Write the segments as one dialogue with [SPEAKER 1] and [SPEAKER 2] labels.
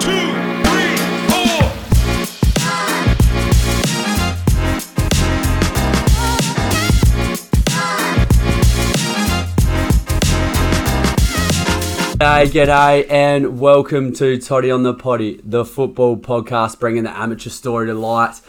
[SPEAKER 1] two, three, four.
[SPEAKER 2] G'day, g'day, and welcome to Toddy on the Potty, the football podcast bringing the amateur story to light.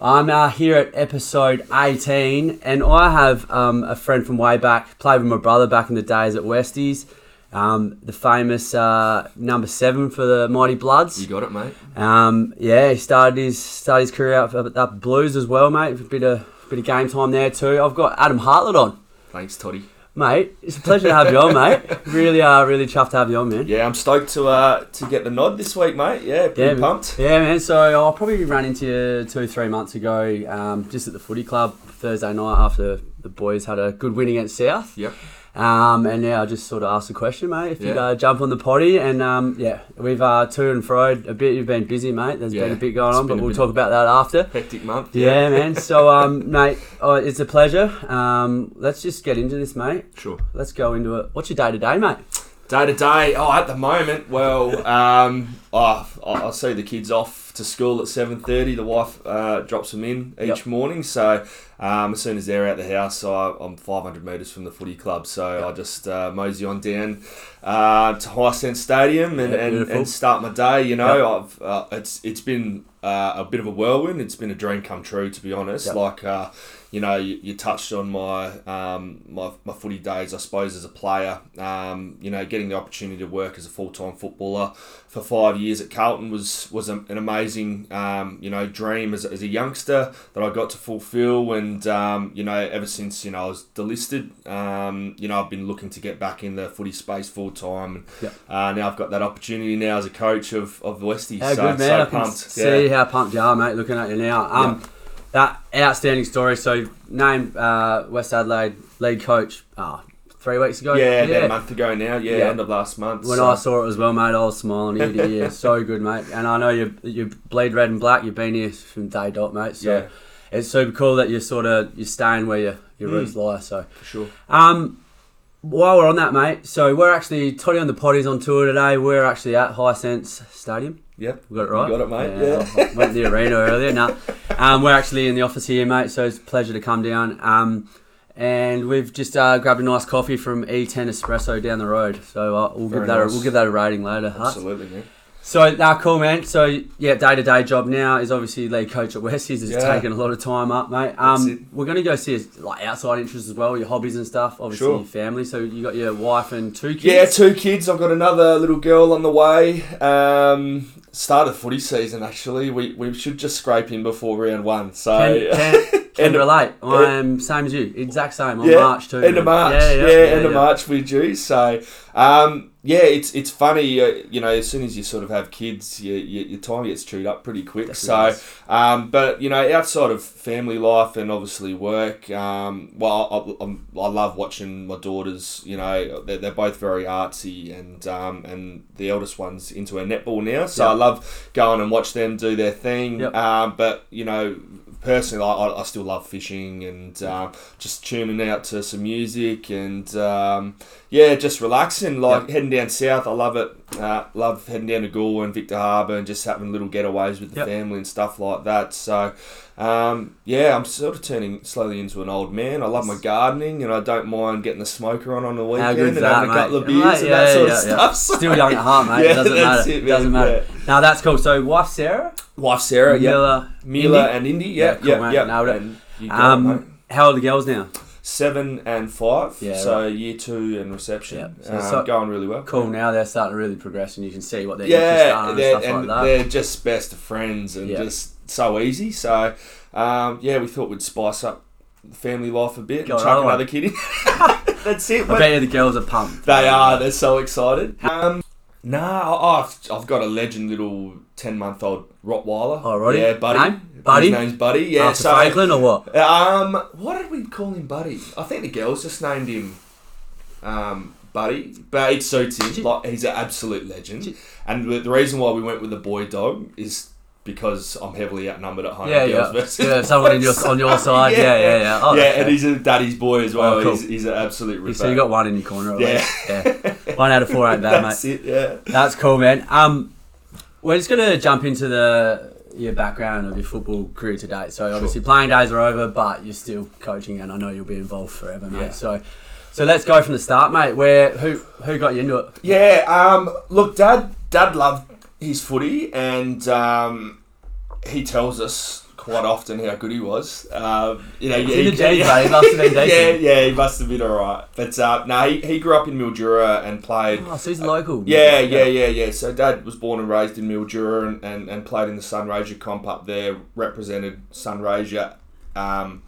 [SPEAKER 2] I'm uh, here at episode 18, and I have um, a friend from way back, played with my brother back in the days at Westies, um, the famous uh, number seven for the Mighty Bloods.
[SPEAKER 3] You got it, mate.
[SPEAKER 2] Um, yeah, he started his started his career up up, up Blues as well, mate. A bit of bit of game time there too. I've got Adam Hartlett on,
[SPEAKER 3] Thanks, Toddy.
[SPEAKER 2] mate. It's a pleasure to have you on, mate. Really, uh, really chuffed to have you on, man.
[SPEAKER 4] Yeah, I'm stoked to uh to get the nod this week, mate. Yeah, pretty
[SPEAKER 2] man.
[SPEAKER 4] pumped.
[SPEAKER 2] Yeah, man. So I probably ran into you two, three months ago, um, just at the footy club Thursday night after the boys had a good win against South.
[SPEAKER 3] Yep.
[SPEAKER 2] Um, and yeah, I just sort of asked the question, mate, if you'd
[SPEAKER 3] Yeah.
[SPEAKER 2] uh, jump on the potty. And um, yeah, we've uh, to and fro a bit. You've been busy, mate. There's been
[SPEAKER 3] Yeah,
[SPEAKER 2] a bit going
[SPEAKER 3] it's
[SPEAKER 2] on, but
[SPEAKER 3] been a
[SPEAKER 2] we'll
[SPEAKER 3] bit-
[SPEAKER 2] talk about that after.
[SPEAKER 3] Hectic month.
[SPEAKER 2] Yeah, man. So, um, mate, oh, it's a pleasure. Um, let's just get into this, mate.
[SPEAKER 3] Sure.
[SPEAKER 2] Let's go into it. What's your day to day, mate?
[SPEAKER 4] Day to day. Oh, at the moment, well, um, oh, I I see the kids off to school at seven thirty. The wife uh, drops them in each
[SPEAKER 2] Yep.
[SPEAKER 4] morning. So um, as soon as they're out the house, I, I'm 500 metres from the footy club. So I just uh, mosey on down uh, to Highsense Stadium and,
[SPEAKER 2] Yeah,
[SPEAKER 4] and,
[SPEAKER 2] beautiful.
[SPEAKER 4] and start my day. You know, I've uh, it's it's been uh, a bit of a whirlwind. It's been a dream come true, to be honest.
[SPEAKER 2] Yep.
[SPEAKER 4] Like. Uh, you know, you, you touched on my, um, my my footy days, I suppose, as a player. Um, you know, getting the opportunity to work as a full time footballer for five years at Carlton was was an an amazing, um, you know, dream as, as a youngster that I got to fulfil. And um, you know, ever since you know I was delisted, um, you know, I've been looking to get back in the footy space full time.
[SPEAKER 2] Yep.
[SPEAKER 4] Uh, now I've got that opportunity now as a coach of of the Westies.
[SPEAKER 2] How
[SPEAKER 4] so
[SPEAKER 2] good, man.
[SPEAKER 4] so
[SPEAKER 2] I can
[SPEAKER 4] pumped.
[SPEAKER 2] see
[SPEAKER 4] yeah.
[SPEAKER 2] how pumped you are, mate, looking at you now. Um, That outstanding story. So, named uh, West Adelaide lead coach uh, three weeks ago.
[SPEAKER 4] Yeah, about a month ago now. Yeah,
[SPEAKER 2] Yeah.
[SPEAKER 4] end of last month.
[SPEAKER 2] When
[SPEAKER 4] so-
[SPEAKER 2] I saw it as well, mate, I was smiling ear to ear. So good, mate. And I know you you bleed red and black. You've been here from day dot, mate. So
[SPEAKER 4] Yeah.
[SPEAKER 2] it's super cool that you're sort of you're staying where your your
[SPEAKER 4] Mm.
[SPEAKER 2] roots lie. So
[SPEAKER 4] for sure.
[SPEAKER 2] um, while we're on that, mate, so we're actually Toddy on the Potties on tour today. We're actually at Highsense Stadium.
[SPEAKER 4] Yep.
[SPEAKER 2] We got it right.
[SPEAKER 4] You got it, mate.
[SPEAKER 2] Yeah, I went to the arena earlier. Nah, um, we're actually in the office here, mate. So it's a pleasure to come down. Um, and we've just uh, grabbed a nice coffee from E10 Espresso down the road. So uh, we'll give
[SPEAKER 4] Very
[SPEAKER 2] that a,
[SPEAKER 4] nice.
[SPEAKER 2] we'll give that a rating later. Hutz.
[SPEAKER 4] Absolutely, man.
[SPEAKER 2] So nah, cool, man. So yeah, day to day job now is obviously lead coach at Westies. It's
[SPEAKER 4] Yeah.
[SPEAKER 2] taking a lot of time up, mate.
[SPEAKER 4] That's it.
[SPEAKER 2] Um, we're gonna go see his, like outside interests as well, your hobbies and stuff. Obviously,
[SPEAKER 4] Sure.
[SPEAKER 2] your family. So you got your wife and two kids.
[SPEAKER 4] Yeah, two kids. I've got another little girl on the way. Um, start of footy season, actually. We, we should just scrape in before round one. So
[SPEAKER 2] Can, can, can
[SPEAKER 4] Uh, End of-
[SPEAKER 2] relate. I am same as you, exact same. I'm
[SPEAKER 4] yeah,
[SPEAKER 2] March too.
[SPEAKER 4] End
[SPEAKER 2] man.
[SPEAKER 4] of March. Yeah, end of March we're due. So, um, yeah, it's it's funny. Uh, you know, as soon as you sort of have kids, you, you, your time gets chewed up pretty quick. so,
[SPEAKER 2] Definitely
[SPEAKER 4] um, but you know, outside of family life and obviously work, um, well, I, I'm, I love watching my daughters. You know, they're, they're both very artsy, and um, and the eldest one's into her netball now. So
[SPEAKER 2] Yeah.
[SPEAKER 4] I love going and watch them do their thing.
[SPEAKER 2] Yep.
[SPEAKER 4] Um, but you know, personally, I, I I still love fishing and um, just tuning out to some music and um, yeah, just relaxing. Like
[SPEAKER 2] Yep.
[SPEAKER 4] heading down south, I love it. Uh, love heading down to Goole and Victor Harbour and just having little getaways with the
[SPEAKER 2] Yep.
[SPEAKER 4] family and stuff like that. So um, yeah, I'm sort of turning slowly into an old man. I love my gardening and I don't mind getting the smoker on on the
[SPEAKER 2] How
[SPEAKER 4] weekend
[SPEAKER 2] good's
[SPEAKER 4] and
[SPEAKER 2] that,
[SPEAKER 4] having a
[SPEAKER 2] mate?
[SPEAKER 4] couple of
[SPEAKER 2] Yeah,
[SPEAKER 4] beers and that
[SPEAKER 2] yeah,
[SPEAKER 4] sort
[SPEAKER 2] yeah,
[SPEAKER 4] of
[SPEAKER 2] yeah.
[SPEAKER 4] stuff. So-
[SPEAKER 2] Still young at heart, mate.
[SPEAKER 4] Yeah,
[SPEAKER 2] it doesn't
[SPEAKER 4] that's
[SPEAKER 2] matter.
[SPEAKER 4] it, man.
[SPEAKER 2] doesn't matter.
[SPEAKER 4] Yeah.
[SPEAKER 2] Now that's cool. So wife Sarah,
[SPEAKER 4] Wife Sarah, yeah.
[SPEAKER 2] Miller,
[SPEAKER 4] Mila
[SPEAKER 2] Indy?
[SPEAKER 4] and Indy,
[SPEAKER 2] Yeah,
[SPEAKER 4] yeah,
[SPEAKER 2] cool,
[SPEAKER 4] yeah,
[SPEAKER 2] mate.
[SPEAKER 4] yeah.
[SPEAKER 2] Nailed it.
[SPEAKER 4] And you got it, mate.
[SPEAKER 2] um, how old are the girls now?
[SPEAKER 4] seven and five.
[SPEAKER 2] Yeah,
[SPEAKER 4] so year two and reception.
[SPEAKER 2] Yep. So-
[SPEAKER 4] um,
[SPEAKER 2] so-
[SPEAKER 4] going really well.
[SPEAKER 2] Cool. Now they're starting to really progress, and you can see what their interests
[SPEAKER 4] Yeah,
[SPEAKER 2] are and
[SPEAKER 4] they're,
[SPEAKER 2] stuff
[SPEAKER 4] and
[SPEAKER 2] like that.
[SPEAKER 4] they're just best of friends and
[SPEAKER 2] Yeah.
[SPEAKER 4] just so easy. So, um, yeah, we thought we'd spice up the family life a bit
[SPEAKER 2] Got
[SPEAKER 4] and chuck
[SPEAKER 2] another one.
[SPEAKER 4] another kid in. That's it.
[SPEAKER 2] I
[SPEAKER 4] mate.
[SPEAKER 2] bet you the girls are pumped.
[SPEAKER 4] They are. They're so excited. Um, nah, I- I've, I've got a legend little ten month old Rottweiler.
[SPEAKER 2] Oh, righty.
[SPEAKER 4] Yeah, Buddy.
[SPEAKER 2] Name? Buddy?
[SPEAKER 4] His name's Buddy. Yeah.
[SPEAKER 2] After
[SPEAKER 4] so
[SPEAKER 2] Franklin or what?
[SPEAKER 4] Um, what did we call him, Buddy? I think the girls just named him um, Buddy, but it suits him. Like he's an absolute legend, and the, the reason why we went with the boy dog is because I'm heavily outnumbered at home.
[SPEAKER 2] Yeah,
[SPEAKER 4] girls
[SPEAKER 2] yeah.
[SPEAKER 4] versus
[SPEAKER 2] Yeah, someone in your-
[SPEAKER 4] boys.
[SPEAKER 2] on your side. Yeah, yeah, yeah. Oh,
[SPEAKER 4] yeah,
[SPEAKER 2] that's fair.
[SPEAKER 4] and he's a daddy's boy as well.
[SPEAKER 2] Oh, cool.
[SPEAKER 4] he's, he's an absolute. Ripper.
[SPEAKER 2] So you got one in your corner. at
[SPEAKER 4] Yeah.
[SPEAKER 2] least. yeah. One out of four ain't bad, mate.
[SPEAKER 4] That's it. Yeah.
[SPEAKER 2] That's cool, man. Um, We're just gonna jump into the your background of your football career to date. So obviously playing days are over, but you're still coaching, and I know you'll be involved forever, mate.
[SPEAKER 4] Yeah.
[SPEAKER 2] So, so let's go from the start, mate. Where who who got you into it?
[SPEAKER 4] Yeah, um, look, Dad. Dad loved his footy, and um, he tells us quite often how good he was. Um, you know, yeah,
[SPEAKER 2] in
[SPEAKER 4] he-
[SPEAKER 2] the Gs, mate. He must have been
[SPEAKER 4] yeah,
[SPEAKER 2] decent.
[SPEAKER 4] yeah, he must have been all right. But uh, no, he, he grew up in Mildura and played.
[SPEAKER 2] Oh, so he's local.
[SPEAKER 4] Yeah, yeah, yeah, yeah. So dad was born and raised in Mildura and, and, and played in the Sunraysia comp up there, represented Sunraysia um,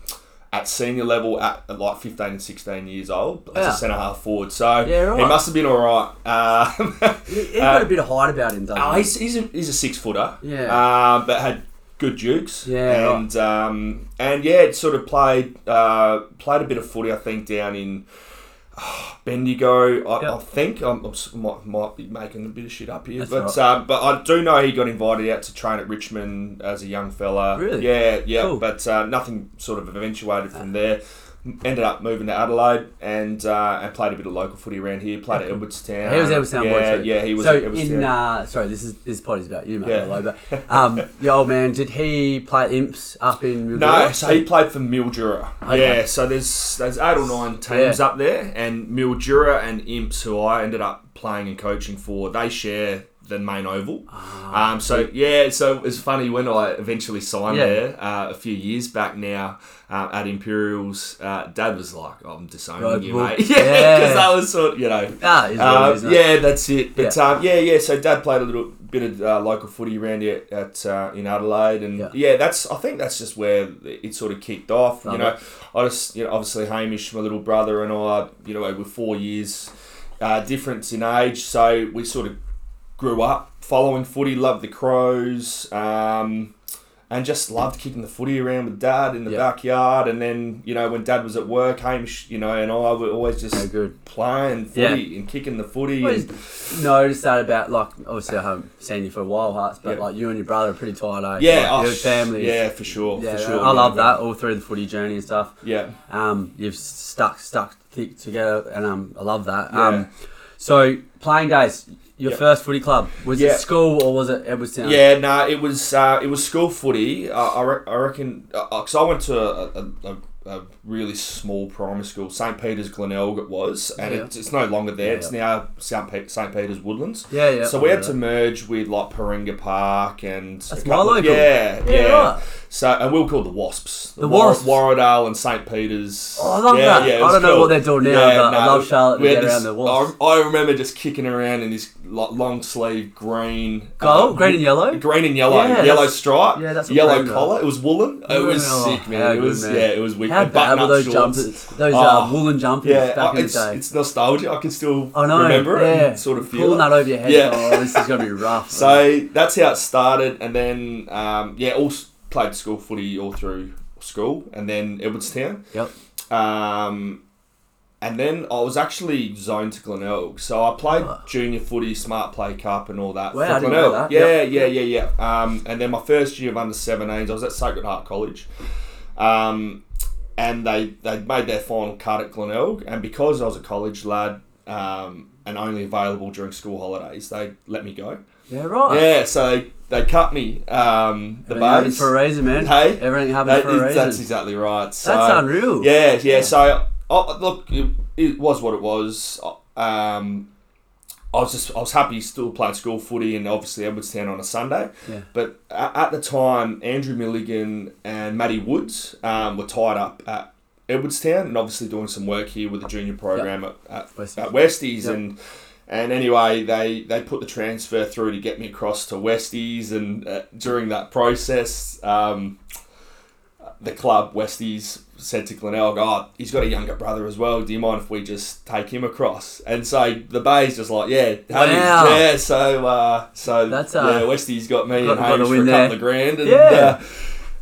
[SPEAKER 4] at senior level at, at like 15 and 16 years old as
[SPEAKER 2] Yeah.
[SPEAKER 4] a centre half forward. So
[SPEAKER 2] Yeah, right.
[SPEAKER 4] he must have been all right. Uh,
[SPEAKER 2] He- He's got a bit of height about him, doesn't
[SPEAKER 4] oh,
[SPEAKER 2] he?
[SPEAKER 4] he's, he's, a, he's a six footer.
[SPEAKER 2] Yeah.
[SPEAKER 4] Uh, but had good jukes.
[SPEAKER 2] Yeah,
[SPEAKER 4] And, um, and yeah, it sort of played, uh, played a bit of footy, I think, down in. oh, Bendigo, I, I
[SPEAKER 2] Yep.
[SPEAKER 4] think I'm, I'm s- might, might be making a bit of shit up here,
[SPEAKER 2] That's
[SPEAKER 4] but
[SPEAKER 2] all
[SPEAKER 4] uh, but I do know he got invited out to train at Richmond as a young fella.
[SPEAKER 2] Really?
[SPEAKER 4] Yeah, yeah.
[SPEAKER 2] Cool.
[SPEAKER 4] But uh, nothing sort of eventuated from there. M- Ended up moving to Adelaide and uh, and played a bit of local footy around here. Played at Edwardstown.
[SPEAKER 2] He was Edwardstown
[SPEAKER 4] yeah,
[SPEAKER 2] boy too.
[SPEAKER 4] Yeah, he was
[SPEAKER 2] So
[SPEAKER 4] at Edwardstown.
[SPEAKER 2] in uh, sorry, this is this pod is about you, mate.
[SPEAKER 4] Yeah.
[SPEAKER 2] Hello, but um, the old man. Did he play imps up in?
[SPEAKER 4] No, so he played for Mildura.
[SPEAKER 2] Okay.
[SPEAKER 4] Yeah, so there's there's eight or nine teams
[SPEAKER 2] Yeah.
[SPEAKER 4] up there, and Mildura and Imps, who I ended up playing and coaching for, they share the main oval. um, so yeah, so it's funny when I eventually signed
[SPEAKER 2] Ah, Yeah.
[SPEAKER 4] there uh, a few years back now uh, at Imperials, uh, Dad was like, "I'm disowning you,
[SPEAKER 2] Roadblock.
[SPEAKER 4] mate." yeah, because
[SPEAKER 2] Yeah.
[SPEAKER 4] that was sort of, you know.
[SPEAKER 2] Ah, he's
[SPEAKER 4] Uh,
[SPEAKER 2] um,
[SPEAKER 4] yeah, that's it. But
[SPEAKER 2] Yeah.
[SPEAKER 4] yeah. Um, yeah, yeah. So dad played a little bit of uh, local footy around here at uh, in Adelaide, and
[SPEAKER 2] Yeah.
[SPEAKER 4] yeah. that's I think that's just where it sort of kicked off.
[SPEAKER 2] Love
[SPEAKER 4] you know, I just you know obviously Hamish, my little brother, and I, you know, we're four years uh, difference in age, so we sort of grew up following footy, loved the Crows. Um, and just loved kicking the footy around with dad in the
[SPEAKER 2] Yeah.
[SPEAKER 4] backyard. And then, you know, when dad was at work, Hamish, you know, and I were always just
[SPEAKER 2] So good.
[SPEAKER 4] playing footy
[SPEAKER 2] Yeah.
[SPEAKER 4] and kicking the footy.
[SPEAKER 2] I
[SPEAKER 4] and,
[SPEAKER 2] just noticed that about like obviously I haven't seen you for a while, Hearts, but
[SPEAKER 4] Yeah.
[SPEAKER 2] like you and your brother are pretty tight. Eh?
[SPEAKER 4] yeah,
[SPEAKER 2] like,
[SPEAKER 4] oh,
[SPEAKER 2] your family.
[SPEAKER 4] Yeah, for sure.
[SPEAKER 2] yeah.
[SPEAKER 4] for sure.
[SPEAKER 2] I love that all through the footy journey and stuff.
[SPEAKER 4] Yeah.
[SPEAKER 2] Um, you've stuck stuck thick together, and um, I love that.
[SPEAKER 4] Yeah.
[SPEAKER 2] Um, so playing days, your
[SPEAKER 4] Yeah.
[SPEAKER 2] first footy club was
[SPEAKER 4] Yeah.
[SPEAKER 2] it school or was it Edwardstown?
[SPEAKER 4] Yeah, no, it was uh, it was school footy. Uh, I, re- I reckon because I went to a, a, a, a really small primary school, St Peter's Glenelg it was, and
[SPEAKER 2] Yeah.
[SPEAKER 4] it's, it's no longer there.
[SPEAKER 2] Yeah.
[SPEAKER 4] It's now St Pe- St Peter's Woodlands.
[SPEAKER 2] Yeah, yeah,
[SPEAKER 4] So we
[SPEAKER 2] I
[SPEAKER 4] had to merge with like Paringa Park and
[SPEAKER 2] That's
[SPEAKER 4] a couple
[SPEAKER 2] my
[SPEAKER 4] of-
[SPEAKER 2] local.
[SPEAKER 4] Yeah,
[SPEAKER 2] Yeah,
[SPEAKER 4] yeah.
[SPEAKER 2] right.
[SPEAKER 4] So and we were called the Wasps.
[SPEAKER 2] The
[SPEAKER 4] War-
[SPEAKER 2] Wasps.
[SPEAKER 4] Warradale and St Peter's.
[SPEAKER 2] Oh, I love that.
[SPEAKER 4] it
[SPEAKER 2] I
[SPEAKER 4] was
[SPEAKER 2] don't know what they're doing now, but I love Charlotte to
[SPEAKER 4] we had
[SPEAKER 2] get around the Wasps.
[SPEAKER 4] I, I remember just kicking around in this like, long sleeve green.
[SPEAKER 2] Gold?
[SPEAKER 4] uh,
[SPEAKER 2] green and yellow.
[SPEAKER 4] green and yellow,
[SPEAKER 2] Yeah,
[SPEAKER 4] yellow
[SPEAKER 2] that's-
[SPEAKER 4] stripe,
[SPEAKER 2] yeah, that's what
[SPEAKER 4] yellow
[SPEAKER 2] Green are.
[SPEAKER 4] collar. It was woolen. It was
[SPEAKER 2] Oh,
[SPEAKER 4] sick,
[SPEAKER 2] how
[SPEAKER 4] man. It
[SPEAKER 2] good,
[SPEAKER 4] was
[SPEAKER 2] man.
[SPEAKER 4] yeah, it was wicked.
[SPEAKER 2] How bad
[SPEAKER 4] Button-up
[SPEAKER 2] were those
[SPEAKER 4] shorts.
[SPEAKER 2] jumpers? Those uh,
[SPEAKER 4] Oh,
[SPEAKER 2] woolen jumpers
[SPEAKER 4] Yeah,
[SPEAKER 2] back
[SPEAKER 4] I-
[SPEAKER 2] in the
[SPEAKER 4] it's,
[SPEAKER 2] day.
[SPEAKER 4] it's nostalgia. I can still
[SPEAKER 2] I know.
[SPEAKER 4] remember
[SPEAKER 2] yeah.
[SPEAKER 4] it and sort of feel
[SPEAKER 2] Pulling
[SPEAKER 4] it.
[SPEAKER 2] that over your head.
[SPEAKER 4] Yeah.
[SPEAKER 2] Oh, this is gonna be rough.
[SPEAKER 4] So that's how it started, and then um, yeah, all s- played school footy all through school, and then Edwardstown.
[SPEAKER 2] yep.
[SPEAKER 4] Um, and then I was actually zoned to Glenelg, so I played
[SPEAKER 2] Ah.
[SPEAKER 4] junior footy, smart play cup, and all that
[SPEAKER 2] Wow,
[SPEAKER 4] for
[SPEAKER 2] I didn't know
[SPEAKER 4] Glenelg.
[SPEAKER 2] that.
[SPEAKER 4] Yeah,
[SPEAKER 2] Yep.
[SPEAKER 4] yeah, yeah, yeah. Um, and then my first year of under 17s, I was at Sacred Heart College. Um, and they they made their final cut at Glenelg, and because I was a college lad um, and only available during school holidays, they let me go.
[SPEAKER 2] Yeah. Right.
[SPEAKER 4] Yeah, so they, they cut me. Um, the
[SPEAKER 2] Everything happens
[SPEAKER 4] base.
[SPEAKER 2] for a reason, man.
[SPEAKER 4] Hey?
[SPEAKER 2] Everything happens
[SPEAKER 4] That
[SPEAKER 2] for a
[SPEAKER 4] is,
[SPEAKER 2] reason.
[SPEAKER 4] that's exactly right. So,
[SPEAKER 2] That's unreal.
[SPEAKER 4] Yeah, yeah. So, oh, look, it, it was what it was. Um, I was just I was happy still playing school footy and obviously Edwardstown on a Sunday.
[SPEAKER 2] Yeah.
[SPEAKER 4] But a- at the time, Andrew Milligan and Matty Woods um, were tied up at Edwardstown and obviously doing some work here with the junior program at, at,
[SPEAKER 2] Westies.
[SPEAKER 4] at Westies
[SPEAKER 2] Yep.
[SPEAKER 4] and. And anyway, they, they put the transfer through to get me across to Westies, and uh, during that process, um, the club Westies said to Glenelg, "Oh, he's got a younger brother as well. Do you mind if we just take him across?" And so the Bay's just like, "Yeah, have him."
[SPEAKER 2] Wow.
[SPEAKER 4] yeah." So uh, so
[SPEAKER 2] That's, uh,
[SPEAKER 4] yeah, Westies got me and
[SPEAKER 2] got- got a
[SPEAKER 4] Hamish for
[SPEAKER 2] win
[SPEAKER 4] a
[SPEAKER 2] there.
[SPEAKER 4] couple of grand. And,
[SPEAKER 2] Yeah.
[SPEAKER 4] yeah,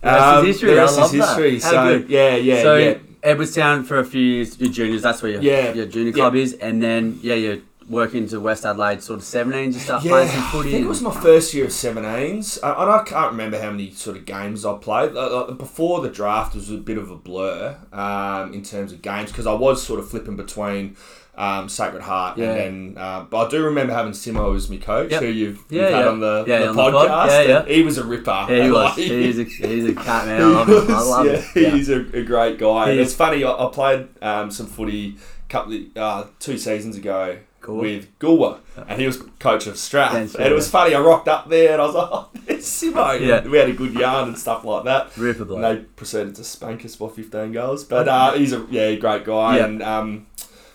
[SPEAKER 2] The rest is history.
[SPEAKER 4] The
[SPEAKER 2] I
[SPEAKER 4] rest
[SPEAKER 2] love
[SPEAKER 4] is
[SPEAKER 2] that.
[SPEAKER 4] history.
[SPEAKER 2] How
[SPEAKER 4] So
[SPEAKER 2] good.
[SPEAKER 4] yeah, yeah,
[SPEAKER 2] so
[SPEAKER 4] yeah.
[SPEAKER 2] Edwardstown for a few years, your juniors. That's where your,
[SPEAKER 4] Yeah.
[SPEAKER 2] your junior
[SPEAKER 4] Yeah.
[SPEAKER 2] club is, and then yeah, your work into West Adelaide, sort of 17 to start
[SPEAKER 4] Yeah,
[SPEAKER 2] playing
[SPEAKER 4] I
[SPEAKER 2] some footy?
[SPEAKER 4] think it
[SPEAKER 2] and-
[SPEAKER 4] was my first year of 17s. I, and I can't remember how many sort of games I played. Like, like, before the draft was a bit of a blur um, in terms of games because I was sort of flipping between um, Sacred Heart
[SPEAKER 2] Yeah.
[SPEAKER 4] and then. Uh, but I do remember having Simo as my coach,
[SPEAKER 2] Yep.
[SPEAKER 4] who you've,
[SPEAKER 2] Yeah,
[SPEAKER 4] you've had
[SPEAKER 2] yeah.
[SPEAKER 4] on the,
[SPEAKER 2] Yeah,
[SPEAKER 4] the
[SPEAKER 2] on the
[SPEAKER 4] podcast.
[SPEAKER 2] pod. Yeah,
[SPEAKER 4] and
[SPEAKER 2] yeah.
[SPEAKER 4] He was a ripper.
[SPEAKER 2] Yeah, he was.
[SPEAKER 4] Like,
[SPEAKER 2] He's a, he's a cat man. I love him. I love
[SPEAKER 4] yeah,
[SPEAKER 2] him. Yeah.
[SPEAKER 4] He's a, a great guy. And
[SPEAKER 2] He is.
[SPEAKER 4] it's funny. I, I played um, some footy couple of, uh, two seasons ago
[SPEAKER 2] Cool.
[SPEAKER 4] with Gulwa, and he was coach of Strath.
[SPEAKER 2] Thanks,
[SPEAKER 4] and it was funny. I rocked up there, and I was like, "Oh, there's Simo."
[SPEAKER 2] Yeah.
[SPEAKER 4] And we had a good yarn and stuff like that.
[SPEAKER 2] Ripper
[SPEAKER 4] And
[SPEAKER 2] bloke.
[SPEAKER 4] they proceeded to spank us by 15 goals. But uh, he's a yeah great guy,
[SPEAKER 2] Yeah.
[SPEAKER 4] and um,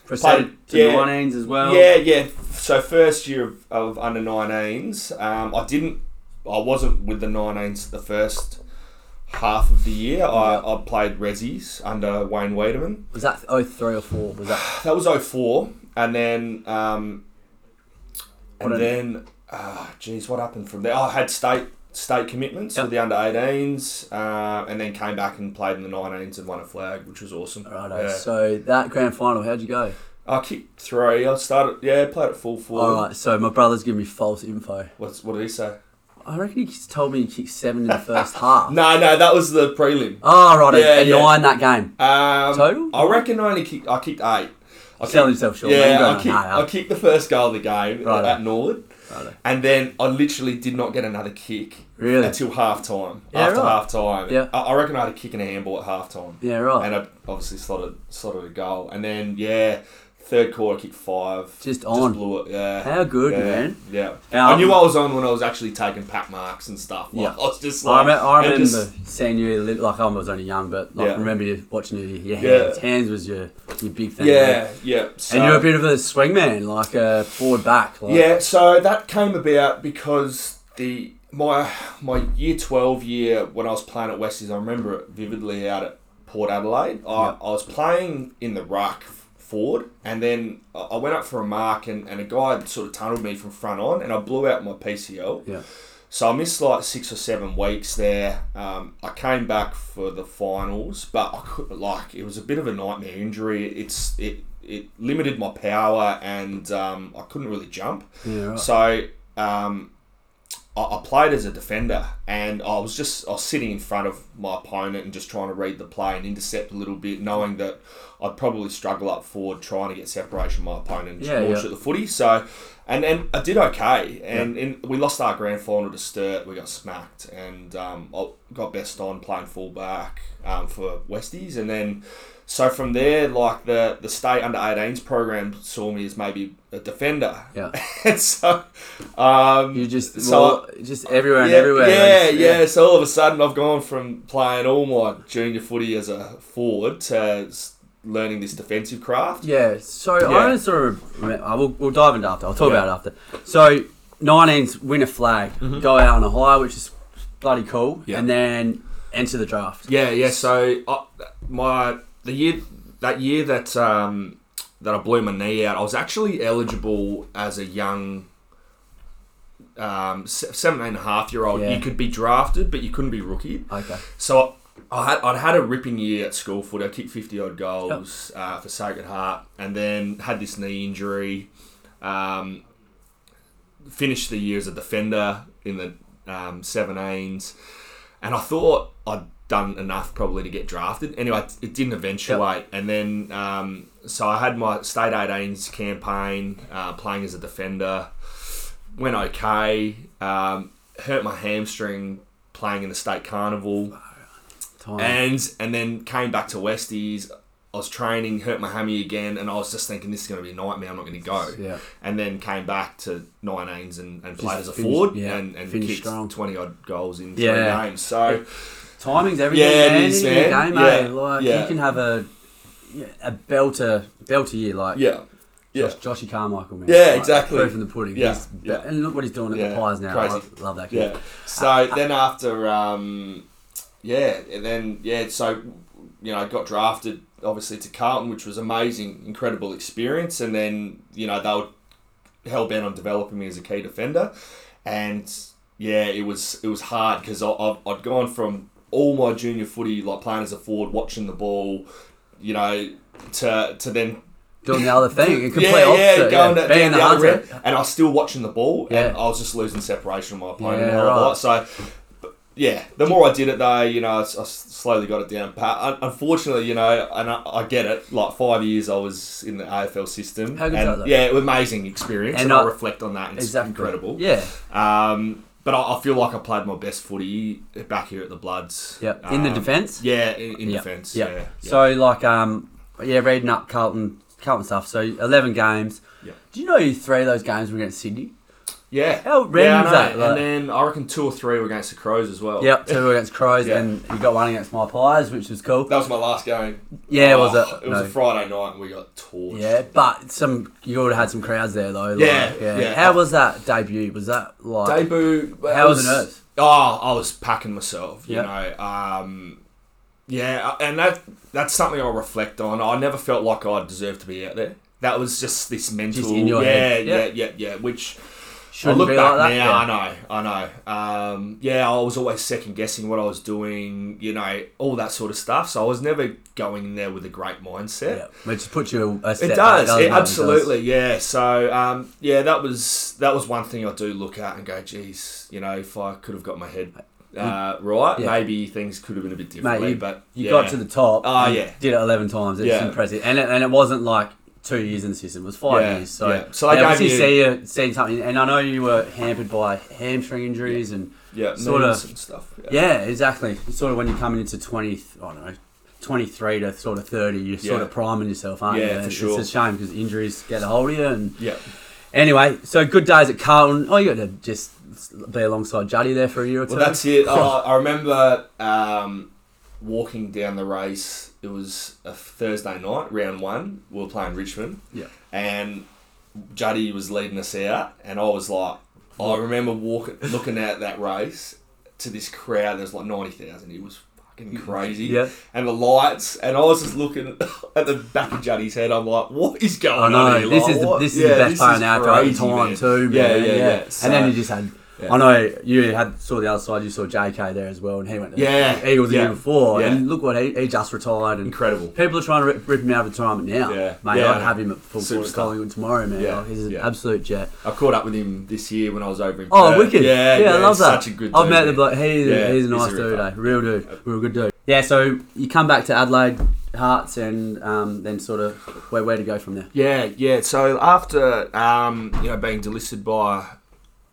[SPEAKER 2] Proceeded to
[SPEAKER 4] yeah.
[SPEAKER 2] 19s as well.
[SPEAKER 4] yeah, yeah. So first year of, of under 19s, um, I didn't, I wasn't with the 19s the first half of the year. I, I played Resi's under Wayne Wiedemann.
[SPEAKER 2] Was that 03 or 4? Was that
[SPEAKER 4] That was 04. and then um, and
[SPEAKER 2] What a-
[SPEAKER 4] then, ah, geez, what happened from there? Oh, I had state state commitments
[SPEAKER 2] Yep.
[SPEAKER 4] with the under 18s, uh, and then came back and played in the 19s and won a flag, which was awesome.
[SPEAKER 2] righto?
[SPEAKER 4] Yeah.
[SPEAKER 2] So that grand final, how'd you go?
[SPEAKER 4] I kicked three. I started, yeah, played at full forward.
[SPEAKER 2] All right. So my brother's giving me false info.
[SPEAKER 4] What's, what did he say?
[SPEAKER 2] I reckon he told me he kicked seven in the first half.
[SPEAKER 4] No, no, that was the prelim.
[SPEAKER 2] Oh, right.
[SPEAKER 4] Yeah,
[SPEAKER 2] and
[SPEAKER 4] yeah.
[SPEAKER 2] nine that game.
[SPEAKER 4] Um,
[SPEAKER 2] Total?
[SPEAKER 4] I reckon I only kicked. I kicked eight. I
[SPEAKER 2] Selling
[SPEAKER 4] kicked-
[SPEAKER 2] yourself short, man. You're
[SPEAKER 4] Yeah,
[SPEAKER 2] going
[SPEAKER 4] I kicked,
[SPEAKER 2] hard.
[SPEAKER 4] I kicked the first goal of the game
[SPEAKER 2] Righto.
[SPEAKER 4] at Norwood,
[SPEAKER 2] Righto.
[SPEAKER 4] and then I literally did not get another kick
[SPEAKER 2] Really?
[SPEAKER 4] until half time.
[SPEAKER 2] Yeah,
[SPEAKER 4] after
[SPEAKER 2] right.
[SPEAKER 4] half time,
[SPEAKER 2] Yeah.
[SPEAKER 4] I, I reckon I had a kick and a handball at half time,
[SPEAKER 2] Yeah, right.
[SPEAKER 4] and I obviously slotted slotted a goal, and then yeah. Third quarter, I kicked five.
[SPEAKER 2] Just on.
[SPEAKER 4] blew it. Yeah.
[SPEAKER 2] How good,
[SPEAKER 4] yeah,
[SPEAKER 2] man.
[SPEAKER 4] Yeah.
[SPEAKER 2] Um,
[SPEAKER 4] I knew I was on when I was actually taking pack marks and stuff. Like,
[SPEAKER 2] Yeah.
[SPEAKER 4] I was just
[SPEAKER 2] I,
[SPEAKER 4] like,
[SPEAKER 2] rem- I
[SPEAKER 4] and
[SPEAKER 2] remember
[SPEAKER 4] just-
[SPEAKER 2] seeing you, li- like I was only young, but like,
[SPEAKER 4] Yeah.
[SPEAKER 2] I remember you watching you, your
[SPEAKER 4] Yeah.
[SPEAKER 2] hands. Hands was your, your big thing. man.
[SPEAKER 4] yeah, yeah.
[SPEAKER 2] and you're a
[SPEAKER 4] so-
[SPEAKER 2] bit of a swingman, like a forward back. Like,
[SPEAKER 4] Yeah, so that came about because the my my year twelve year when I was playing at Westies, I remember it vividly out at Port Adelaide. I,
[SPEAKER 2] Yeah.
[SPEAKER 4] I was playing in the ruck forward, and then I I went up for a mark, and, and a guy had sort of tunneled me from front on, and I blew out my PCL.
[SPEAKER 2] Yeah.
[SPEAKER 4] So I missed like six or seven weeks there. Um, I came back for the finals, but I could like it was a bit of a nightmare injury. It's it it limited my power, and um, I couldn't really jump.
[SPEAKER 2] Yeah, right.
[SPEAKER 4] So um, I, I played as a defender, and I was just I was sitting in front of my opponent and just trying to read the play and intercept a little bit, knowing that I'd probably struggle up forward trying to get separation from my opponent and just
[SPEAKER 2] Yeah,
[SPEAKER 4] launch
[SPEAKER 2] yeah.
[SPEAKER 4] at the footy. So, and then I did okay, and, and we lost our grand final to Sturt. We got smacked, and um, I got best on playing fullback um, for Westies, and then. So from there, like the, the state under 18s program saw me as maybe a defender,
[SPEAKER 2] Yeah.
[SPEAKER 4] and so um,
[SPEAKER 2] You just
[SPEAKER 4] so
[SPEAKER 2] well, just everywhere and
[SPEAKER 4] yeah,
[SPEAKER 2] everywhere.
[SPEAKER 4] Yeah,
[SPEAKER 2] That's-
[SPEAKER 4] yeah, So all of a sudden, I've gone from playing all my junior footy as a forward to s- learning this defensive craft.
[SPEAKER 2] yeah. So
[SPEAKER 4] Yeah.
[SPEAKER 2] I only sort of rem- I will, we'll dive into after. I'll talk
[SPEAKER 4] Yeah. Mm-hmm.
[SPEAKER 2] about it after. So 19s win a flag, go out on a high, which is bloody cool,
[SPEAKER 4] Yeah.
[SPEAKER 2] and then enter the draft.
[SPEAKER 4] Yeah, yeah. So I, my the year that year that um, that I blew my knee out, I was actually eligible as a young. Um, se- 17 and a half year old,
[SPEAKER 2] Yeah.
[SPEAKER 4] you could be drafted, but you couldn't be rookie.
[SPEAKER 2] Okay.
[SPEAKER 4] So I had, I'd had a ripping year at school footy. I kicked 50 odd goals uh, for Sacred Heart and then had this knee injury. Um, finished the year as a defender in the um, 17s. And I thought I'd done enough probably to get drafted. Anyway, it didn't eventuate. And then, um, so I had my state 18s campaign uh, playing as a defender went okay. Um, hurt my hamstring playing in the state carnival,
[SPEAKER 2] Time.
[SPEAKER 4] and and then came back to Westies. I was training, hurt my hammy again, and I was just thinking this is going to be a nightmare. I'm not going to go.
[SPEAKER 2] Yeah.
[SPEAKER 4] And then came back to 19s and, and played as a
[SPEAKER 2] finished-
[SPEAKER 4] forward
[SPEAKER 2] yeah,
[SPEAKER 4] and, and
[SPEAKER 2] finished
[SPEAKER 4] kicked
[SPEAKER 2] strong.
[SPEAKER 4] 20 odd goals in
[SPEAKER 2] Yeah.
[SPEAKER 4] three games. So
[SPEAKER 2] Timing's everything.
[SPEAKER 4] Yeah, it
[SPEAKER 2] man,
[SPEAKER 4] is,
[SPEAKER 2] in your
[SPEAKER 4] man.
[SPEAKER 2] game, eh?
[SPEAKER 4] Yeah,
[SPEAKER 2] Like
[SPEAKER 4] yeah.
[SPEAKER 2] you can have a yeah, a belter belter year, like
[SPEAKER 4] yeah, yeah,
[SPEAKER 2] Josh, Joshy Carmichael, man.
[SPEAKER 4] Yeah,
[SPEAKER 2] Like,
[SPEAKER 4] exactly.
[SPEAKER 2] Proof in the pudding.
[SPEAKER 4] Yeah,
[SPEAKER 2] He's-
[SPEAKER 4] yeah.
[SPEAKER 2] And look what he's doing at
[SPEAKER 4] Yeah,
[SPEAKER 2] the Pies now.
[SPEAKER 4] crazy.
[SPEAKER 2] I love that kid.
[SPEAKER 4] yeah. So then after um, yeah, and then yeah, so you know, got drafted obviously to Carlton, which was amazing, incredible experience, and then you know they were hell bent on developing me as a key defender, and yeah, it was it was hard because I'd gone from all my junior footy like playing as a forward, watching the ball, you know, to to then
[SPEAKER 2] doing the other thing. And complete
[SPEAKER 4] yeah,
[SPEAKER 2] opposite.
[SPEAKER 4] yeah, going
[SPEAKER 2] yeah,
[SPEAKER 4] to down
[SPEAKER 2] being the
[SPEAKER 4] the other
[SPEAKER 2] hunter.
[SPEAKER 4] end, and I was still watching the ball, and
[SPEAKER 2] Yeah.
[SPEAKER 4] I was just losing separation with my opponent.
[SPEAKER 2] Yeah,
[SPEAKER 4] and all
[SPEAKER 2] right.
[SPEAKER 4] that. So, but yeah, the more I did it though, you know, I, s- I s- slowly got it down pat. Un- Unfortunately, you know, and I, I get it. Like five years, I was in the AFL system.
[SPEAKER 2] How good's
[SPEAKER 4] and,
[SPEAKER 2] that, though?
[SPEAKER 4] Yeah, it was amazing experience,
[SPEAKER 2] And
[SPEAKER 4] and, I,
[SPEAKER 2] I-
[SPEAKER 4] reflect on that. And
[SPEAKER 2] Exactly.
[SPEAKER 4] It's incredible.
[SPEAKER 2] Yeah.
[SPEAKER 4] Um, but I, I feel like I played my best footy back here at the Bloods.
[SPEAKER 2] Yep. In the
[SPEAKER 4] Um,
[SPEAKER 2] defence?
[SPEAKER 4] Yeah, in, in
[SPEAKER 2] Yeah,
[SPEAKER 4] defence.
[SPEAKER 2] yeah.
[SPEAKER 4] Yeah. yeah.
[SPEAKER 2] So like um yeah, reading up Carlton Carlton stuff. So eleven games.
[SPEAKER 4] Yeah.
[SPEAKER 2] Do you know three of those games were against Sydney?
[SPEAKER 4] yeah.
[SPEAKER 2] How
[SPEAKER 4] yeah, I
[SPEAKER 2] random is that,
[SPEAKER 4] know.
[SPEAKER 2] like-
[SPEAKER 4] and then I reckon two or three were against the Crows as well.
[SPEAKER 2] Yep, two were against Crows,
[SPEAKER 4] Oh. Yeah.
[SPEAKER 2] and you got one against my Pies, which was cool.
[SPEAKER 4] That was my last game.
[SPEAKER 2] Yeah, was
[SPEAKER 4] Oh,
[SPEAKER 2] it?
[SPEAKER 4] It was
[SPEAKER 2] No.
[SPEAKER 4] a Friday night and we got torched.
[SPEAKER 2] Yeah, but some you would have had some crowds there though. like,
[SPEAKER 4] Yeah,
[SPEAKER 2] yeah.
[SPEAKER 4] yeah.
[SPEAKER 2] How was that debut? Was that like
[SPEAKER 4] Debut.
[SPEAKER 2] How was it nerves?
[SPEAKER 4] Oh, I was packing myself. You
[SPEAKER 2] Yep.
[SPEAKER 4] know. Um, yeah, uh, and that that's something I reflect on. I never felt like I deserved to be out there. That was just this mental.
[SPEAKER 2] in your
[SPEAKER 4] yeah,
[SPEAKER 2] head.
[SPEAKER 4] yeah,
[SPEAKER 2] Yep.
[SPEAKER 4] yeah, yeah, Which
[SPEAKER 2] shouldn't
[SPEAKER 4] I look
[SPEAKER 2] be
[SPEAKER 4] back
[SPEAKER 2] like
[SPEAKER 4] now,
[SPEAKER 2] that? Yeah.
[SPEAKER 4] I know, I know. Um, yeah, I was always second guessing what I was doing, you know, all that sort of stuff. So I was never going in there with a great mindset.
[SPEAKER 2] Yeah, which puts you a step
[SPEAKER 4] It
[SPEAKER 2] back,
[SPEAKER 4] does,
[SPEAKER 2] doesn't
[SPEAKER 4] it,
[SPEAKER 2] does.
[SPEAKER 4] absolutely, yeah. So, um, yeah, that was that was one thing I do look at and go, geez, you know, if I could have got my head uh, right,
[SPEAKER 2] Yeah.
[SPEAKER 4] maybe things could have been a bit differently.
[SPEAKER 2] Mate, you,
[SPEAKER 4] but
[SPEAKER 2] you
[SPEAKER 4] yeah.
[SPEAKER 2] got to the top.
[SPEAKER 4] Oh,
[SPEAKER 2] and
[SPEAKER 4] yeah.
[SPEAKER 2] Did it 11 times. It's
[SPEAKER 4] Yeah.
[SPEAKER 2] impressive. And it, and it wasn't like two years in the system, it was five
[SPEAKER 4] Yeah,
[SPEAKER 2] years. So,
[SPEAKER 4] yeah. So they
[SPEAKER 2] they
[SPEAKER 4] gave
[SPEAKER 2] obviously
[SPEAKER 4] you-
[SPEAKER 2] see you, seen something. And I know you were hampered by hamstring injuries and.
[SPEAKER 4] yeah,
[SPEAKER 2] sort
[SPEAKER 4] nerves
[SPEAKER 2] of-
[SPEAKER 4] and stuff.
[SPEAKER 2] Yeah, exactly. It's sort of when you're coming into 20, th- I don't know, 23 to sort of 30, you're sort
[SPEAKER 4] Yeah.
[SPEAKER 2] of priming yourself, aren't
[SPEAKER 4] Yeah,
[SPEAKER 2] you?
[SPEAKER 4] for
[SPEAKER 2] And
[SPEAKER 4] sure.
[SPEAKER 2] It's a shame because injuries get a hold of you. And
[SPEAKER 4] yeah,
[SPEAKER 2] Anyway, so good days at Carlton. Oh, you got to just be alongside Juddy there for a year or two.
[SPEAKER 4] Well, that's it. Oh, I, I remember um, walking down the race. It was a Thursday night, round one. We were playing Richmond.
[SPEAKER 2] Yeah.
[SPEAKER 4] And Juddy was leading us out, and I was like, I remember walking, looking at that race to this crowd. There was like ninety thousand. It was fucking crazy.
[SPEAKER 2] Yeah.
[SPEAKER 4] And the lights, and I was just looking at the back of Juddy's head. I'm like, what is going
[SPEAKER 2] I
[SPEAKER 4] on? Here?
[SPEAKER 2] know Oh, this
[SPEAKER 4] Like,
[SPEAKER 2] is the,
[SPEAKER 4] what-
[SPEAKER 2] this is
[SPEAKER 4] Yeah,
[SPEAKER 2] the best part
[SPEAKER 4] is
[SPEAKER 2] now at the
[SPEAKER 4] crazy,
[SPEAKER 2] time
[SPEAKER 4] man.
[SPEAKER 2] too. Man.
[SPEAKER 4] Yeah, yeah, yeah. So-
[SPEAKER 2] And then you just had.
[SPEAKER 4] Yeah.
[SPEAKER 2] I know you had saw the other side. You saw JK there as well, and he went to
[SPEAKER 4] Yeah,
[SPEAKER 2] the Eagles the
[SPEAKER 4] yeah,
[SPEAKER 2] year before.
[SPEAKER 4] yeah.
[SPEAKER 2] And look what he, he just retired. And
[SPEAKER 4] Incredible.
[SPEAKER 2] People are trying to rip, rip him out of retirement now.
[SPEAKER 4] Yeah,
[SPEAKER 2] mate,
[SPEAKER 4] yeah,
[SPEAKER 2] I'd have him at full
[SPEAKER 4] Superstar.
[SPEAKER 2] court at Collingwood tomorrow, man.
[SPEAKER 4] Yeah,
[SPEAKER 2] Like, he's an
[SPEAKER 4] yeah.
[SPEAKER 2] absolute jet.
[SPEAKER 4] I caught up with him this year when I was over in.
[SPEAKER 2] Oh,
[SPEAKER 4] Perth.
[SPEAKER 2] wicked!
[SPEAKER 4] Yeah,
[SPEAKER 2] I love
[SPEAKER 4] he's
[SPEAKER 2] that.
[SPEAKER 4] Such a good.
[SPEAKER 2] I've
[SPEAKER 4] dude,
[SPEAKER 2] met the
[SPEAKER 4] man.
[SPEAKER 2] bloke. He's,
[SPEAKER 4] Yeah,
[SPEAKER 2] a, he's a
[SPEAKER 4] he's a
[SPEAKER 2] nice dude,
[SPEAKER 4] ripper.
[SPEAKER 2] eh? real dude, real good dude. Yeah, so you come back to Adelaide Hearts, and um, then sort of where where to go from there.
[SPEAKER 4] Yeah, yeah. So after um, you know being delisted by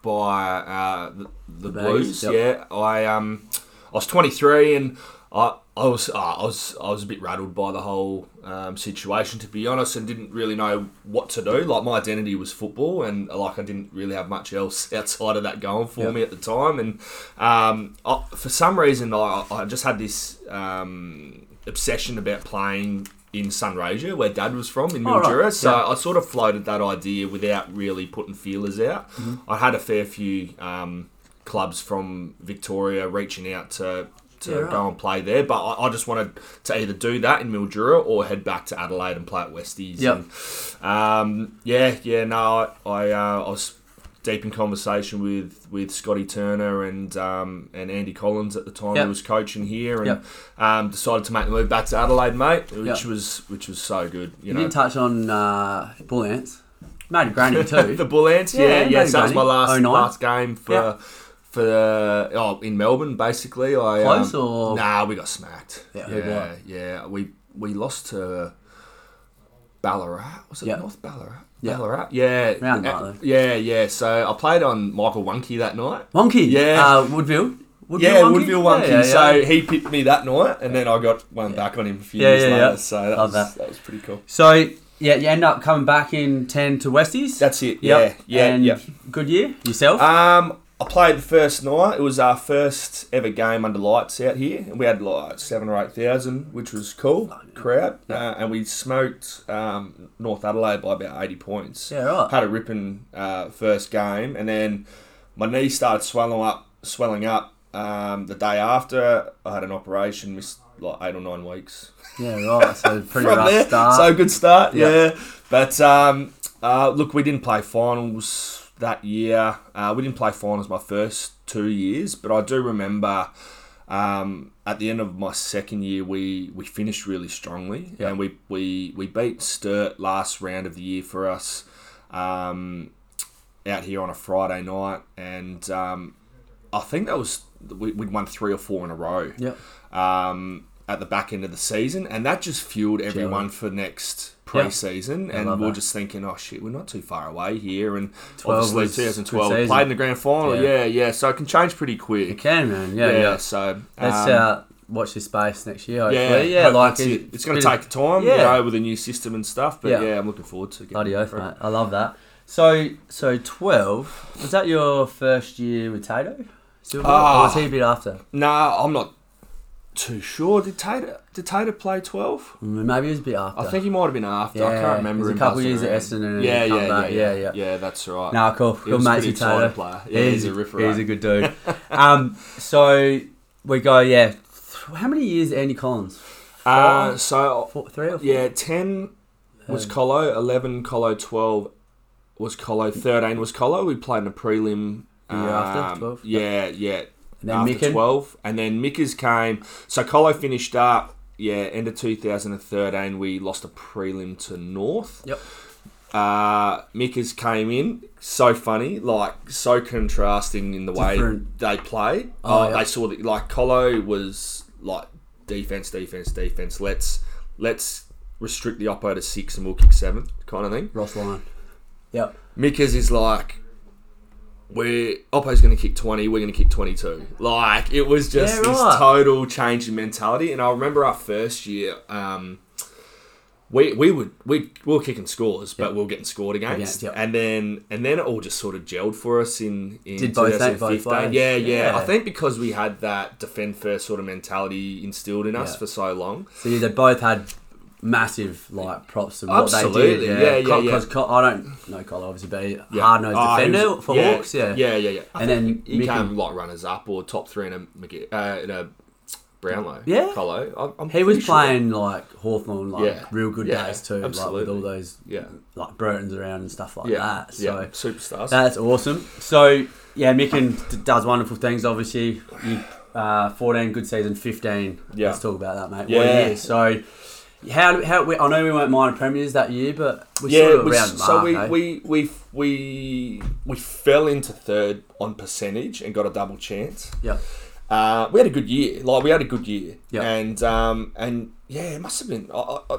[SPEAKER 4] by uh, the, the,
[SPEAKER 2] Blues,
[SPEAKER 4] Blues,
[SPEAKER 2] yep.
[SPEAKER 4] yeah, I um I was 23 and I I was uh, I was I was a bit rattled by the whole um, situation to be honest, and didn't really know what to do. Like my identity was football, and like I didn't really have much else outside of that going for
[SPEAKER 2] Yep.
[SPEAKER 4] me at the time. And um, I, for some reason, I, I just had this um, obsession about playing. In Sunraysia, where Dad was from, in
[SPEAKER 2] Oh, right.
[SPEAKER 4] Mildura, so
[SPEAKER 2] Yeah.
[SPEAKER 4] I sort of floated that idea without really putting feelers out.
[SPEAKER 2] Mm-hmm.
[SPEAKER 4] I had a fair few um, clubs from Victoria reaching out to to
[SPEAKER 2] Yeah, right.
[SPEAKER 4] go and play there, but I, I just wanted to either do that in Mildura or head back to Adelaide and play at Westies.
[SPEAKER 2] Yep.
[SPEAKER 4] And, um, yeah, yeah. No, I I, uh, I was deep in conversation with with Scotty Turner and um, and Andy Collins at the time
[SPEAKER 2] Yep.
[SPEAKER 4] who was coaching here, and
[SPEAKER 2] Yep.
[SPEAKER 4] um, decided to make the move back to Adelaide, mate, which
[SPEAKER 2] Yep.
[SPEAKER 4] was which was so good. You,
[SPEAKER 2] You
[SPEAKER 4] know,
[SPEAKER 2] did touch on uh, bull ants. Made a granny too.
[SPEAKER 4] the Bull Ants.
[SPEAKER 2] Yeah,
[SPEAKER 4] Yeah, yeah.
[SPEAKER 2] no
[SPEAKER 4] so that was my
[SPEAKER 2] granny.
[SPEAKER 4] last
[SPEAKER 2] 09.
[SPEAKER 4] last game for
[SPEAKER 2] Yeah.
[SPEAKER 4] for oh in Melbourne basically. I
[SPEAKER 2] Close
[SPEAKER 4] um,
[SPEAKER 2] or-
[SPEAKER 4] nah, we got smacked.
[SPEAKER 2] Yeah, who
[SPEAKER 4] yeah, yeah. We we lost to Ballarat. Was it
[SPEAKER 2] Yeah.
[SPEAKER 4] North Ballarat?
[SPEAKER 2] Yeah.
[SPEAKER 4] Ballarat. Yeah,
[SPEAKER 2] Round
[SPEAKER 4] Uh,
[SPEAKER 2] like that.
[SPEAKER 4] yeah, yeah. So I played on Michael Wunky that night.
[SPEAKER 2] Wonky.
[SPEAKER 4] Yeah.
[SPEAKER 2] Uh, Woodville. Woodville
[SPEAKER 4] Yeah,
[SPEAKER 2] Wonky?
[SPEAKER 4] Woodville Wunky.
[SPEAKER 2] Yeah, yeah,
[SPEAKER 4] So
[SPEAKER 2] yeah.
[SPEAKER 4] he picked me that night, and then I got one back on him a few
[SPEAKER 2] Yeah,
[SPEAKER 4] years
[SPEAKER 2] yeah,
[SPEAKER 4] later.
[SPEAKER 2] yeah.
[SPEAKER 4] So that was,
[SPEAKER 2] Love that.
[SPEAKER 4] that. was pretty cool.
[SPEAKER 2] So, yeah, you end up coming back in ten to Westies.
[SPEAKER 4] That's it.
[SPEAKER 2] Yep.
[SPEAKER 4] Yeah, yeah,
[SPEAKER 2] and
[SPEAKER 4] yeah.
[SPEAKER 2] Good year yourself.
[SPEAKER 4] Um, I played the first night. It was our first ever game under lights out here, and we had like seven or eight thousand, which was cool crowd. Uh, and we smoked um, North Adelaide by about eighty points.
[SPEAKER 2] Yeah, right.
[SPEAKER 4] Had a ripping uh, first game, and then my knee started swelling up. Swelling up. Um, the day after, I had an operation. Missed like eight or nine weeks
[SPEAKER 2] yeah, right. So pretty
[SPEAKER 4] from
[SPEAKER 2] rough
[SPEAKER 4] there.
[SPEAKER 2] start.
[SPEAKER 4] So good start,
[SPEAKER 2] Yeah.
[SPEAKER 4] yeah. But um, uh, look, we didn't play finals that year. Uh, we didn't play finals my first two years, but I do remember Um, at the end of my second year, we, we finished really strongly,
[SPEAKER 2] Yeah.
[SPEAKER 4] and we, we we beat Sturt last round of the year for us um, out here on a Friday night, and um, I think that was we, we'd won three or four in a row
[SPEAKER 2] Yep.
[SPEAKER 4] um, at the back end of the season, and that just fueled everyone for next pre-season.
[SPEAKER 2] I love
[SPEAKER 4] And we are
[SPEAKER 2] that.
[SPEAKER 4] just thinking, oh shit, we're not too far away here. And
[SPEAKER 2] 12
[SPEAKER 4] obviously,
[SPEAKER 2] was
[SPEAKER 4] 2012
[SPEAKER 2] good
[SPEAKER 4] we
[SPEAKER 2] season.
[SPEAKER 4] played in the grand final.
[SPEAKER 2] Yeah.
[SPEAKER 4] Yeah. yeah, So it can change pretty quick.
[SPEAKER 2] Can man, yeah, yeah.
[SPEAKER 4] So
[SPEAKER 2] Let's
[SPEAKER 4] um,
[SPEAKER 2] uh, watch this space next year.
[SPEAKER 4] yeah,
[SPEAKER 2] Hopefully. Yeah,
[SPEAKER 4] but
[SPEAKER 2] like
[SPEAKER 4] that's it. it's going to
[SPEAKER 2] been-
[SPEAKER 4] take time,
[SPEAKER 2] yeah.
[SPEAKER 4] you know, with a new system and stuff. But
[SPEAKER 2] Yeah.
[SPEAKER 4] yeah, I'm looking forward to getting
[SPEAKER 2] Bloody oath,
[SPEAKER 4] through.
[SPEAKER 2] mate. I love that. So, so twelve was that your first year with Tato? Silver, or
[SPEAKER 4] Ah.
[SPEAKER 2] was he a bit after?
[SPEAKER 4] Nah, I'm not too sure. Did Tater did Tater play 12?
[SPEAKER 2] Mm, Maybe it was a bit after.
[SPEAKER 4] I think he might have been after. I
[SPEAKER 2] Yeah,
[SPEAKER 4] can't remember.
[SPEAKER 2] it was a
[SPEAKER 4] him
[SPEAKER 2] couple
[SPEAKER 4] buzzing
[SPEAKER 2] years at
[SPEAKER 4] around.
[SPEAKER 2] Essendon and
[SPEAKER 4] yeah,
[SPEAKER 2] he come
[SPEAKER 4] yeah,
[SPEAKER 2] back.
[SPEAKER 4] yeah,
[SPEAKER 2] Yeah, yeah.
[SPEAKER 4] yeah, That's right.
[SPEAKER 2] Nah, cool.
[SPEAKER 4] He
[SPEAKER 2] Good
[SPEAKER 4] was a
[SPEAKER 2] mates
[SPEAKER 4] pretty
[SPEAKER 2] with Tato.
[SPEAKER 4] exciting player. Yeah, he's a ripper,
[SPEAKER 2] He's
[SPEAKER 4] eh?
[SPEAKER 2] a good dude. um, so we go. Yeah, th- how many years Andy Collins?
[SPEAKER 4] Uh, so
[SPEAKER 2] Four, three or four? Um,
[SPEAKER 4] yeah, ten was Colo, eleven Colo, twelve was Colo, thirteen was Colo. We played in a prelim. um,
[SPEAKER 2] The year after, 12?
[SPEAKER 4] Yeah, yeah.
[SPEAKER 2] And then
[SPEAKER 4] after
[SPEAKER 2] Micken?
[SPEAKER 4] twelve, and then Mickers came. So Colo finished up. Yeah, end of two thousand and thirteen, we lost a prelim to North.
[SPEAKER 2] Yep.
[SPEAKER 4] Uh, Mickers came in. So funny, like so contrasting in the
[SPEAKER 2] Different.
[SPEAKER 4] way they played.
[SPEAKER 2] Oh,
[SPEAKER 4] Oh,
[SPEAKER 2] yeah.
[SPEAKER 4] they saw that like Colo was like defense, defense, defense. Let's let's restrict the oppo to six and we'll kick seven kind of thing.
[SPEAKER 2] Ross Lyon. Yep.
[SPEAKER 4] Mickers is like. We're Oppo's going to kick twenty. We're going to kick twenty-two. Like it was just
[SPEAKER 2] Yeah,
[SPEAKER 4] this
[SPEAKER 2] right.
[SPEAKER 4] total change in mentality. And I remember our first year, um, we we would we, we were kicking scores, but we were getting scored against.
[SPEAKER 2] Against, yep.
[SPEAKER 4] And then and then it all just sort of gelled for us in in
[SPEAKER 2] Did both that- both
[SPEAKER 4] 2015.
[SPEAKER 2] ways.
[SPEAKER 4] yeah, yeah,
[SPEAKER 2] Yeah.
[SPEAKER 4] I think because we had that defend first sort of mentality instilled in us
[SPEAKER 2] Yeah.
[SPEAKER 4] for so long.
[SPEAKER 2] So yeah, they both had massive like props and what
[SPEAKER 4] Absolutely,
[SPEAKER 2] they did.
[SPEAKER 4] yeah, yeah,
[SPEAKER 2] Co-
[SPEAKER 4] yeah.
[SPEAKER 2] 'cause Co- I don't know Collar obviously, but he-
[SPEAKER 4] Yeah.
[SPEAKER 2] hard-nosed
[SPEAKER 4] Oh, he
[SPEAKER 2] defender
[SPEAKER 4] was-
[SPEAKER 2] for
[SPEAKER 4] yeah,
[SPEAKER 2] Hawks. Yeah.
[SPEAKER 4] yeah, yeah, yeah. I
[SPEAKER 2] And
[SPEAKER 4] think
[SPEAKER 2] then
[SPEAKER 4] he
[SPEAKER 2] Mickey-
[SPEAKER 4] came like runners up or top three in a McG- uh, in a Brownlow.
[SPEAKER 2] Yeah.
[SPEAKER 4] Colo. I'm- I'm
[SPEAKER 2] He was
[SPEAKER 4] pretty sure.
[SPEAKER 2] playing like Hawthorn, like
[SPEAKER 4] Yeah.
[SPEAKER 2] real good
[SPEAKER 4] Yeah,
[SPEAKER 2] days too, like with
[SPEAKER 4] absolutely.
[SPEAKER 2] all those
[SPEAKER 4] Yeah,
[SPEAKER 2] like Burtons around and stuff like
[SPEAKER 4] yeah,
[SPEAKER 2] that. So
[SPEAKER 4] yeah. Superstars.
[SPEAKER 2] that's awesome. So yeah, Micken d- does wonderful things. Obviously, you, uh, fourteen good season, fifteen.
[SPEAKER 4] Yeah.
[SPEAKER 2] let's talk about that, mate. What a
[SPEAKER 4] Yeah.
[SPEAKER 2] year. So how how we, I know we weren't minor premiers that year, but we
[SPEAKER 4] yeah,
[SPEAKER 2] sort of
[SPEAKER 4] we-
[SPEAKER 2] around
[SPEAKER 4] so
[SPEAKER 2] mark,
[SPEAKER 4] we,
[SPEAKER 2] eh?
[SPEAKER 4] we we we we fell into third on percentage and got a double chance.
[SPEAKER 2] yeah.
[SPEAKER 4] Uh, we had a good year. Like we had a good year.
[SPEAKER 2] Yeah.
[SPEAKER 4] And um and yeah, it must have been. I, I, I-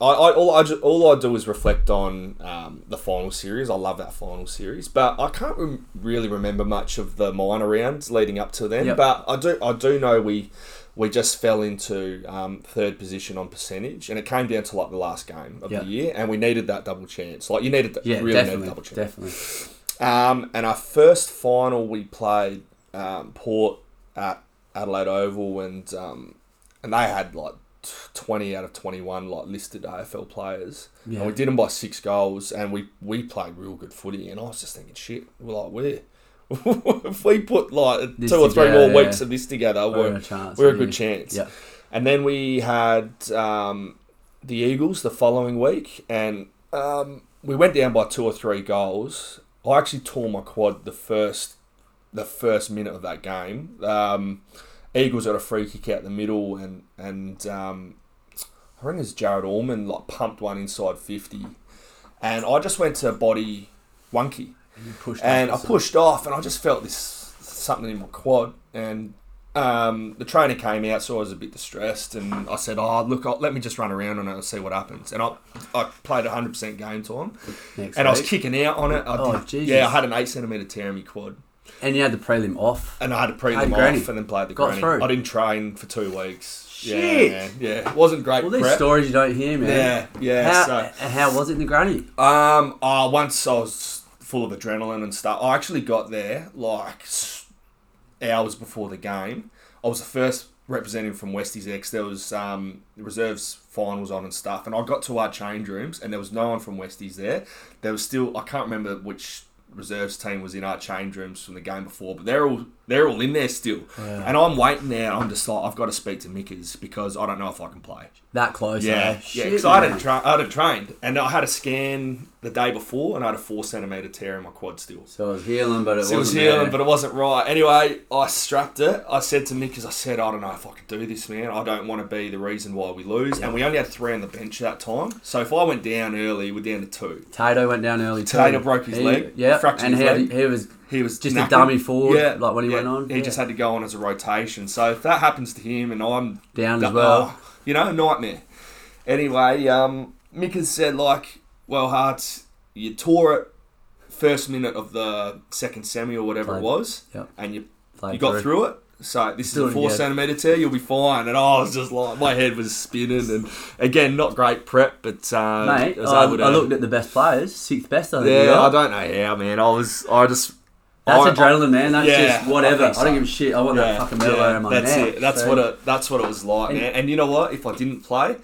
[SPEAKER 4] I, I all I ju- all I do is reflect on um, the final series. I love that final series, but I can't rem- really remember much of the minor rounds leading up to then.
[SPEAKER 2] Yep.
[SPEAKER 4] But I do I do know we we just fell into um, third position on percentage, and it came down to like the last game of
[SPEAKER 2] Yeah.
[SPEAKER 4] the year, and we needed that double chance. Like you needed that,
[SPEAKER 2] Yeah,
[SPEAKER 4] really needed double
[SPEAKER 2] definitely,
[SPEAKER 4] chance.
[SPEAKER 2] definitely.
[SPEAKER 4] Um, and our first final we played um, Port at Adelaide Oval, and um, and they had like t- twenty out of twenty one like listed AFL players,
[SPEAKER 2] Yeah.
[SPEAKER 4] and we did them by six goals, and we we played real good footy, and I was just thinking, shit, we're like we're. if we put like
[SPEAKER 2] This
[SPEAKER 4] two or three
[SPEAKER 2] together,
[SPEAKER 4] more weeks
[SPEAKER 2] yeah.
[SPEAKER 4] of this together,
[SPEAKER 2] We're
[SPEAKER 4] we're,
[SPEAKER 2] a chance,
[SPEAKER 4] we're a
[SPEAKER 2] yeah.
[SPEAKER 4] good chance.
[SPEAKER 2] Yeah.
[SPEAKER 4] And then we had um, the Eagles the following week, and um, we went down by two or three goals. I actually tore my quad the first the first minute of that game. Um, Eagles got a free kick out the middle, and and um, I reckon it's Jared Allman like pumped one inside fifty, and I just went to body wonky
[SPEAKER 2] You pushed
[SPEAKER 4] and I
[SPEAKER 2] us.
[SPEAKER 4] pushed off, and I just felt this something in my quad, and um, the trainer came out, so I was a bit distressed, and I said, "Oh, look, I'll, let me just run around on it and see what happens." And I, I played 100 percent game time,
[SPEAKER 2] Next
[SPEAKER 4] and I was
[SPEAKER 2] week.
[SPEAKER 4] kicking out on it. I
[SPEAKER 2] Oh,
[SPEAKER 4] did,
[SPEAKER 2] Jesus.
[SPEAKER 4] yeah, I had an eight centimeter tear in my quad,
[SPEAKER 2] and you had the prelim off.
[SPEAKER 4] and I had to pre
[SPEAKER 2] Had
[SPEAKER 4] them
[SPEAKER 2] granny.
[SPEAKER 4] off, and then played the
[SPEAKER 2] Got
[SPEAKER 4] granny.
[SPEAKER 2] through.
[SPEAKER 4] I didn't train for two weeks. Yeah,
[SPEAKER 2] Shit.
[SPEAKER 4] man. yeah, it wasn't great.
[SPEAKER 2] All these
[SPEAKER 4] prep.
[SPEAKER 2] stories you don't hear, man.
[SPEAKER 4] Yeah, yeah,
[SPEAKER 2] How,
[SPEAKER 4] so-
[SPEAKER 2] and how was it in the granny?
[SPEAKER 4] Um, oh, once I was full of adrenaline and stuff. I actually got there like s- hours before the game. I was the first representative from Westies X. There was um, reserves finals on and stuff, and I got to our change rooms, and there was no one from Westies there. There was still I can't remember which reserves team was in our change rooms from the game before, but they're all they're all in there still. And I'm waiting there. I'm just like, I've got to speak to Mickers because I don't know if I can play.
[SPEAKER 2] That close. eh?
[SPEAKER 4] Yeah, yeah.
[SPEAKER 2] Shit,
[SPEAKER 4] Because I
[SPEAKER 2] man.
[SPEAKER 4] hadn't tra- I hadn't trained, and I had a scan the day before, and I had a four centimeter tear in my quad still.
[SPEAKER 2] So it was healing, but it,
[SPEAKER 4] It was
[SPEAKER 2] wasn't
[SPEAKER 4] healing,
[SPEAKER 2] there.
[SPEAKER 4] but it wasn't right. Anyway, I strapped it. I said to Nick, because I said, I don't know if I could do this, man. I don't want to be the reason why we lose. And we only had three on the bench that time. So if I went down early, we're down to two.
[SPEAKER 2] Tato went down early. too.
[SPEAKER 4] Tato broke his
[SPEAKER 2] He-
[SPEAKER 4] leg,
[SPEAKER 2] Yeah,
[SPEAKER 4] fractured
[SPEAKER 2] and
[SPEAKER 4] his
[SPEAKER 2] he,
[SPEAKER 4] leg.
[SPEAKER 2] had, he was
[SPEAKER 4] He was
[SPEAKER 2] Just a
[SPEAKER 4] knackered.
[SPEAKER 2] dummy forward, like when he went on?
[SPEAKER 4] He
[SPEAKER 2] Yeah.
[SPEAKER 4] just had to go on as a rotation. So if that happens to him, and I'm
[SPEAKER 2] Down
[SPEAKER 4] Da-
[SPEAKER 2] as well.
[SPEAKER 4] oh, you know, nightmare. Anyway, um, Mick has said like, well, Hearts, you tore it first minute of the second semi or whatever
[SPEAKER 2] Played.
[SPEAKER 4] it was,
[SPEAKER 2] Yep.
[SPEAKER 4] and you
[SPEAKER 2] Played
[SPEAKER 4] you got
[SPEAKER 2] through.
[SPEAKER 4] through. it. So this
[SPEAKER 2] Do
[SPEAKER 4] is
[SPEAKER 2] it
[SPEAKER 4] a four
[SPEAKER 2] again.
[SPEAKER 4] centimeter tear. You'll be fine. And I was just like, my head was spinning, and again, not great prep, but uh,
[SPEAKER 2] Mate,
[SPEAKER 4] I
[SPEAKER 2] I,
[SPEAKER 4] was able to.
[SPEAKER 2] I looked at the best players, sixth best. I think.
[SPEAKER 4] yeah,
[SPEAKER 2] you got.
[SPEAKER 4] I don't know how, man. I was, I just.
[SPEAKER 2] That's
[SPEAKER 4] I-
[SPEAKER 2] adrenaline, man. That's
[SPEAKER 4] Yeah,
[SPEAKER 2] just whatever.
[SPEAKER 4] I
[SPEAKER 2] I,
[SPEAKER 4] think so.
[SPEAKER 2] don't give a shit. I want that fucking medal out of my
[SPEAKER 4] that's
[SPEAKER 2] neck.
[SPEAKER 4] it. That's
[SPEAKER 2] So-
[SPEAKER 4] what it. That's what it was like,
[SPEAKER 2] And-
[SPEAKER 4] man. And you know what? If I didn't play,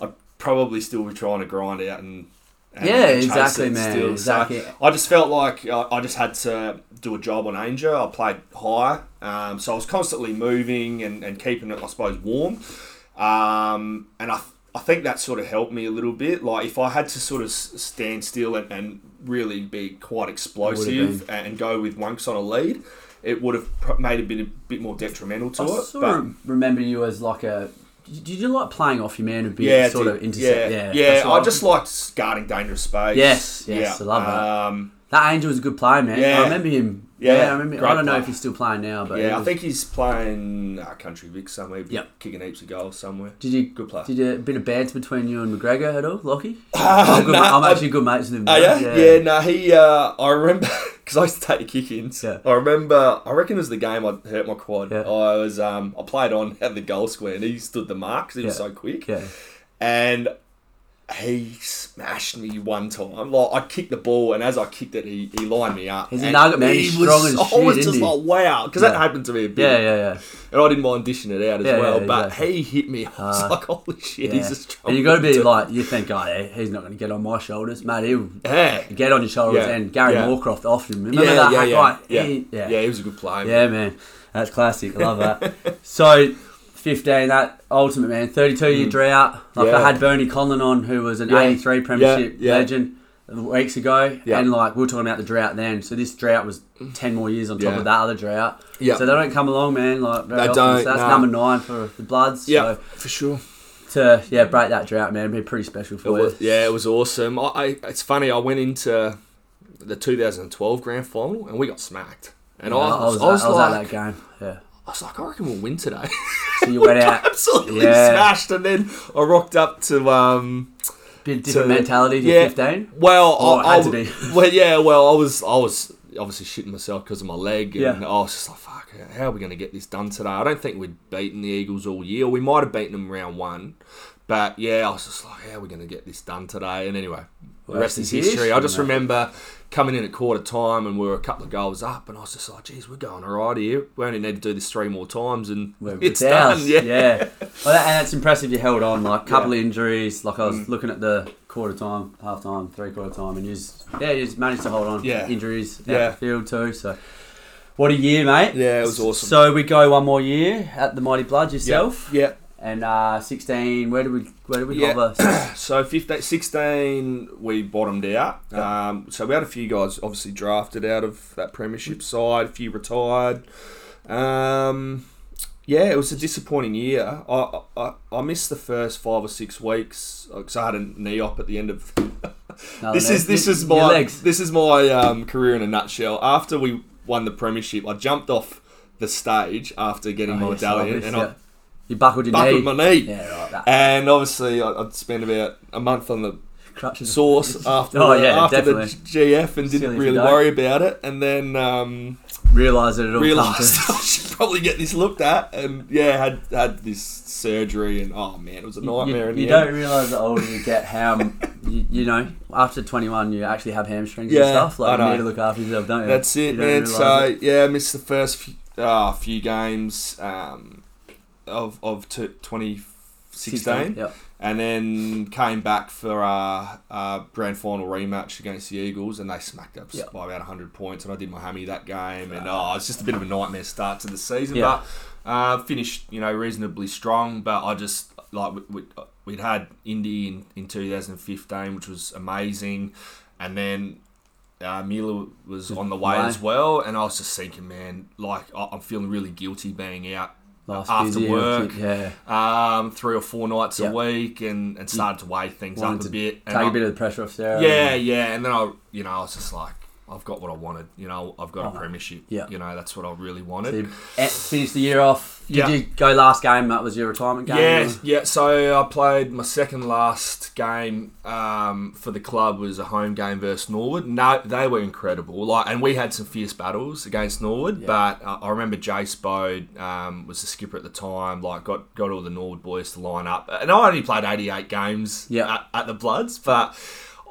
[SPEAKER 4] I'd probably still be trying to grind out and. and-
[SPEAKER 2] Yeah,
[SPEAKER 4] and chase
[SPEAKER 2] exactly,
[SPEAKER 4] it
[SPEAKER 2] man,
[SPEAKER 4] still. So
[SPEAKER 2] exactly.
[SPEAKER 4] I just felt like uh, I, I just had to do a job on Angel. I played high, um, so I was constantly moving and, and keeping it, I suppose, warm. Um, and I, I think that sort of helped me a little bit. Like if I had to sort of s- stand still and, and really be quite explosive and, and go with Wunks on a lead, it would have pr- made a bit a bit more detrimental to
[SPEAKER 2] I
[SPEAKER 4] it.
[SPEAKER 2] sort
[SPEAKER 4] But
[SPEAKER 2] of remember you as like a. Did you like playing off your man a bit?
[SPEAKER 4] yeah,
[SPEAKER 2] sort
[SPEAKER 4] dude,
[SPEAKER 2] of intercept.
[SPEAKER 4] Yeah,
[SPEAKER 2] Yeah,
[SPEAKER 4] yeah.
[SPEAKER 2] that's
[SPEAKER 4] I
[SPEAKER 2] what
[SPEAKER 4] just liked guarding dangerous space.
[SPEAKER 2] Yes, yes, I love that.
[SPEAKER 4] Um,
[SPEAKER 2] that angel was a good player, man. I
[SPEAKER 4] Yeah.
[SPEAKER 2] remember him.
[SPEAKER 4] Yeah,
[SPEAKER 2] Yeah, I remember.
[SPEAKER 4] great
[SPEAKER 2] I don't know
[SPEAKER 4] player.
[SPEAKER 2] if he's still playing now, but he
[SPEAKER 4] yeah, I
[SPEAKER 2] was-
[SPEAKER 4] think he's playing uh, Country Vic somewhere,
[SPEAKER 2] Yep.
[SPEAKER 4] kicking heaps of goals somewhere.
[SPEAKER 2] Did you
[SPEAKER 4] Good player.
[SPEAKER 2] Did you a bit of banter between you and McGregor at all, Lockie? I'm, good,
[SPEAKER 4] Ah, nah,
[SPEAKER 2] I'm
[SPEAKER 4] I-
[SPEAKER 2] actually good mates with him.
[SPEAKER 4] Oh
[SPEAKER 2] now,
[SPEAKER 4] yeah, yeah. no, he. Uh, I remember because I used to take kick ins.
[SPEAKER 2] Yeah.
[SPEAKER 4] I remember. I reckon it was the game I hurt my quad.
[SPEAKER 2] Yeah.
[SPEAKER 4] I was. Um, I played on at the goal square, and he stood the mark 'cause he was
[SPEAKER 2] Yeah.
[SPEAKER 4] so quick.
[SPEAKER 2] Yeah.
[SPEAKER 4] And he smashed me one time. Like I kicked the ball, and as I kicked it, he, he lined me up.
[SPEAKER 2] He's a
[SPEAKER 4] And
[SPEAKER 2] nugget, man. He's strong
[SPEAKER 4] was,
[SPEAKER 2] as
[SPEAKER 4] I was
[SPEAKER 2] shit,
[SPEAKER 4] just
[SPEAKER 2] isn't he?
[SPEAKER 4] like, wow, because
[SPEAKER 2] Yeah.
[SPEAKER 4] that happened to me a bit.
[SPEAKER 2] Yeah, yeah, yeah.
[SPEAKER 4] And I didn't mind dishing it out as
[SPEAKER 2] Yeah,
[SPEAKER 4] well.
[SPEAKER 2] yeah,
[SPEAKER 4] but
[SPEAKER 2] exactly. Uh,
[SPEAKER 4] he hit me. I was like, holy shit,
[SPEAKER 2] yeah.
[SPEAKER 4] he's a strong.
[SPEAKER 2] and you got to be
[SPEAKER 4] dude.
[SPEAKER 2] like, you think, oh, yeah, he's not going to get on my shoulders, mate. He'll
[SPEAKER 4] yeah.
[SPEAKER 2] get on your shoulders.
[SPEAKER 4] Yeah,
[SPEAKER 2] And Gary
[SPEAKER 4] yeah.
[SPEAKER 2] Moorcroft often remember
[SPEAKER 4] Yeah,
[SPEAKER 2] that
[SPEAKER 4] yeah,
[SPEAKER 2] hack
[SPEAKER 4] yeah,
[SPEAKER 2] right?
[SPEAKER 4] yeah.
[SPEAKER 2] He- yeah,
[SPEAKER 4] yeah, he was a good player.
[SPEAKER 2] Yeah, man, that's classic. I love that. so, fifteen, that ultimate man, thirty-two year drought. Like
[SPEAKER 4] Mm. Yeah.
[SPEAKER 2] I had Bernie Conlon on, who was an
[SPEAKER 4] Yeah.
[SPEAKER 2] eighty-three Premiership
[SPEAKER 4] Yeah, yeah.
[SPEAKER 2] legend weeks ago,
[SPEAKER 4] Yeah.
[SPEAKER 2] and like we were talking about the drought then. So this drought was ten more years on top
[SPEAKER 4] Yeah.
[SPEAKER 2] of that other drought.
[SPEAKER 4] Yeah.
[SPEAKER 2] So they don't come along, man. Like very
[SPEAKER 4] They
[SPEAKER 2] often.
[SPEAKER 4] don't,
[SPEAKER 2] So that's
[SPEAKER 4] nah.
[SPEAKER 2] number nine for the Bloods.
[SPEAKER 4] Yeah, for sure.
[SPEAKER 2] So to yeah break that drought, man, be pretty special
[SPEAKER 4] It
[SPEAKER 2] for you.
[SPEAKER 4] was, yeah, it was awesome. I, I, it's funny. I went into the 2012 grand final and we got smacked. And I,
[SPEAKER 2] I was,
[SPEAKER 4] was, I was
[SPEAKER 2] at, I was
[SPEAKER 4] like,
[SPEAKER 2] at that game. Yeah.
[SPEAKER 4] I was like, I reckon we'll win today.
[SPEAKER 2] So you went out.
[SPEAKER 4] Absolutely
[SPEAKER 2] Yeah.
[SPEAKER 4] smashed. And then I rocked up to um,
[SPEAKER 2] Bit different
[SPEAKER 4] to-
[SPEAKER 2] mentality to
[SPEAKER 4] yeah.
[SPEAKER 2] 15.
[SPEAKER 4] Well, I,
[SPEAKER 2] Or
[SPEAKER 4] I,
[SPEAKER 2] had to be.
[SPEAKER 4] well, yeah. Well, I was, I was obviously shitting myself because of my leg, and
[SPEAKER 2] Yeah.
[SPEAKER 4] I was just like, "Fuck, how are we going to get this done today?" I don't think we'd beaten the Eagles all year. We might have beaten them round one, but yeah, I was just like, "How are we going to get this done today?" And anyway, the
[SPEAKER 2] Well,
[SPEAKER 4] rest
[SPEAKER 2] that's
[SPEAKER 4] is
[SPEAKER 2] the
[SPEAKER 4] history. I
[SPEAKER 2] issue,
[SPEAKER 4] just
[SPEAKER 2] mate.
[SPEAKER 4] remember coming in at quarter time, and we were a couple of goals up, and I was just like, "Geez, we're going all right here. We only need to do this three more times, and
[SPEAKER 2] Well,
[SPEAKER 4] it's
[SPEAKER 2] ours,
[SPEAKER 4] done."
[SPEAKER 2] Yeah.
[SPEAKER 4] Yeah.
[SPEAKER 2] Well, that, and that's impressive you held on. Like, a couple of injuries. Like, I was
[SPEAKER 4] Mm.
[SPEAKER 2] looking at the quarter time, half time, three quarter time, and you just, yeah, you just managed to hold on.
[SPEAKER 4] Yeah.
[SPEAKER 2] Injuries out
[SPEAKER 4] Yeah.
[SPEAKER 2] the field, too. So, what a year, mate.
[SPEAKER 4] Yeah, it was awesome.
[SPEAKER 2] So, we go one more year at the Mighty Bloods yourself.
[SPEAKER 4] yeah.
[SPEAKER 2] And uh, 16, where did we, where did we
[SPEAKER 4] Yeah.
[SPEAKER 2] hover?
[SPEAKER 4] So 15, 16, we bottomed out. Um, so we had a few guys obviously drafted out of that premiership side, a few retired. Um, yeah, it was a disappointing year. I, I I missed the first five or six weeks because I had a knee op at the end of.
[SPEAKER 2] No,
[SPEAKER 4] this
[SPEAKER 2] Oh, no,
[SPEAKER 4] is this
[SPEAKER 2] your-
[SPEAKER 4] is
[SPEAKER 2] your
[SPEAKER 4] my
[SPEAKER 2] legs.
[SPEAKER 4] this is my um, career in a nutshell. After we won the premiership, I jumped off the stage after getting my
[SPEAKER 2] Oh, yes,
[SPEAKER 4] medallion
[SPEAKER 2] obvious,
[SPEAKER 4] and
[SPEAKER 2] yeah.
[SPEAKER 4] I
[SPEAKER 2] you buckled your knee.
[SPEAKER 4] buckled my knee.
[SPEAKER 2] Yeah, right, that.
[SPEAKER 4] And obviously, I, I'd spent about a month on the
[SPEAKER 2] Crutches.
[SPEAKER 4] source after,
[SPEAKER 2] Oh,
[SPEAKER 4] the,
[SPEAKER 2] yeah,
[SPEAKER 4] after the
[SPEAKER 2] definitely.
[SPEAKER 4] G- GF and
[SPEAKER 2] Silly if
[SPEAKER 4] didn't
[SPEAKER 2] you
[SPEAKER 4] really
[SPEAKER 2] don't.
[SPEAKER 4] worry about it. And then um,
[SPEAKER 2] Realised that it all
[SPEAKER 4] realised
[SPEAKER 2] realised.
[SPEAKER 4] I should probably get this looked at. And yeah, had had this surgery. And oh man, it was a nightmare.
[SPEAKER 2] You,
[SPEAKER 4] in
[SPEAKER 2] you
[SPEAKER 4] the end.
[SPEAKER 2] don't realize the older you get how you, you know after 21 you actually have hamstrings and
[SPEAKER 4] Yeah,
[SPEAKER 2] stuff. Like
[SPEAKER 4] I
[SPEAKER 2] you
[SPEAKER 4] know.
[SPEAKER 2] need to look after yourself, don't you?
[SPEAKER 4] That's
[SPEAKER 2] You
[SPEAKER 4] it,
[SPEAKER 2] don't
[SPEAKER 4] man.
[SPEAKER 2] realise
[SPEAKER 4] So
[SPEAKER 2] it.
[SPEAKER 4] yeah, I missed the first few, uh, few games um, of of t- 20, 16.
[SPEAKER 2] Yep.
[SPEAKER 4] And then came back for our, our grand final rematch against the Eagles, and they smacked us
[SPEAKER 2] Yep.
[SPEAKER 4] by about 100 points. And I did my hammy that game, and oh, it's just a bit of a nightmare start to the season.
[SPEAKER 2] Yeah.
[SPEAKER 4] But uh, finished, you know, reasonably strong. But I just like we, we, we'd had Indy in, in 2015, which was amazing, and then uh, Mueller was on the way
[SPEAKER 2] Why?
[SPEAKER 4] as well, and I was just thinking, man, like I, I'm feeling really guilty being out
[SPEAKER 2] Last
[SPEAKER 4] after
[SPEAKER 2] physio,
[SPEAKER 4] work,
[SPEAKER 2] Yeah.
[SPEAKER 4] um, three or four nights
[SPEAKER 2] Yep.
[SPEAKER 4] a week, and, and started to weigh things
[SPEAKER 2] Mm. Wanted
[SPEAKER 4] up a
[SPEAKER 2] to
[SPEAKER 4] bit. And
[SPEAKER 2] Take
[SPEAKER 4] I-
[SPEAKER 2] a um, bit of the pressure off Sarah.
[SPEAKER 4] yeah, yeah, and then I, you know, I was just like, I've got what I wanted. You know, I've got
[SPEAKER 2] Oh,
[SPEAKER 4] a premiership.
[SPEAKER 2] yeah.
[SPEAKER 4] you know, that's what I really
[SPEAKER 2] So
[SPEAKER 4] wanted.
[SPEAKER 2] you e- finish the year off. Did
[SPEAKER 4] Yeah.
[SPEAKER 2] you go last game? That was your retirement game.
[SPEAKER 4] Yeah,
[SPEAKER 2] or-
[SPEAKER 4] yeah. So I played my second last game um, for the club was a home game versus Norwood. No, they were incredible. Like, and we had some fierce battles against Norwood. But I, I remember Jace Bode um, was the skipper at the time. Like, got got all the Norwood boys to line up. And I only played eighty eight games
[SPEAKER 2] Yeah.
[SPEAKER 4] at, at the Bloods, but.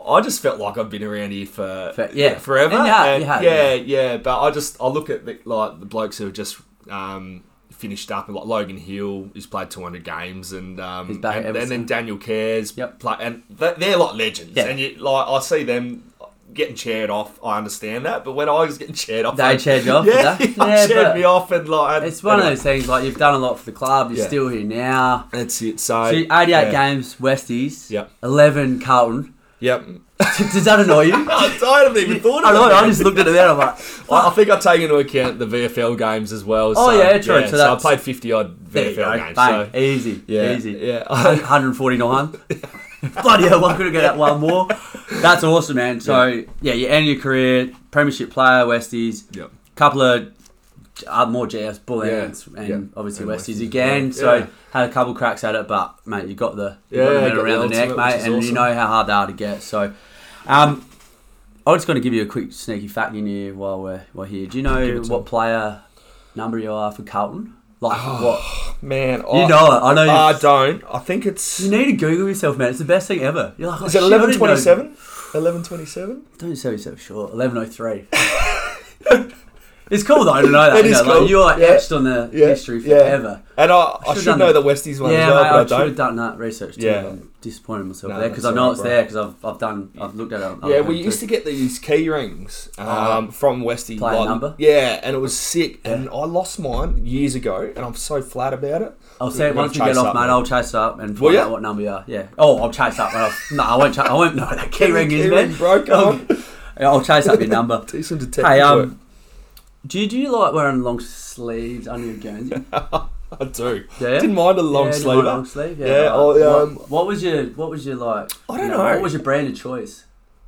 [SPEAKER 4] I just felt like I've been around here for,
[SPEAKER 2] For- yeah.
[SPEAKER 4] forever.
[SPEAKER 2] And you have-
[SPEAKER 4] And
[SPEAKER 2] you have,
[SPEAKER 4] yeah, yeah, But I just I look at the, like the blokes who have just um, finished up, and like Logan Hill, who's played 200 games, and um,
[SPEAKER 2] He's back at
[SPEAKER 4] and, and
[SPEAKER 2] Everton.
[SPEAKER 4] then Daniel Cares,
[SPEAKER 2] Yep.
[SPEAKER 4] play, and th- they're like legends.
[SPEAKER 2] Yeah.
[SPEAKER 4] And you like I see them getting cheered off. I understand that, but when I was getting cheered off,
[SPEAKER 2] They
[SPEAKER 4] I-
[SPEAKER 2] cheered you off,
[SPEAKER 4] Yeah,
[SPEAKER 2] did they?
[SPEAKER 4] I
[SPEAKER 2] Yeah, but
[SPEAKER 4] cheered me off, and like
[SPEAKER 2] It's one
[SPEAKER 4] anyway,
[SPEAKER 2] of those things like you've done a lot for the club. You're
[SPEAKER 4] Yeah.
[SPEAKER 2] still here now.
[SPEAKER 4] That's it. So,
[SPEAKER 2] So 88
[SPEAKER 4] yeah.
[SPEAKER 2] games, Westies.
[SPEAKER 4] Yep.
[SPEAKER 2] 11 Carlton.
[SPEAKER 4] Yep.
[SPEAKER 2] Does that annoy you?
[SPEAKER 4] I haven't even thought
[SPEAKER 2] I
[SPEAKER 4] of
[SPEAKER 2] know.
[SPEAKER 4] it.
[SPEAKER 2] I just looked at it there. I'm like,
[SPEAKER 4] I, I think I take into account the VFL games as well.
[SPEAKER 2] Oh,
[SPEAKER 4] so,
[SPEAKER 2] yeah, true. So
[SPEAKER 4] So, I
[SPEAKER 2] that's-
[SPEAKER 4] played fifty odd
[SPEAKER 2] there you
[SPEAKER 4] VFL
[SPEAKER 2] go.
[SPEAKER 4] games.
[SPEAKER 2] Bang.
[SPEAKER 4] So
[SPEAKER 2] Easy.
[SPEAKER 4] yeah,
[SPEAKER 2] Easy.
[SPEAKER 4] yeah.
[SPEAKER 2] 149. Bloody hell, I couldn't get that one more. That's awesome, man. So, yeah, you end your career, Premiership player, Westies,
[SPEAKER 4] Yep.
[SPEAKER 2] couple of uh, more GS Bullens,
[SPEAKER 4] Yeah,
[SPEAKER 2] and
[SPEAKER 4] yeah.
[SPEAKER 2] obviously
[SPEAKER 4] And
[SPEAKER 2] Westies
[SPEAKER 4] Westies
[SPEAKER 2] again.
[SPEAKER 4] as
[SPEAKER 2] So,
[SPEAKER 4] well. Yeah.
[SPEAKER 2] had a couple cracks at it, but, mate, you got the, you got
[SPEAKER 4] Yeah,
[SPEAKER 2] the medal
[SPEAKER 4] got the
[SPEAKER 2] around the,
[SPEAKER 4] ultimate,
[SPEAKER 2] neck,
[SPEAKER 4] which
[SPEAKER 2] mate,
[SPEAKER 4] is
[SPEAKER 2] and you
[SPEAKER 4] awesome.
[SPEAKER 2] know how hard they are to get. So, um, I was going to give you a quick sneaky fact in here while we're, we're here. Do you
[SPEAKER 4] Give
[SPEAKER 2] know
[SPEAKER 4] it to
[SPEAKER 2] what
[SPEAKER 4] me. Oh,
[SPEAKER 2] player number you are for Carlton? Like, what?
[SPEAKER 4] Man,
[SPEAKER 2] You know it. I know you.
[SPEAKER 4] Oh, I don't. I think it's.
[SPEAKER 2] You need to Google yourself, man. It's the best thing ever. You're like, oh,
[SPEAKER 4] Is it
[SPEAKER 2] shit, I didn't
[SPEAKER 4] eleven
[SPEAKER 2] know.
[SPEAKER 4] twenty seven? Eleven twenty seven.
[SPEAKER 2] Don't sell yourself short. Eleven oh three. It's cool though to know that.
[SPEAKER 4] It
[SPEAKER 2] you
[SPEAKER 4] is
[SPEAKER 2] know,
[SPEAKER 4] cool.
[SPEAKER 2] Like, you are
[SPEAKER 4] Yeah.
[SPEAKER 2] etched on the
[SPEAKER 4] Yeah,
[SPEAKER 2] history
[SPEAKER 4] yeah.
[SPEAKER 2] forever.
[SPEAKER 4] And I, I
[SPEAKER 2] Should've
[SPEAKER 4] should
[SPEAKER 2] done
[SPEAKER 4] know
[SPEAKER 2] that.
[SPEAKER 4] the Westies one as
[SPEAKER 2] Yeah,
[SPEAKER 4] well,
[SPEAKER 2] mate, I
[SPEAKER 4] but I,
[SPEAKER 2] should
[SPEAKER 4] don't.
[SPEAKER 2] have done that research too.
[SPEAKER 4] Yeah.
[SPEAKER 2] I'm disappointed in myself
[SPEAKER 4] No,
[SPEAKER 2] there because I
[SPEAKER 4] that's
[SPEAKER 2] know
[SPEAKER 4] alright,
[SPEAKER 2] it's
[SPEAKER 4] bro.
[SPEAKER 2] there because I've, I've done I've looked at it. on
[SPEAKER 4] Yeah,
[SPEAKER 2] other
[SPEAKER 4] we
[SPEAKER 2] people
[SPEAKER 4] used
[SPEAKER 2] too.
[SPEAKER 4] to get these key rings um, from Westie.
[SPEAKER 2] Player number?
[SPEAKER 4] Yeah, and it was sick. And I lost mine years ago, and I'm so flat about it.
[SPEAKER 2] I'll say it
[SPEAKER 4] We're gonna
[SPEAKER 2] once you get
[SPEAKER 4] chase
[SPEAKER 2] off,
[SPEAKER 4] up,
[SPEAKER 2] mate.
[SPEAKER 4] mate.
[SPEAKER 2] I'll chase up and
[SPEAKER 4] Will
[SPEAKER 2] find
[SPEAKER 4] ya?
[SPEAKER 2] out what number you are. Yeah. Oh, I'll chase up. I'll, no, I won't. Cha- I won't know that key ring is,
[SPEAKER 4] Key
[SPEAKER 2] man.
[SPEAKER 4] ring, bro, come on.
[SPEAKER 2] I'll chase up your number.
[SPEAKER 4] Decent detective
[SPEAKER 2] hey,
[SPEAKER 4] work.
[SPEAKER 2] um, do you, do you like wearing long sleeves under your guernsey?
[SPEAKER 4] I do.
[SPEAKER 2] Yeah?
[SPEAKER 4] Didn't mind a long
[SPEAKER 2] yeah,
[SPEAKER 4] sleeve.
[SPEAKER 2] do you like Long sleeve, yeah.
[SPEAKER 4] Yeah,
[SPEAKER 2] like,
[SPEAKER 4] I'll,
[SPEAKER 2] what-
[SPEAKER 4] um,
[SPEAKER 2] what, was your What was your like?
[SPEAKER 4] I don't
[SPEAKER 2] you
[SPEAKER 4] know.
[SPEAKER 2] What was your brand of choice?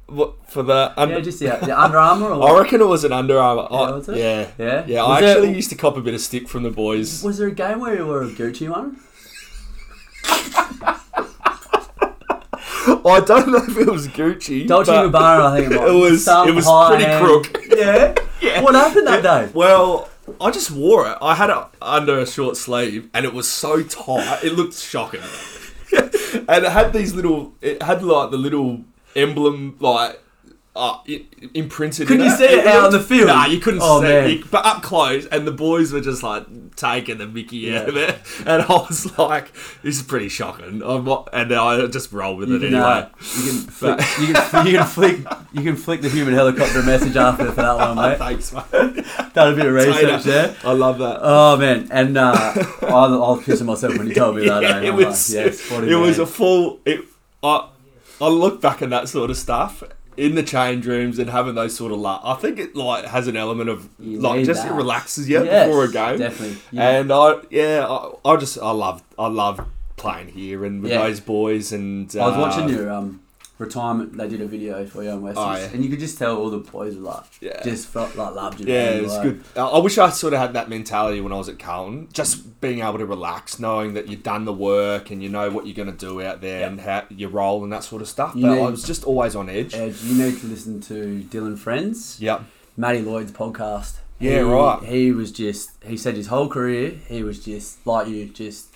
[SPEAKER 4] What, for the under,
[SPEAKER 2] Yeah, just the, the Under Armour. Or
[SPEAKER 4] I reckon it was an Under Armour.
[SPEAKER 2] Yeah,
[SPEAKER 4] I-
[SPEAKER 2] was it?
[SPEAKER 4] Yeah,
[SPEAKER 2] Yeah?
[SPEAKER 4] yeah.
[SPEAKER 2] Was
[SPEAKER 4] I
[SPEAKER 2] there-
[SPEAKER 4] actually used to cop a bit of stick from the boys.
[SPEAKER 2] was there a game where you wore a Gucci one?
[SPEAKER 4] I don't know if it was Gucci.
[SPEAKER 2] Dolce
[SPEAKER 4] but-
[SPEAKER 2] and Gabbana, I think it was.
[SPEAKER 4] It was-
[SPEAKER 2] Some
[SPEAKER 4] it was
[SPEAKER 2] high
[SPEAKER 4] pretty
[SPEAKER 2] end-
[SPEAKER 4] crook.
[SPEAKER 2] Yeah? yeah. What happened that day?
[SPEAKER 4] Well, I just wore it. I had it under a short sleeve, and it was so tight. It looked shocking. and it had these little. It had like the little emblem, like. Uh, i imprinted.
[SPEAKER 2] Couldn't
[SPEAKER 4] in
[SPEAKER 2] you see it out on the field?
[SPEAKER 4] Nah, you couldn't
[SPEAKER 2] Oh,
[SPEAKER 4] see
[SPEAKER 2] man.
[SPEAKER 4] it. You- But up close, and the boys were just like taking the mickey out of it. And I was like, this is pretty shocking. I'm not, and I just rolled with
[SPEAKER 2] You
[SPEAKER 4] it
[SPEAKER 2] can,
[SPEAKER 4] anyway.
[SPEAKER 2] uh, you can flick, you can, you can flick, you can flick the human helicopter message after for that one, mate.
[SPEAKER 4] Thanks, mate.
[SPEAKER 2] Done a bit of research
[SPEAKER 4] Tater.
[SPEAKER 2] there.
[SPEAKER 4] I love that.
[SPEAKER 2] Oh man, and uh, I, I was pissing myself when you told me that. eh?
[SPEAKER 4] it
[SPEAKER 2] I'm
[SPEAKER 4] was
[SPEAKER 2] like, yes, what
[SPEAKER 4] it was
[SPEAKER 2] man.
[SPEAKER 4] a full it I I look back at that sort of stuff in the change rooms and having those sort of la I think it like has an element of
[SPEAKER 2] You
[SPEAKER 4] like
[SPEAKER 2] need
[SPEAKER 4] just
[SPEAKER 2] that.
[SPEAKER 4] it relaxes you before a game.
[SPEAKER 2] Definitely. You-
[SPEAKER 4] And I yeah, I, I just I love I love playing here and with
[SPEAKER 2] Yeah.
[SPEAKER 4] those boys and
[SPEAKER 2] I was watching
[SPEAKER 4] uh,
[SPEAKER 2] your um, retirement. They did a video for you on Westies,
[SPEAKER 4] Oh, yeah.
[SPEAKER 2] and you could just tell all the boys were like,
[SPEAKER 4] Yeah.
[SPEAKER 2] just felt like loved you.
[SPEAKER 4] Yeah,
[SPEAKER 2] man,
[SPEAKER 4] it's
[SPEAKER 2] like-
[SPEAKER 4] good. I I wish I sort of had that mentality when I was at Carlton, just being able to relax, knowing that you've done the work and you know what you're going to do out there and how your role and that sort of stuff.
[SPEAKER 2] You
[SPEAKER 4] but
[SPEAKER 2] need-
[SPEAKER 4] I was just always on edge.
[SPEAKER 2] Ed, you need to listen to Dylan Friends,
[SPEAKER 4] Yep.
[SPEAKER 2] Matty Lloyd's podcast.
[SPEAKER 4] Yeah,
[SPEAKER 2] He-
[SPEAKER 4] right.
[SPEAKER 2] He was just. He said his whole career, he was just like you, just.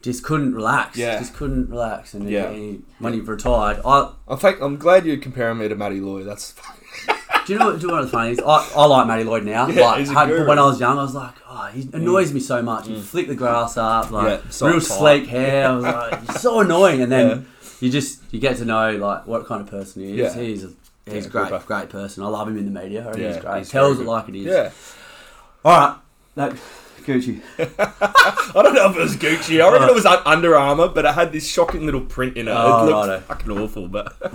[SPEAKER 2] Just couldn't relax.
[SPEAKER 4] Yeah.
[SPEAKER 2] Just couldn't relax, and he-
[SPEAKER 4] Yeah.
[SPEAKER 2] he- when he retired, I
[SPEAKER 4] I think I'm glad you're comparing me to Matty Lloyd. That's
[SPEAKER 2] do you know what? Do you know one of the funny things? I, I like Matty Lloyd now.
[SPEAKER 4] Yeah,
[SPEAKER 2] like,
[SPEAKER 4] he's a
[SPEAKER 2] had-
[SPEAKER 4] guru. Mm.
[SPEAKER 2] when I was young, I was like, oh, he annoys me so much. He flicked the grass up, like
[SPEAKER 4] Yeah, so
[SPEAKER 2] real
[SPEAKER 4] tight.
[SPEAKER 2] sleek hair. I was like, he's so annoying. And then you just you get to know like what kind of person he is.
[SPEAKER 4] Yeah.
[SPEAKER 2] He's a,
[SPEAKER 4] Yeah,
[SPEAKER 2] he's a great,
[SPEAKER 4] proper.
[SPEAKER 2] great person. I love him in the media. I reckon he's
[SPEAKER 4] Yeah,
[SPEAKER 2] great.
[SPEAKER 4] he's
[SPEAKER 2] Tells it
[SPEAKER 4] very good.
[SPEAKER 2] like it is.
[SPEAKER 4] Yeah.
[SPEAKER 2] All right. That, Gucci.
[SPEAKER 4] I don't know if it was Gucci. I reckon it was like Under Armour, but it had this shocking little print in it.
[SPEAKER 2] Oh,
[SPEAKER 4] it looked
[SPEAKER 2] righto.
[SPEAKER 4] fucking awful, but it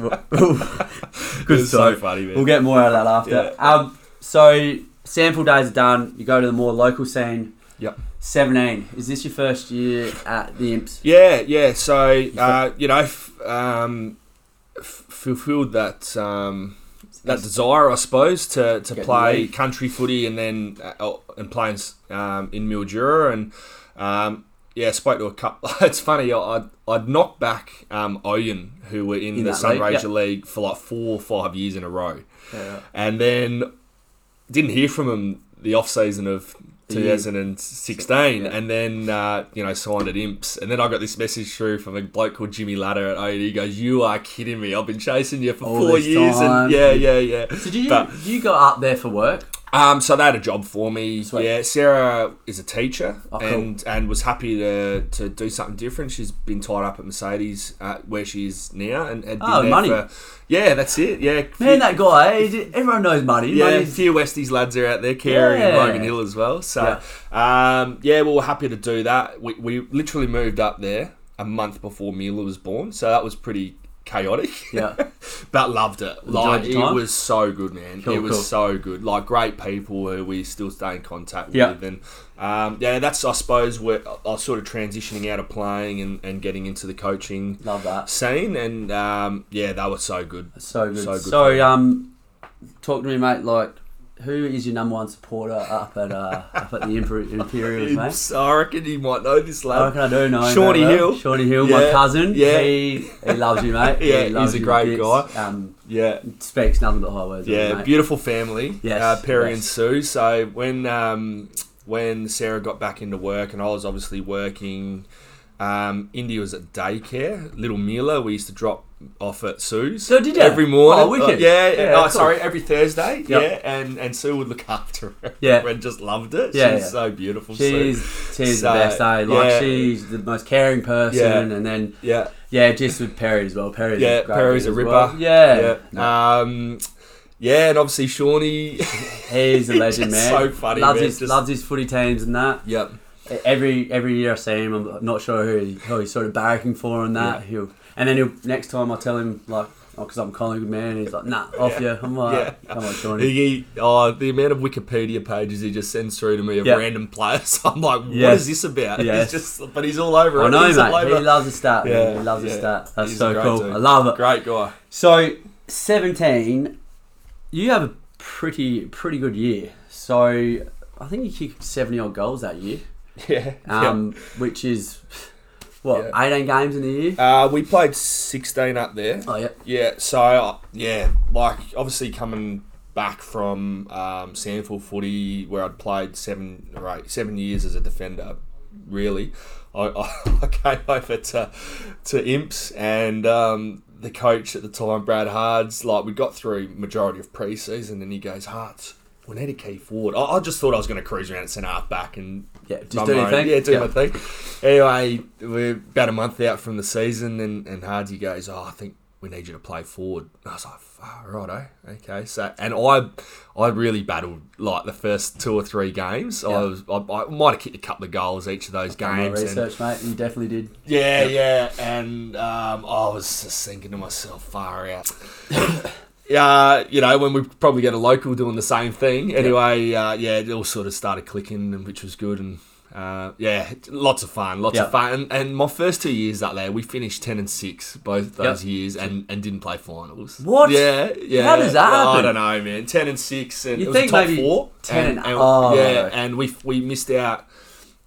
[SPEAKER 2] Good
[SPEAKER 4] was so
[SPEAKER 2] stuff.
[SPEAKER 4] funny, man.
[SPEAKER 2] We'll get more out of that after. Um, so sample days are done. You go to the more local scene.
[SPEAKER 4] Yep.
[SPEAKER 2] 17. Is this your first year at the Imps?
[SPEAKER 4] Yeah, yeah. So uh, you know, f- um, f- fulfilled that um, that desire, I suppose, to, to
[SPEAKER 2] Get in the
[SPEAKER 4] play
[SPEAKER 2] league.
[SPEAKER 4] country footy and then uh, oh, and playing um, in Mildura and um, yeah, spoke to a couple. it's funny, I- I'd, I'd knocked back um, Oyen, who were in,
[SPEAKER 2] In
[SPEAKER 4] the
[SPEAKER 2] that league,
[SPEAKER 4] Sunraiser
[SPEAKER 2] yeah.
[SPEAKER 4] League for like four or five years in a row,
[SPEAKER 2] Yeah.
[SPEAKER 4] and then didn't hear from him the off season of
[SPEAKER 2] The year.
[SPEAKER 4] 2016,
[SPEAKER 2] Yeah.
[SPEAKER 4] and then uh, you know signed at Imps, and then I got this message through from a bloke called Jimmy Ladder at OD. He goes, "You are kidding me! I've been chasing you for
[SPEAKER 2] All
[SPEAKER 4] four
[SPEAKER 2] this
[SPEAKER 4] years,
[SPEAKER 2] time.
[SPEAKER 4] and yeah, yeah, yeah."
[SPEAKER 2] So did you
[SPEAKER 4] But-
[SPEAKER 2] you got up there for work?
[SPEAKER 4] um, so they had a job for me.
[SPEAKER 2] Sweet.
[SPEAKER 4] Yeah, Sarah is a teacher
[SPEAKER 2] Oh, cool.
[SPEAKER 4] and and was happy to to do something different. She's been tied up at Mercedes, uh, where she is now, and had been
[SPEAKER 2] Oh,
[SPEAKER 4] there
[SPEAKER 2] money.
[SPEAKER 4] for yeah, that's it. Yeah,
[SPEAKER 2] Man, that guy. he did- everyone knows money.
[SPEAKER 4] yeah, a
[SPEAKER 2] Money's-
[SPEAKER 4] few Westies lads are out there, Kerry and
[SPEAKER 2] Yeah.
[SPEAKER 4] Logan Hill as well. So, um, yeah, we were happy to do that. We, we literally moved up there a month before Mila was born, so that was pretty chaotic.
[SPEAKER 2] Yeah.
[SPEAKER 4] but loved it. Like
[SPEAKER 2] the
[SPEAKER 4] it
[SPEAKER 2] time?
[SPEAKER 4] was so good, man.
[SPEAKER 2] Cool,
[SPEAKER 4] it was
[SPEAKER 2] cool.
[SPEAKER 4] so good. Like great people who we still stay in contact
[SPEAKER 2] Yeah.
[SPEAKER 4] with, and um, yeah, that's I suppose where I- I was sort of transitioning out of playing and, and getting into the coaching
[SPEAKER 2] Love that.
[SPEAKER 4] scene, and um, yeah, they were so good.
[SPEAKER 2] So good.
[SPEAKER 4] So
[SPEAKER 2] So,
[SPEAKER 4] good for you.
[SPEAKER 2] um, talk to me, mate. Like, who is your number one supporter up at uh, up at the Imper- Imperials, mate?
[SPEAKER 4] It's- I reckon you might know this lad.
[SPEAKER 2] I reckon I do know. him
[SPEAKER 4] Shawnee
[SPEAKER 2] very
[SPEAKER 4] Hill.
[SPEAKER 2] Shawney Hill,
[SPEAKER 4] Yeah,
[SPEAKER 2] my cousin.
[SPEAKER 4] yeah.
[SPEAKER 2] He, he loves you, mate.
[SPEAKER 4] Yeah,
[SPEAKER 2] he loves
[SPEAKER 4] he's a
[SPEAKER 2] you
[SPEAKER 4] great
[SPEAKER 2] bits. Um,
[SPEAKER 4] Yeah,
[SPEAKER 2] speaks nothing but high words.
[SPEAKER 4] yeah,
[SPEAKER 2] mate.
[SPEAKER 4] beautiful family.
[SPEAKER 2] Yes,
[SPEAKER 4] uh, Perry
[SPEAKER 2] yes.
[SPEAKER 4] and Sue. So when um, when Sarah got back into work, and I was obviously working. Um, Indy was at daycare. Little Mila, we used to drop off at Sue's.
[SPEAKER 2] So did ya?
[SPEAKER 4] every morning.
[SPEAKER 2] Oh, wicked.
[SPEAKER 4] yeah, yeah.
[SPEAKER 2] Yeah,
[SPEAKER 4] oh,
[SPEAKER 2] cool.
[SPEAKER 4] sorry, every Thursday.
[SPEAKER 2] Yep.
[SPEAKER 4] Yeah, and and Sue would look after her.
[SPEAKER 2] Yeah.
[SPEAKER 4] and just loved it.
[SPEAKER 2] Yeah,
[SPEAKER 4] she's
[SPEAKER 2] yeah.
[SPEAKER 4] so beautiful. Sue.
[SPEAKER 2] She's she's
[SPEAKER 4] So,
[SPEAKER 2] the best, eh? Like
[SPEAKER 4] yeah.
[SPEAKER 2] she's the most caring person,
[SPEAKER 4] Yeah.
[SPEAKER 2] and then
[SPEAKER 4] Yeah,
[SPEAKER 2] yeah, just with Perry as well. Perry's
[SPEAKER 4] yeah.
[SPEAKER 2] a great
[SPEAKER 4] Perry's a
[SPEAKER 2] dude as
[SPEAKER 4] ripper.
[SPEAKER 2] well. Yeah, No,
[SPEAKER 4] yeah. Um, yeah, and obviously Shawnee.
[SPEAKER 2] he's a legend,
[SPEAKER 4] Just
[SPEAKER 2] man.
[SPEAKER 4] so funny,
[SPEAKER 2] loves
[SPEAKER 4] man,
[SPEAKER 2] his
[SPEAKER 4] just-
[SPEAKER 2] loves his footy teams and that. E,
[SPEAKER 4] yep.
[SPEAKER 2] Every every year I see him, I'm not sure who, he, who he's sort of barracking for and that. He'll and then he'll next time I tell him like, oh, because I'm Collingwood man, and he's like, nah, off you. I'm like,
[SPEAKER 4] Yeah.
[SPEAKER 2] come on, Shawnee.
[SPEAKER 4] He, he- oh, the amount of Wikipedia pages he just sends through to me of
[SPEAKER 2] Yeah.
[SPEAKER 4] random players, I'm like, what is
[SPEAKER 2] Yes.
[SPEAKER 4] this about?
[SPEAKER 2] Yes.
[SPEAKER 4] He's just, but he's all over.
[SPEAKER 2] I
[SPEAKER 4] it.
[SPEAKER 2] know,
[SPEAKER 4] he's all
[SPEAKER 2] mate.
[SPEAKER 4] over.
[SPEAKER 2] He loves a stat. man.
[SPEAKER 4] Yeah,
[SPEAKER 2] He loves
[SPEAKER 4] yeah.
[SPEAKER 2] a stat. That's
[SPEAKER 4] He's a
[SPEAKER 2] so
[SPEAKER 4] great
[SPEAKER 2] cool.
[SPEAKER 4] dude.
[SPEAKER 2] I love it.
[SPEAKER 4] Great guy.
[SPEAKER 2] So seventeen, you have a pretty pretty good year. So I think you kicked seventy odd goals that year,
[SPEAKER 4] Yeah.
[SPEAKER 2] um, which is what
[SPEAKER 4] Yeah.
[SPEAKER 2] eighteen games in a year.
[SPEAKER 4] Uh, we played 16 up there.
[SPEAKER 2] Oh yeah,
[SPEAKER 4] Yeah, so uh, yeah, like obviously coming back from um, Sandford footy where I'd played seven or eight, seven years as a defender, really, I, I, I came over to to Imps and um, the coach at the time, Brad Hards, like we got through majority of preseason and he goes, Hards, we need a key forward. I, I just thought I was going to cruise around at centre half back and
[SPEAKER 2] Yeah, just
[SPEAKER 4] run
[SPEAKER 2] do
[SPEAKER 4] my
[SPEAKER 2] your
[SPEAKER 4] own-
[SPEAKER 2] thing.
[SPEAKER 4] Yeah, do
[SPEAKER 2] Yeah.
[SPEAKER 4] my thing. Anyway, we're about a month out from the season, and, and Hardy goes, Oh, I think we need you to play forward. And I was like, "Fuck, Righto, okay. So, and I I really battled like the first two or three games. I,
[SPEAKER 2] Yeah.
[SPEAKER 4] was, I, I might have kicked a couple of goals each of those
[SPEAKER 2] my
[SPEAKER 4] games. and-
[SPEAKER 2] research, mate. You definitely did.
[SPEAKER 4] yeah, yeah, and um, I was just thinking to myself, far out. Yeah, you know, when we probably get a local doing the same thing. Anyway, uh, yeah, it all sort of started clicking, and which was good. And uh, yeah, lots of fun, lots
[SPEAKER 2] Yeah.
[SPEAKER 4] of fun. And, and my first two years up there, we finished ten and six both those
[SPEAKER 2] Yep.
[SPEAKER 4] years, and, and didn't play finals.
[SPEAKER 2] What?
[SPEAKER 4] Yeah, yeah.
[SPEAKER 2] How does that
[SPEAKER 4] Well, I
[SPEAKER 2] happen?
[SPEAKER 4] don't know, man. Ten and six, and
[SPEAKER 2] You
[SPEAKER 4] it was a
[SPEAKER 2] think
[SPEAKER 4] top
[SPEAKER 2] maybe
[SPEAKER 4] four.
[SPEAKER 2] 10
[SPEAKER 4] and, and-
[SPEAKER 2] oh,
[SPEAKER 4] yeah,
[SPEAKER 2] right.
[SPEAKER 4] and we we missed out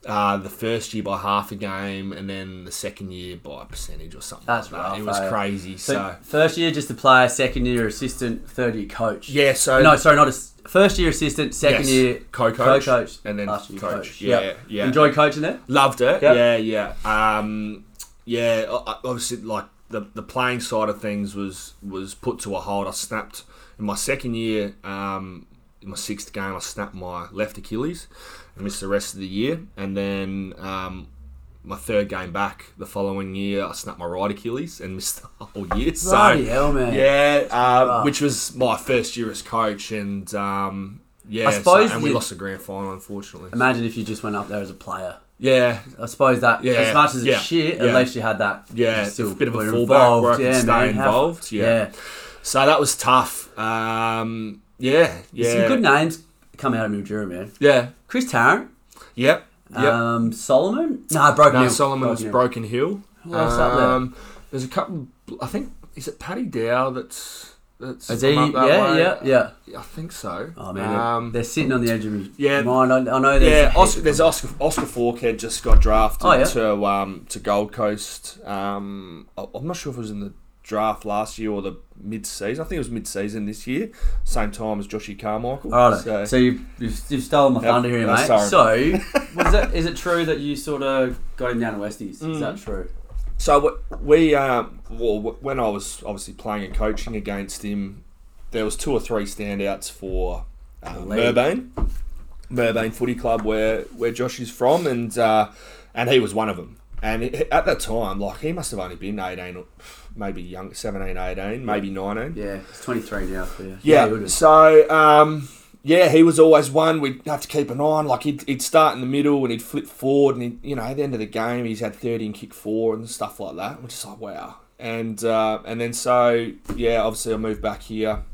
[SPEAKER 4] uh, the first year by half a game, and then the second year by a percentage or something.
[SPEAKER 2] That's
[SPEAKER 4] like that.
[SPEAKER 2] rough,
[SPEAKER 4] It was
[SPEAKER 2] eh?
[SPEAKER 4] crazy.
[SPEAKER 2] So,
[SPEAKER 4] So,
[SPEAKER 2] first year just a player, second year assistant, third year coach.
[SPEAKER 4] yeah, so
[SPEAKER 2] No, sorry, not a, first year assistant, second
[SPEAKER 4] Yes.
[SPEAKER 2] year
[SPEAKER 4] Co-coach,
[SPEAKER 2] co-coach,
[SPEAKER 4] and then
[SPEAKER 2] last year
[SPEAKER 4] coach.
[SPEAKER 2] coach.
[SPEAKER 4] Yeah,
[SPEAKER 2] Yep.
[SPEAKER 4] yeah.
[SPEAKER 2] Enjoy coaching there.
[SPEAKER 4] loved it.
[SPEAKER 2] Yep.
[SPEAKER 4] Yeah, yeah, um, yeah. o- o- Obviously, like the the playing side of things was was put to a halt. I snapped In my second year, um, in my sixth game, I snapped my left Achilles and missed the rest of the year. And then um, my third game back the following year, I snapped my right Achilles and missed the whole year. So,
[SPEAKER 2] Bloody hell, Ah. man.
[SPEAKER 4] yeah, uh, which was my first year as coach, and um, yeah,
[SPEAKER 2] I
[SPEAKER 4] so-
[SPEAKER 2] suppose
[SPEAKER 4] and we
[SPEAKER 2] you-
[SPEAKER 4] lost the grand final, unfortunately.
[SPEAKER 2] Imagine if you just went up there as a player.
[SPEAKER 4] yeah,
[SPEAKER 2] I suppose that
[SPEAKER 4] Yeah,
[SPEAKER 2] as much as
[SPEAKER 4] yeah,
[SPEAKER 2] it's shit,
[SPEAKER 4] yeah.
[SPEAKER 2] at least you had that.
[SPEAKER 4] yeah,
[SPEAKER 2] you
[SPEAKER 4] still a bit of a
[SPEAKER 2] were
[SPEAKER 4] fullback where I could
[SPEAKER 2] Yeah,
[SPEAKER 4] stay
[SPEAKER 2] man, how-
[SPEAKER 4] involved. yeah.
[SPEAKER 2] yeah.
[SPEAKER 4] so that was tough. Um, yeah, yeah,
[SPEAKER 2] Some good names come out of Mildura, man.
[SPEAKER 4] yeah,
[SPEAKER 2] Chris Tarrant,
[SPEAKER 4] yep, yep.
[SPEAKER 2] um, Solomon. Nah, broken.
[SPEAKER 4] No,
[SPEAKER 2] Hill.
[SPEAKER 4] Solomon was
[SPEAKER 2] Hill.
[SPEAKER 4] Broken Hill. Um,
[SPEAKER 2] Who else up there?
[SPEAKER 4] There's a couple. I think is it Paddy Dow that's that's.
[SPEAKER 2] Is he?
[SPEAKER 4] come
[SPEAKER 2] Yeah,
[SPEAKER 4] up that way?
[SPEAKER 2] yeah, yeah.
[SPEAKER 4] I think so.
[SPEAKER 2] Oh man, they're- they're sitting on the edge of me.
[SPEAKER 4] yeah.
[SPEAKER 2] mine. I, I know. There's
[SPEAKER 4] yeah, Oscar, there's Oscar Oscar Forkhead just got drafted
[SPEAKER 2] Oh, yeah.
[SPEAKER 4] to um, to Gold Coast. Um, I- I'm not sure if it was in the draft last year or the mid season. I think it was mid season this year, same time as Joshy Carmichael.
[SPEAKER 2] All right,
[SPEAKER 4] So-
[SPEAKER 2] so, you you've, you've stolen my
[SPEAKER 4] Yep,
[SPEAKER 2] thunder here,
[SPEAKER 4] no,
[SPEAKER 2] mate.
[SPEAKER 4] sorry.
[SPEAKER 2] So, what is, that, is it true that you sort of got him down to Westies? Is
[SPEAKER 4] Mm.
[SPEAKER 2] that true?
[SPEAKER 4] So wh- we, um, well, wh- when I was obviously playing and coaching against him, there was two or three standouts for uh,
[SPEAKER 2] league.
[SPEAKER 4] Merbane, Merbane Footy Club, where where Josh is from, and uh, and he was one of them. And it, at that time, like he must have only been eighteen, or maybe young, 17, 18, maybe nineteen.
[SPEAKER 2] Yeah, it's 23 now. So yeah,
[SPEAKER 4] Yeah.
[SPEAKER 2] he would've-
[SPEAKER 4] so, um, yeah, he was always one we'd have to keep an eye on. Like, he'd, he'd start in the middle and he'd flip forward. And, he'd, you know, at the end of the game, he's had 30 and kick four and stuff like that. We're just like, wow. And, uh, and then so, yeah, obviously I moved back here,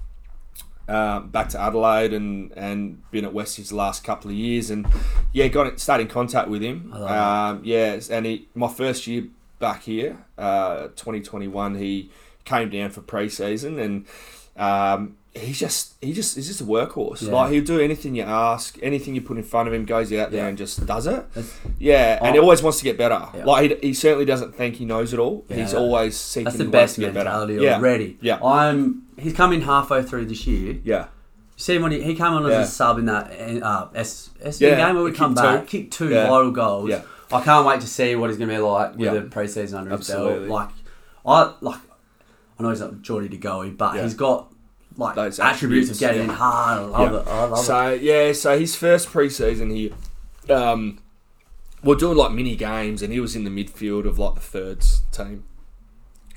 [SPEAKER 4] uh, back to Adelaide and, and been at Westies the last couple of years. And, yeah, got it, started in contact with him.
[SPEAKER 2] love that.
[SPEAKER 4] Um, yeah, and he, my first year back here, uh, 2021, he came down for pre-season and um, he's just he just he's just a workhorse.
[SPEAKER 2] Yeah.
[SPEAKER 4] Like he'll do anything you ask, anything you put in front of him, goes out there
[SPEAKER 2] Yeah.
[SPEAKER 4] and just does it.
[SPEAKER 2] That's-
[SPEAKER 4] yeah, and he
[SPEAKER 2] Oh.
[SPEAKER 4] always wants to get better.
[SPEAKER 2] Yeah.
[SPEAKER 4] Like he, he certainly doesn't think he knows it all.
[SPEAKER 2] Yeah.
[SPEAKER 4] He's always seeking
[SPEAKER 2] that's the
[SPEAKER 4] ways
[SPEAKER 2] best
[SPEAKER 4] to get better.
[SPEAKER 2] mentality
[SPEAKER 4] yeah.
[SPEAKER 2] already.
[SPEAKER 4] Yeah.
[SPEAKER 2] I'm. He's come in halfway through this year. You
[SPEAKER 4] Yeah.
[SPEAKER 2] see him when he, he came on
[SPEAKER 4] Yeah.
[SPEAKER 2] as a sub in that uh, S, S
[SPEAKER 4] Yeah,
[SPEAKER 2] game where we
[SPEAKER 4] he
[SPEAKER 2] come
[SPEAKER 4] kicked
[SPEAKER 2] back,
[SPEAKER 4] two.
[SPEAKER 2] kicked two
[SPEAKER 4] Yeah.
[SPEAKER 2] vital goals.
[SPEAKER 4] Yeah.
[SPEAKER 2] I can't wait to see what he's going to be like with
[SPEAKER 4] Yeah.
[SPEAKER 2] the preseason under his
[SPEAKER 4] Absolutely.
[SPEAKER 2] belt. Like, I like. I know he's not Geordie to go, but
[SPEAKER 4] Yeah.
[SPEAKER 2] he's got like
[SPEAKER 4] Those
[SPEAKER 2] attributes of
[SPEAKER 4] attributes,
[SPEAKER 2] getting
[SPEAKER 4] yeah.
[SPEAKER 2] in hard. I love
[SPEAKER 4] Yeah.
[SPEAKER 2] it. I love it.
[SPEAKER 4] so yeah, so his first preseason here, um, we're doing like mini games, and he was in the midfield of like the thirds team.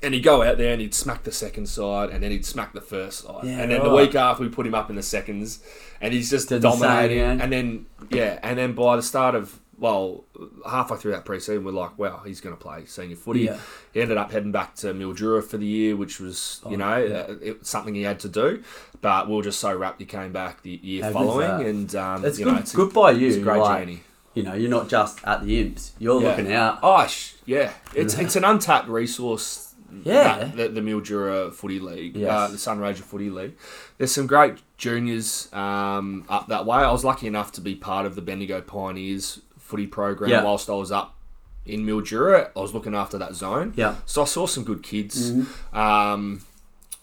[SPEAKER 4] And he'd go out there and he'd smack the second side, and then he'd smack the first side,
[SPEAKER 2] Yeah,
[SPEAKER 4] and then the
[SPEAKER 2] right.
[SPEAKER 4] week after we put him up in the seconds, and he's just
[SPEAKER 2] Did the same
[SPEAKER 4] dominating.
[SPEAKER 2] again.
[SPEAKER 4] and then yeah, and then by the start of well, halfway through that preseason, we're like, wow, he's going to play senior footy.
[SPEAKER 2] Yeah.
[SPEAKER 4] He ended up heading back to Mildura for the year, which was
[SPEAKER 2] Oh,
[SPEAKER 4] you know uh, it, something he had to do, but we were just so wrapped he came back the year
[SPEAKER 2] How good's that?
[SPEAKER 4] following, and um,
[SPEAKER 2] uh, It's
[SPEAKER 4] you
[SPEAKER 2] good,
[SPEAKER 4] know, it's a-
[SPEAKER 2] good by you.
[SPEAKER 4] it's a great
[SPEAKER 2] like,
[SPEAKER 4] journey.
[SPEAKER 2] You know, you're not just at the imps. You're
[SPEAKER 4] Yeah.
[SPEAKER 2] looking out.
[SPEAKER 4] Oh, sh- yeah, it's it's an untapped resource.
[SPEAKER 2] Yeah.
[SPEAKER 4] that- the, the Mildura Footy League,
[SPEAKER 2] Yes.
[SPEAKER 4] uh, the Sunraysia Footy League. There's some great juniors um, up that way. I was lucky enough to be part of the Bendigo Pioneers footy program
[SPEAKER 2] Yeah.
[SPEAKER 4] whilst I was up in Mildura. I was looking after that zone.
[SPEAKER 2] Yeah. Mm-hmm.
[SPEAKER 4] So I saw some good kids. Um,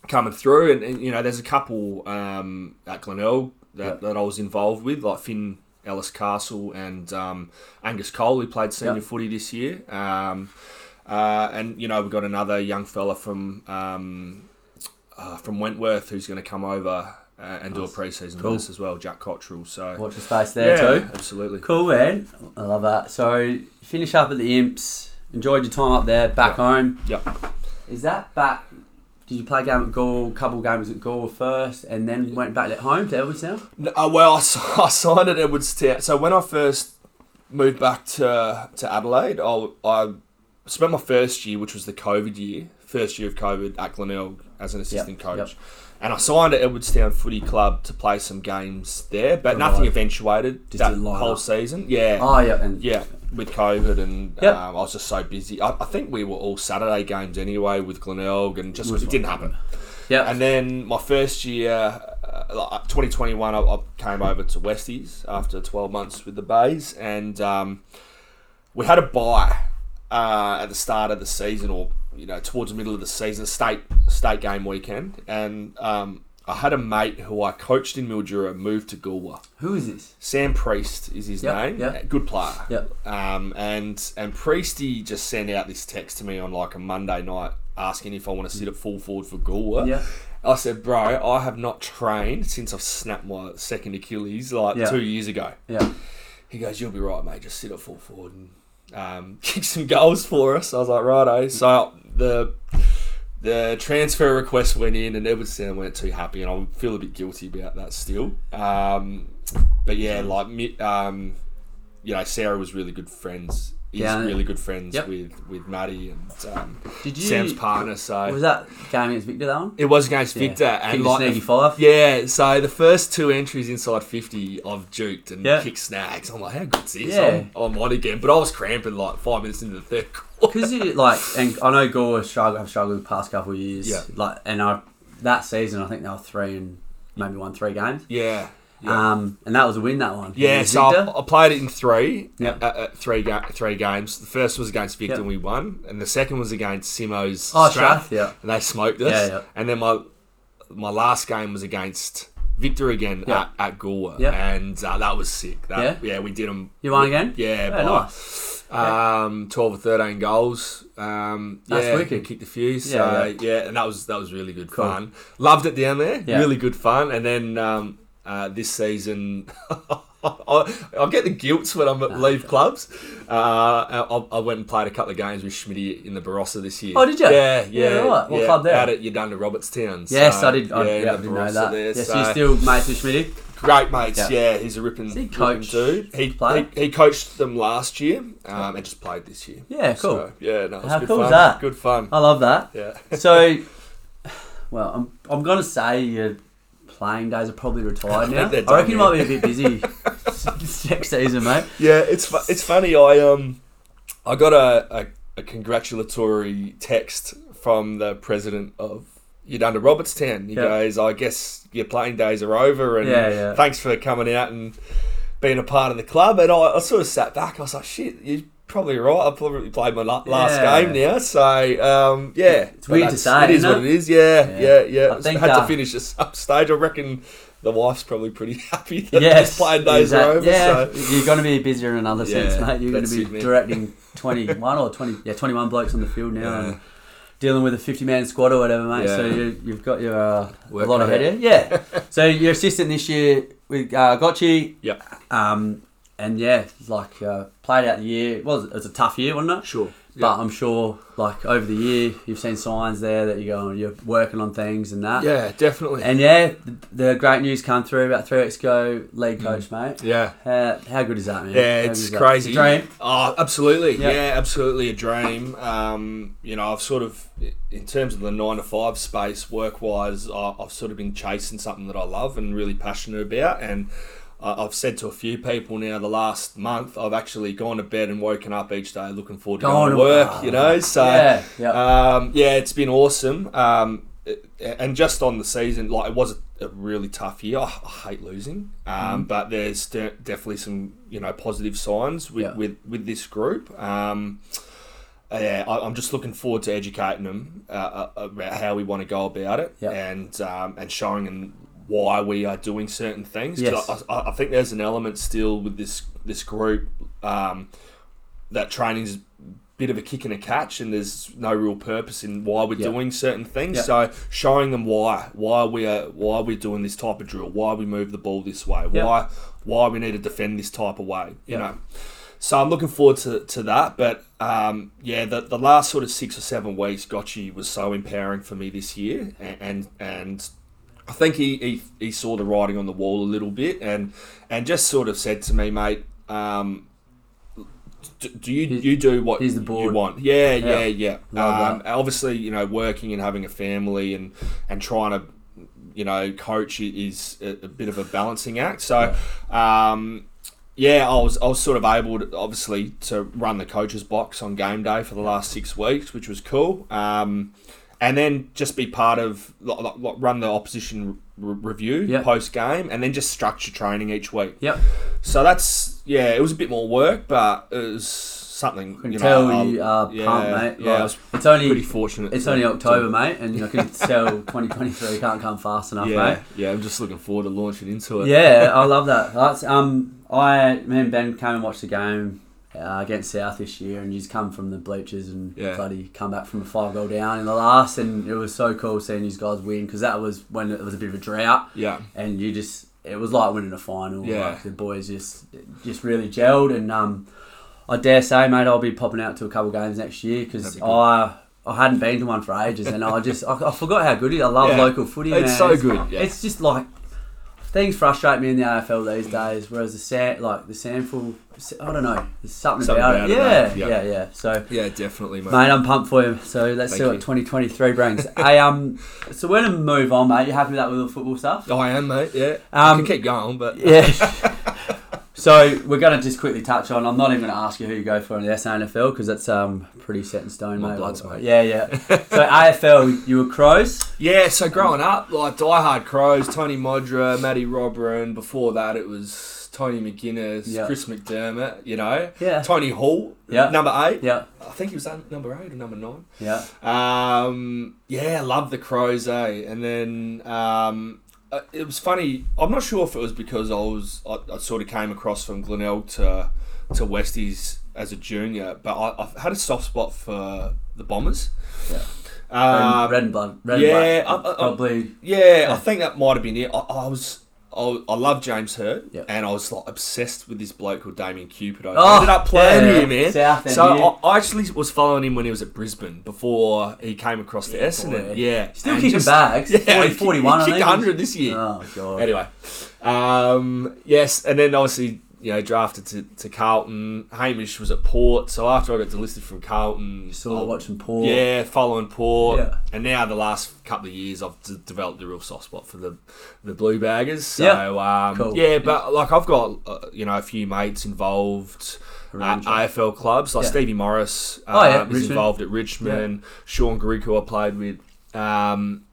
[SPEAKER 4] coming through, and, and, you know, there's a couple um, at Glenelg that, that I was involved with, like Finn Ellis Castle and um, Angus Cole, who played senior
[SPEAKER 2] Yep.
[SPEAKER 4] footy this year. Um, uh, and you know, we've got another young fella from um, uh, from Wentworth who's going to come over uh, and do a preseason
[SPEAKER 2] Cool.
[SPEAKER 4] with us as well, Jack Cottrell. So
[SPEAKER 2] Watch the space there
[SPEAKER 4] yeah,
[SPEAKER 2] too.
[SPEAKER 4] absolutely.
[SPEAKER 2] Cool man. I love that. So finish up at the imps. Enjoyed your time up there. Back home.
[SPEAKER 4] Yep.
[SPEAKER 2] Is that back? Did you play a game at Gaul? Couple games at Gaul first, and then went back at home to Edwardstown.
[SPEAKER 4] No, Uh, well, I, s- I signed at Edwards Town. So when I first moved back to to Adelaide, I, I spent my first year, which was the COVID year, first year of COVID at Glenelg as an assistant
[SPEAKER 2] yep.
[SPEAKER 4] coach. And I signed at Edwardstown Footy Club to play some games there, but nothing
[SPEAKER 2] Right.
[SPEAKER 4] eventuated
[SPEAKER 2] Just
[SPEAKER 4] that
[SPEAKER 2] didn't line
[SPEAKER 4] whole
[SPEAKER 2] up.
[SPEAKER 4] season. Yeah.
[SPEAKER 2] Oh yeah, and
[SPEAKER 4] Yeah, with COVID and
[SPEAKER 2] Yep.
[SPEAKER 4] um, I was just so busy. I, I think we were all Saturday games anyway with Glenelg and just
[SPEAKER 2] Was
[SPEAKER 4] it didn't happen.
[SPEAKER 2] yeah.
[SPEAKER 4] And then my first year, uh, like, 2021, I, I came over to Westies after 12 months with the Bays, and um, we had a buy uh, at the start of the season, or you know, towards the middle of the season, state state game weekend, and um, I had a mate who I coached in Mildura moved to Goolwa.
[SPEAKER 2] Who is this?
[SPEAKER 4] Sam Priest is his
[SPEAKER 2] Yep,
[SPEAKER 4] name.
[SPEAKER 2] yep.
[SPEAKER 4] Good player.
[SPEAKER 2] Yep.
[SPEAKER 4] Um, and and Priesty just sent out this text to me on like a Monday night asking if I want to sit at full forward for Goolwa.
[SPEAKER 2] Yeah.
[SPEAKER 4] I said, bro, I have not trained since I've snapped my second Achilles like
[SPEAKER 2] Yeah.
[SPEAKER 4] two years ago.
[SPEAKER 2] Yeah.
[SPEAKER 4] He goes, you'll be right, mate. Just sit at full forward and um, kick some goals for us. I was like, righto. So the the transfer request went in, and Edward Sound weren't too happy, and I feel a bit guilty about that still. Um, but yeah, like mi- um, you know, Sarah was really good friends. He's
[SPEAKER 2] Yeah.
[SPEAKER 4] really good friends
[SPEAKER 2] Yep.
[SPEAKER 4] with with Maddie and um,
[SPEAKER 2] Did you?
[SPEAKER 4] Sam's partner. So
[SPEAKER 2] Was that game against Victor? That one?
[SPEAKER 4] it was against
[SPEAKER 2] Yeah.
[SPEAKER 4] Victor and
[SPEAKER 2] Kicked a
[SPEAKER 4] like
[SPEAKER 2] sneaky five.
[SPEAKER 4] Yeah, so the first two entries inside fifty, I've juked and
[SPEAKER 2] Yeah.
[SPEAKER 4] kicked snags. I'm like, how good's this?
[SPEAKER 2] Yeah.
[SPEAKER 4] I'm, I'm on again, but I was cramping like five minutes into the third quarter.
[SPEAKER 2] Because you like, and I know Gore has struggled, have struggled the past couple of years.
[SPEAKER 4] Yeah.
[SPEAKER 2] Like, and I that season, I think they were three and maybe won three games.
[SPEAKER 4] Yeah. Yeah.
[SPEAKER 2] Um, and that was a win. That one.
[SPEAKER 4] Yeah,
[SPEAKER 2] Against
[SPEAKER 4] so
[SPEAKER 2] Victor.
[SPEAKER 4] I, I played it in three,
[SPEAKER 2] Yeah.
[SPEAKER 4] uh, uh, three, ga- three games. The first was against Victor,
[SPEAKER 2] Yeah.
[SPEAKER 4] and we won, and the second was against Simo's
[SPEAKER 2] Oh,
[SPEAKER 4] Strath,
[SPEAKER 2] Strath, yeah.
[SPEAKER 4] and they smoked us.
[SPEAKER 2] Yeah, yeah.
[SPEAKER 4] And then my my last game was against Victor again
[SPEAKER 2] Yeah.
[SPEAKER 4] at, at Gore,
[SPEAKER 2] Yeah.
[SPEAKER 4] and uh, that was sick. That, yeah, we did them.
[SPEAKER 2] you won again.
[SPEAKER 4] Yeah,
[SPEAKER 2] Yeah,
[SPEAKER 4] by
[SPEAKER 2] nice.
[SPEAKER 4] um, twelve or thirteen goals. Um,
[SPEAKER 2] That's
[SPEAKER 4] yeah,
[SPEAKER 2] wicked.
[SPEAKER 4] Kicked a few. So
[SPEAKER 2] Yeah,
[SPEAKER 4] yeah,
[SPEAKER 2] yeah.
[SPEAKER 4] and that was that was really good
[SPEAKER 2] Cool.
[SPEAKER 4] fun. Loved it down there.
[SPEAKER 2] Yeah.
[SPEAKER 4] Really good fun. And then um, uh, this season. I, I get the guilts when I
[SPEAKER 2] Ah.
[SPEAKER 4] am leave clubs. Uh, I, I went and played a couple of games with Schmidt in the Barossa this year.
[SPEAKER 2] Oh, did ya?
[SPEAKER 4] Yeah,
[SPEAKER 2] Yeah,
[SPEAKER 4] yeah.
[SPEAKER 2] right. What
[SPEAKER 4] yeah.
[SPEAKER 2] club there?
[SPEAKER 4] Out at Yudunda Robertstown.
[SPEAKER 2] Yes,
[SPEAKER 4] So,
[SPEAKER 2] I did. I, yeah,
[SPEAKER 4] in
[SPEAKER 2] I
[SPEAKER 4] the
[SPEAKER 2] didn't know
[SPEAKER 4] Barossa
[SPEAKER 2] that.
[SPEAKER 4] there,
[SPEAKER 2] yes,
[SPEAKER 4] so-
[SPEAKER 2] you're still mates with Schmidt.
[SPEAKER 4] Great mates,
[SPEAKER 2] Yeah.
[SPEAKER 4] yeah. He's a ripping,
[SPEAKER 2] he
[SPEAKER 4] ripping
[SPEAKER 2] coach,
[SPEAKER 4] dude. He,
[SPEAKER 2] player?
[SPEAKER 4] he he coached them last year um, and just played this year.
[SPEAKER 2] Yeah, cool.
[SPEAKER 4] So, yeah, no, it was
[SPEAKER 2] How
[SPEAKER 4] good
[SPEAKER 2] cool
[SPEAKER 4] fun.
[SPEAKER 2] is that? Oh.
[SPEAKER 4] Good fun.
[SPEAKER 2] I love that.
[SPEAKER 4] Yeah.
[SPEAKER 2] So, well, I'm I'm gonna say your playing days are probably retired now. I,
[SPEAKER 4] think they're
[SPEAKER 2] reckon you
[SPEAKER 4] done,
[SPEAKER 2] might be a bit busy next season, mate.
[SPEAKER 4] Yeah, it's fu- it's funny. I um, I got a, a, a congratulatory text from the president of Udunda Robertstown. He
[SPEAKER 2] Yeah.
[SPEAKER 4] goes, "I guess your playing days are over, and
[SPEAKER 2] Yeah, yeah.
[SPEAKER 4] thanks for coming out and being a part of the club." And I, I sort of sat back. I was like, "Shit, you're probably right. I probably played my la- last
[SPEAKER 2] Yeah.
[SPEAKER 4] game now." So um, yeah,
[SPEAKER 2] It's weird
[SPEAKER 4] But that's-
[SPEAKER 2] to say,
[SPEAKER 4] It is
[SPEAKER 2] isn't
[SPEAKER 4] what
[SPEAKER 2] it?
[SPEAKER 4] it is. Yeah,
[SPEAKER 2] Yeah.
[SPEAKER 4] yeah, yeah.
[SPEAKER 2] I think,
[SPEAKER 4] had
[SPEAKER 2] uh,
[SPEAKER 4] to finish this up stage. I reckon. The wife's probably pretty happy that
[SPEAKER 2] Yes,
[SPEAKER 4] his playing days
[SPEAKER 2] exact-
[SPEAKER 4] are over.
[SPEAKER 2] Yeah,
[SPEAKER 4] So.
[SPEAKER 2] you're going to be busier in another sense,
[SPEAKER 4] Yeah,
[SPEAKER 2] mate. You're going
[SPEAKER 4] that's
[SPEAKER 2] to be
[SPEAKER 4] it, man.
[SPEAKER 2] directing 21 or 20, yeah, 21 blokes on the field now
[SPEAKER 4] Yeah.
[SPEAKER 2] and dealing with a 50 man squad or whatever, mate. So
[SPEAKER 4] Yeah.
[SPEAKER 2] you, you've got your uh, a
[SPEAKER 4] Work
[SPEAKER 2] lot ahead
[SPEAKER 4] rate.
[SPEAKER 2] of you. Yeah. so your assistant this year with uh, Gotchi,
[SPEAKER 4] Yeah,
[SPEAKER 2] um, and yeah, like uh, played out the year. Well, it was a tough year, wasn't it?
[SPEAKER 4] sure.
[SPEAKER 2] But I'm sure, like over the year, you've seen signs there that you're going, you're working on things and that.
[SPEAKER 4] Yeah, definitely.
[SPEAKER 2] And yeah, the, the great news come through about three weeks ago, league coach, mate.
[SPEAKER 4] yeah.
[SPEAKER 2] How, how good is that, man?
[SPEAKER 4] Mm. Yeah,
[SPEAKER 2] How
[SPEAKER 4] it's
[SPEAKER 2] good is that?
[SPEAKER 4] crazy.
[SPEAKER 2] It's a dream.
[SPEAKER 4] Oh, absolutely.
[SPEAKER 2] Yeah.
[SPEAKER 4] Yeah, absolutely a dream. Um, you know, I've sort of, in terms of the nine to five space, work wise, I've sort of been chasing something that I love and really passionate about. And I- I've said to a few people now the last month, I've actually gone to bed and woken up each day looking forward to going
[SPEAKER 2] Going
[SPEAKER 4] to
[SPEAKER 2] to-
[SPEAKER 4] work, you know? So,
[SPEAKER 2] Yeah, yeah.
[SPEAKER 4] Um, yeah, it's been awesome. Um, and just on the season, like it was a, a really tough year. I, I hate losing,
[SPEAKER 2] Mm-hmm.
[SPEAKER 4] um, but there's de- definitely some you know positive signs with
[SPEAKER 2] Yeah.
[SPEAKER 4] with, with this group. Um, yeah, I, I'm just looking forward to educating them uh, uh, about how we want to go about it
[SPEAKER 2] Yeah.
[SPEAKER 4] and um, and showing them why we are doing certain things. 'Cause
[SPEAKER 2] Yes.
[SPEAKER 4] I, I, I think there's an element still with this this group um, that training's a bit of a kick and a catch, and there's no real purpose in why we're
[SPEAKER 2] Yeah.
[SPEAKER 4] doing certain things.
[SPEAKER 2] Yeah.
[SPEAKER 4] So showing them why, why we are, why we're doing this type of drill, why we move the ball this way,
[SPEAKER 2] Yeah.
[SPEAKER 4] why why we need to defend this type of way, you
[SPEAKER 2] Yeah.
[SPEAKER 4] know. So I'm looking forward to, to that, but um, yeah, the, the last sort of six or seven weeks, Gotchi was so empowering for me this year, and and, and I think he, he he saw the writing on the wall a little bit, and and just sort of said to me, mate, um, do, do you you do what
[SPEAKER 2] he's the
[SPEAKER 4] you
[SPEAKER 2] board.
[SPEAKER 4] want. Yeah, yeah, yeah.
[SPEAKER 2] Love
[SPEAKER 4] Um, obviously, you know, working and having a family and and trying to you know coach i- is a, a bit of a balancing act. So, um, yeah, I was I was sort of able to, obviously to run the coaches box on game day for the last six weeks, which was cool. Um, and then just be part of like, like- like run the opposition re- review
[SPEAKER 2] Yep.
[SPEAKER 4] post game, and then just structure training each week.
[SPEAKER 2] Yep.
[SPEAKER 4] So that's yeah, it was a bit more work, but it was something.
[SPEAKER 2] Can
[SPEAKER 4] you know,
[SPEAKER 2] tell
[SPEAKER 4] I'll-
[SPEAKER 2] you are
[SPEAKER 4] yeah,
[SPEAKER 2] pumped, mate.
[SPEAKER 4] Yeah,
[SPEAKER 2] Like,
[SPEAKER 4] I was
[SPEAKER 2] it's only
[SPEAKER 4] pretty fortunate.
[SPEAKER 2] it's
[SPEAKER 4] to-
[SPEAKER 2] only
[SPEAKER 4] to-
[SPEAKER 2] October, mate, and I can tell 2023 can't come fast enough,
[SPEAKER 4] Yeah,
[SPEAKER 2] mate.
[SPEAKER 4] yeah. I'm just looking forward to launching into it.
[SPEAKER 2] Yeah, I love that. That's um, I me and Ben came and watched the game uh, against South this year, and he's come from the bleachers and
[SPEAKER 4] Yeah.
[SPEAKER 2] bloody come back from a five goal down in the last, and it was so cool seeing these guys win because that was when it was a bit of a drought,
[SPEAKER 4] Yeah.
[SPEAKER 2] and you just it was like winning a final.
[SPEAKER 4] Yeah.
[SPEAKER 2] like the boys just just really gelled, and um, I dare say, mate, I'll be popping out to a couple games next year
[SPEAKER 4] That'd
[SPEAKER 2] because
[SPEAKER 4] be good.
[SPEAKER 2] I. I hadn't been to one for ages, and I just I, I forgot how good it. is. I love
[SPEAKER 4] Yeah.
[SPEAKER 2] local footy.
[SPEAKER 4] It's
[SPEAKER 2] man.
[SPEAKER 4] so good, yeah.
[SPEAKER 2] It's just like things frustrate me in the AFL
[SPEAKER 4] Mm.
[SPEAKER 2] these days, whereas the sand, like the sample, I don't know, there's something,
[SPEAKER 4] Something
[SPEAKER 2] about,
[SPEAKER 4] about
[SPEAKER 2] it.
[SPEAKER 4] it,
[SPEAKER 2] Yeah,
[SPEAKER 4] mate. Yeah.
[SPEAKER 2] yeah, yeah. So,
[SPEAKER 4] Yeah, definitely, mate.
[SPEAKER 2] mate, I'm pumped for you. So let's see
[SPEAKER 4] Thank
[SPEAKER 2] what
[SPEAKER 4] you.
[SPEAKER 2] 2023 brings. hey, um, so we're gonna move on, mate. You happy with that with all the football stuff?
[SPEAKER 4] Oh, I am, mate. Yeah,
[SPEAKER 2] Um,
[SPEAKER 4] I can keep going, but
[SPEAKER 2] Yeah. so we're gonna just quickly touch on. I'm not even gonna ask you who you go for in the SANFL because that's um pretty set in stone,
[SPEAKER 4] My
[SPEAKER 2] mate.
[SPEAKER 4] bloods, mate.
[SPEAKER 2] Yeah, yeah. So AFL, you were Crows.
[SPEAKER 4] yeah. So growing up, like Die Hard Crows, Tony Modra, Matty Robberin. Before that, it was Tony McGuinness,
[SPEAKER 2] Yeah.
[SPEAKER 4] Chris McDermott. You know,
[SPEAKER 2] Yeah.
[SPEAKER 4] Tony Hall,
[SPEAKER 2] Yeah.
[SPEAKER 4] number eight.
[SPEAKER 2] Yeah,
[SPEAKER 4] I think he was un- number eight or number nine.
[SPEAKER 2] yeah.
[SPEAKER 4] Um, yeah, love the Crows, eh? And then um, uh, it was funny. I'm not sure if it was because I was I, I sort of came across from Glenelg to to Westies as a junior, but I, I've had a soft spot for the Bombers.
[SPEAKER 2] Yeah.
[SPEAKER 4] Um,
[SPEAKER 2] red, red and blood. Red
[SPEAKER 4] yeah,
[SPEAKER 2] and
[SPEAKER 4] I- I-
[SPEAKER 2] black.
[SPEAKER 4] I-
[SPEAKER 2] probably.
[SPEAKER 4] yeah, I think that might have been it. I, I was. I, I love James Hurt,
[SPEAKER 2] Yep.
[SPEAKER 4] and I was like obsessed with this bloke called Damien Cupido.
[SPEAKER 2] Oh,
[SPEAKER 4] I ended up playing
[SPEAKER 2] yeah,
[SPEAKER 4] him, man.
[SPEAKER 2] South End,
[SPEAKER 4] so
[SPEAKER 2] yeah.
[SPEAKER 4] I, I actually was following him when he was at Brisbane before he came across to Essendon.
[SPEAKER 2] boy.
[SPEAKER 4] Yeah,
[SPEAKER 2] Still
[SPEAKER 4] And
[SPEAKER 2] kicking
[SPEAKER 4] just-
[SPEAKER 2] bags.
[SPEAKER 4] Yeah,
[SPEAKER 2] 40,
[SPEAKER 4] he-
[SPEAKER 2] 41, I
[SPEAKER 4] He kicked
[SPEAKER 2] think.
[SPEAKER 4] 100 this year.
[SPEAKER 2] Oh god.
[SPEAKER 4] Anyway, um, yes, and then obviously you know drafted to, to Carlton. Hamish was at Port, so after I got delisted from Carlton,
[SPEAKER 2] You saw
[SPEAKER 4] I-
[SPEAKER 2] watching Paul.
[SPEAKER 4] yeah, following Port.
[SPEAKER 2] Yeah.
[SPEAKER 4] And now the last couple of years, I've d- developed a real soft spot for the the blue baggers. So,
[SPEAKER 2] Yeah.
[SPEAKER 4] um,
[SPEAKER 2] Cool.
[SPEAKER 4] yeah, but like I've got uh, you know a few mates involved. Uh,
[SPEAKER 2] Around you.
[SPEAKER 4] AFL clubs like
[SPEAKER 2] Yeah.
[SPEAKER 4] Stevie Morris uh,
[SPEAKER 2] Oh, yeah,
[SPEAKER 4] is
[SPEAKER 2] Richmond.
[SPEAKER 4] involved at Richmond. Sean Garrick, who I played with um,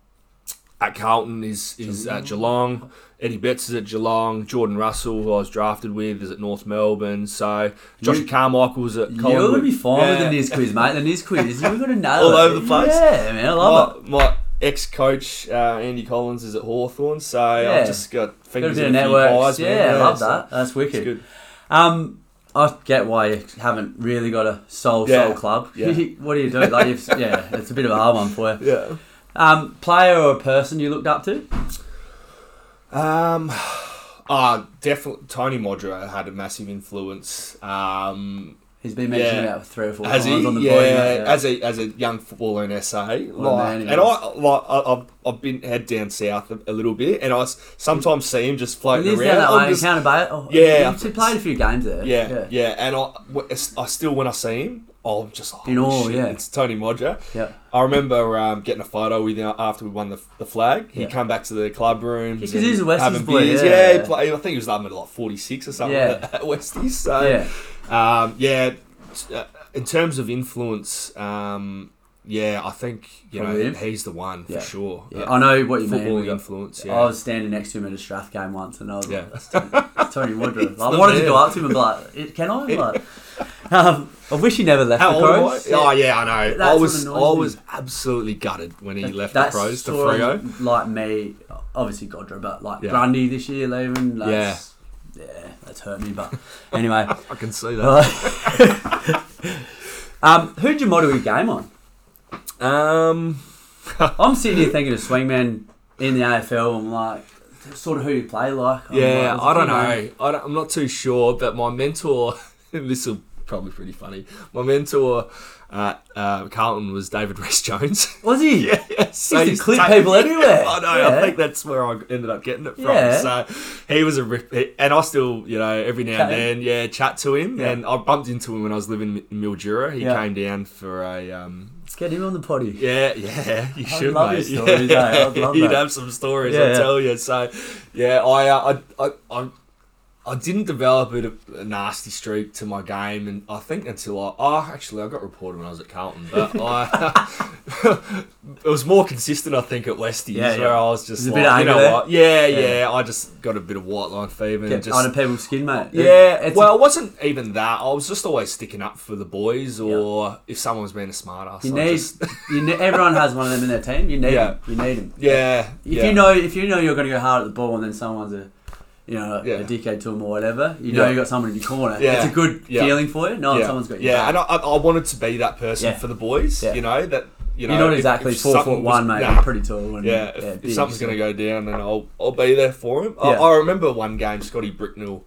[SPEAKER 4] at Carlton, is is at Geelong. Eddie Betts is at Geelong. Jordan Russell, who I was drafted with, is at North Melbourne. So Josh
[SPEAKER 2] You-
[SPEAKER 4] Carmichael's at Collingwood.
[SPEAKER 2] You're gonna be fine with the
[SPEAKER 4] Yeah.
[SPEAKER 2] Niz quiz, mate. The Niz quiz, you're gonna nail
[SPEAKER 4] All
[SPEAKER 2] it.
[SPEAKER 4] over the place.
[SPEAKER 2] Yeah, man, I love it.
[SPEAKER 4] my, my ex-coach uh, Andy Collins is at Hawthorn, so
[SPEAKER 2] Yeah.
[SPEAKER 4] I've just got
[SPEAKER 2] Got a
[SPEAKER 4] fingers
[SPEAKER 2] bit of
[SPEAKER 4] in a few
[SPEAKER 2] networks.
[SPEAKER 4] pies, man.
[SPEAKER 2] yeah, I love
[SPEAKER 4] so
[SPEAKER 2] that. That's
[SPEAKER 4] It's
[SPEAKER 2] wicked.
[SPEAKER 4] good.
[SPEAKER 2] Um, I get why you haven't really got a soul
[SPEAKER 4] Yeah.
[SPEAKER 2] soul club.
[SPEAKER 4] Yeah.
[SPEAKER 2] what do you do? Like, you've, yeah, it's a bit of a hard one for you.
[SPEAKER 4] Yeah.
[SPEAKER 2] Um, player or person you looked up to?
[SPEAKER 4] Um, ah, definitely Tony Modra had a massive influence. Um,
[SPEAKER 2] He's been mentioned
[SPEAKER 4] Yeah.
[SPEAKER 2] about three or four
[SPEAKER 4] as
[SPEAKER 2] times
[SPEAKER 4] a
[SPEAKER 2] on the
[SPEAKER 4] yeah,
[SPEAKER 2] board.
[SPEAKER 4] as a as a young footballer in SA,
[SPEAKER 2] man
[SPEAKER 4] like,
[SPEAKER 2] he
[SPEAKER 4] and
[SPEAKER 2] was.
[SPEAKER 4] I like I- I've I've been head down south a, a little bit, and I s- sometimes see him just
[SPEAKER 2] he
[SPEAKER 4] floating
[SPEAKER 2] lives
[SPEAKER 4] around.
[SPEAKER 2] down that
[SPEAKER 4] I'm
[SPEAKER 2] way.
[SPEAKER 4] just-
[SPEAKER 2] Counter Bay. Oh,
[SPEAKER 4] Yeah.
[SPEAKER 2] he, he played a few games there.
[SPEAKER 4] Yeah, yeah, and I, w- it's- I still when I see him, I'm just like,
[SPEAKER 2] In
[SPEAKER 4] "Holy
[SPEAKER 2] awe,
[SPEAKER 4] shit,
[SPEAKER 2] yeah.
[SPEAKER 4] it's Tony Modra.
[SPEAKER 2] Yeah.
[SPEAKER 4] I remember um, getting a photo with him after we won the, the flag. He
[SPEAKER 2] Yeah.
[SPEAKER 4] would come back to the club room
[SPEAKER 2] Because he's a Westies boy, yeah.
[SPEAKER 4] Yeah, he played, I think he was number like 46 or something
[SPEAKER 2] Yeah.
[SPEAKER 4] at Westies. So
[SPEAKER 2] yeah.
[SPEAKER 4] um, yeah, s- uh, in terms of influence, um, yeah, I think you
[SPEAKER 2] Probably
[SPEAKER 4] know
[SPEAKER 2] him.
[SPEAKER 4] he's the one
[SPEAKER 2] Yeah.
[SPEAKER 4] for sure. Uh,
[SPEAKER 2] Yeah, I know what you mean.
[SPEAKER 4] Football
[SPEAKER 2] We got-
[SPEAKER 4] influence. Yeah.
[SPEAKER 2] I was standing next to him at a Strath game once, and I was
[SPEAKER 4] yeah.
[SPEAKER 2] like, "It's Tony Woodruff." Like, I
[SPEAKER 4] the
[SPEAKER 2] wanted to
[SPEAKER 4] man.
[SPEAKER 2] go up to him and be like, "It- "Can I?" Like, um, I wish he never left
[SPEAKER 4] How
[SPEAKER 2] the
[SPEAKER 4] old am I?
[SPEAKER 2] Crows.
[SPEAKER 4] Oh yeah, I know.
[SPEAKER 2] That's
[SPEAKER 4] I
[SPEAKER 2] what
[SPEAKER 4] was I
[SPEAKER 2] annoys me.
[SPEAKER 4] was absolutely gutted when he left the
[SPEAKER 2] That's
[SPEAKER 4] Crows to
[SPEAKER 2] sort
[SPEAKER 4] Frio.
[SPEAKER 2] of Like me, obviously Godra, but like
[SPEAKER 4] Yeah.
[SPEAKER 2] Grundy this year leaving. That's, yeah, that's hurt me. But anyway,
[SPEAKER 4] I can see that.
[SPEAKER 2] uh, um, who'd you model your game on?
[SPEAKER 4] Um,
[SPEAKER 2] I'm sitting here thinking of swingman in the AFL. I'm like, sort of who you play like. I'm
[SPEAKER 4] yeah,
[SPEAKER 2] like,
[SPEAKER 4] I don't
[SPEAKER 2] you
[SPEAKER 4] know. I don't, I'm not too sure, but my mentor, this will probably pretty funny. My mentor at uh, Carlton was David Reese Jones.
[SPEAKER 2] Was he?
[SPEAKER 4] so
[SPEAKER 2] Used to clip people everywhere.
[SPEAKER 4] I know.
[SPEAKER 2] Yeah.
[SPEAKER 4] I think that's where I ended up getting it from.
[SPEAKER 2] Yeah.
[SPEAKER 4] So he was a rip, he- and I still, you know, every now
[SPEAKER 2] Chat him.
[SPEAKER 4] and then, yeah, chat to him.
[SPEAKER 2] Yeah.
[SPEAKER 4] And I bumped into him when I was living in Mildura. He
[SPEAKER 2] Yeah.
[SPEAKER 4] came down for a. Um,
[SPEAKER 2] Get him on the potty.
[SPEAKER 4] yeah, yeah, you should,
[SPEAKER 2] love
[SPEAKER 4] mate.
[SPEAKER 2] his stories, eh? I'd love
[SPEAKER 4] you'd
[SPEAKER 2] that.
[SPEAKER 4] have some stories,
[SPEAKER 2] Yeah,
[SPEAKER 4] I
[SPEAKER 2] yeah.
[SPEAKER 4] tell you. So, yeah, I, uh, I, I, I, I didn't develop a, a nasty streak to my game, and I think until I, oh, actually, I got reported when I was at Carlton, but I, it was more consistent, I think, at Westies,
[SPEAKER 2] Yeah, yeah.
[SPEAKER 4] where I was just
[SPEAKER 2] There's a
[SPEAKER 4] like,
[SPEAKER 2] bit of
[SPEAKER 4] you
[SPEAKER 2] anger
[SPEAKER 4] know
[SPEAKER 2] there.
[SPEAKER 4] what, yeah,
[SPEAKER 2] Yeah.
[SPEAKER 4] yeah, I just got a bit of white line fever,
[SPEAKER 2] Get
[SPEAKER 4] and just
[SPEAKER 2] under people's skin, mate.
[SPEAKER 4] yeah,
[SPEAKER 2] It's-
[SPEAKER 4] well, it wasn't even that. I was just always sticking up for the boys, or if someone's being a smart ass,
[SPEAKER 2] you need, you ne- everyone has one of them in their team. You need
[SPEAKER 4] Yeah.
[SPEAKER 2] them. You need them.
[SPEAKER 4] Yeah.
[SPEAKER 2] If you know, if you know you're going to go hard at the ball, and then someone's a you know,
[SPEAKER 4] Yeah.
[SPEAKER 2] a dickhead to him or whatever, you know
[SPEAKER 4] Yeah.
[SPEAKER 2] you got someone in your corner.
[SPEAKER 4] Yeah.
[SPEAKER 2] It's a good
[SPEAKER 4] Yeah.
[SPEAKER 2] feeling for you. No,
[SPEAKER 4] yeah.
[SPEAKER 2] someone's got your
[SPEAKER 4] Yeah,
[SPEAKER 2] back.
[SPEAKER 4] and I, I I wanted to be that person
[SPEAKER 2] Yeah.
[SPEAKER 4] for the boys.
[SPEAKER 2] Yeah.
[SPEAKER 4] You know that. You know,
[SPEAKER 2] You're not
[SPEAKER 4] if-
[SPEAKER 2] exactly
[SPEAKER 4] if
[SPEAKER 2] four
[SPEAKER 4] something
[SPEAKER 2] foot
[SPEAKER 4] was-
[SPEAKER 2] one, mate.
[SPEAKER 4] Nah.
[SPEAKER 2] I'm pretty tall. And,
[SPEAKER 4] Yeah, if, if
[SPEAKER 2] big,
[SPEAKER 4] something's
[SPEAKER 2] so-
[SPEAKER 4] going to go down, then I'll I'll be there for him. I,
[SPEAKER 2] Yeah.
[SPEAKER 4] I remember one game Scotty Bricknell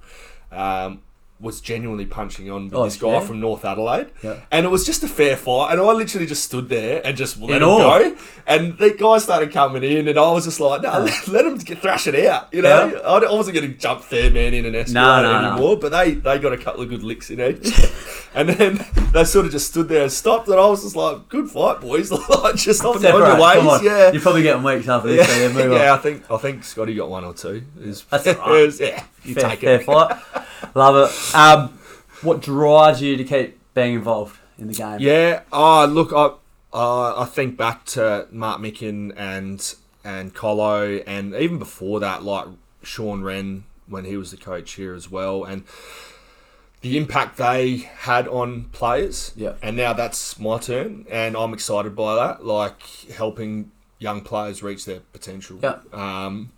[SPEAKER 4] um, was genuinely punching on with
[SPEAKER 2] Oh,
[SPEAKER 4] this guy
[SPEAKER 2] yeah?
[SPEAKER 4] from North Adelaide,
[SPEAKER 2] Yeah.
[SPEAKER 4] and it was just a fair fight. And I literally just stood there and just let
[SPEAKER 2] In
[SPEAKER 4] him
[SPEAKER 2] awe.
[SPEAKER 4] go. And the guy started coming in, and I was just like, "No, let, let him get, thrash it out." You know,
[SPEAKER 2] Yeah.
[SPEAKER 4] I, I wasn't going to jump third man in and escalate
[SPEAKER 2] No, no, no.
[SPEAKER 4] anymore. But they they got a couple of good licks in each, and then they sort of just stood there and stopped. And I was just like, "Good fight, boys!" like just on
[SPEAKER 2] Separate,
[SPEAKER 4] your ways,
[SPEAKER 2] come on.
[SPEAKER 4] yeah.
[SPEAKER 2] You're probably getting weeks after
[SPEAKER 4] Yeah,
[SPEAKER 2] this. So yeah, move on.
[SPEAKER 4] yeah I think I think Scotty got one or two. It was-
[SPEAKER 2] That's
[SPEAKER 4] it
[SPEAKER 2] alright.
[SPEAKER 4] was- yeah, you
[SPEAKER 2] fair,
[SPEAKER 4] take
[SPEAKER 2] fair
[SPEAKER 4] it.
[SPEAKER 2] fight. Love it. Um, what drives you to keep being involved in the game?
[SPEAKER 4] Yeah. Oh, look, I I I think back to Mark Micken and and Colo, and even before that, like Sean Wren when he was the coach here as well, and the impact they had on players.
[SPEAKER 2] Yeah.
[SPEAKER 4] And now that's my turn, and I'm excited by that. Like helping young players reach their potential.
[SPEAKER 2] Yeah.
[SPEAKER 4] Um,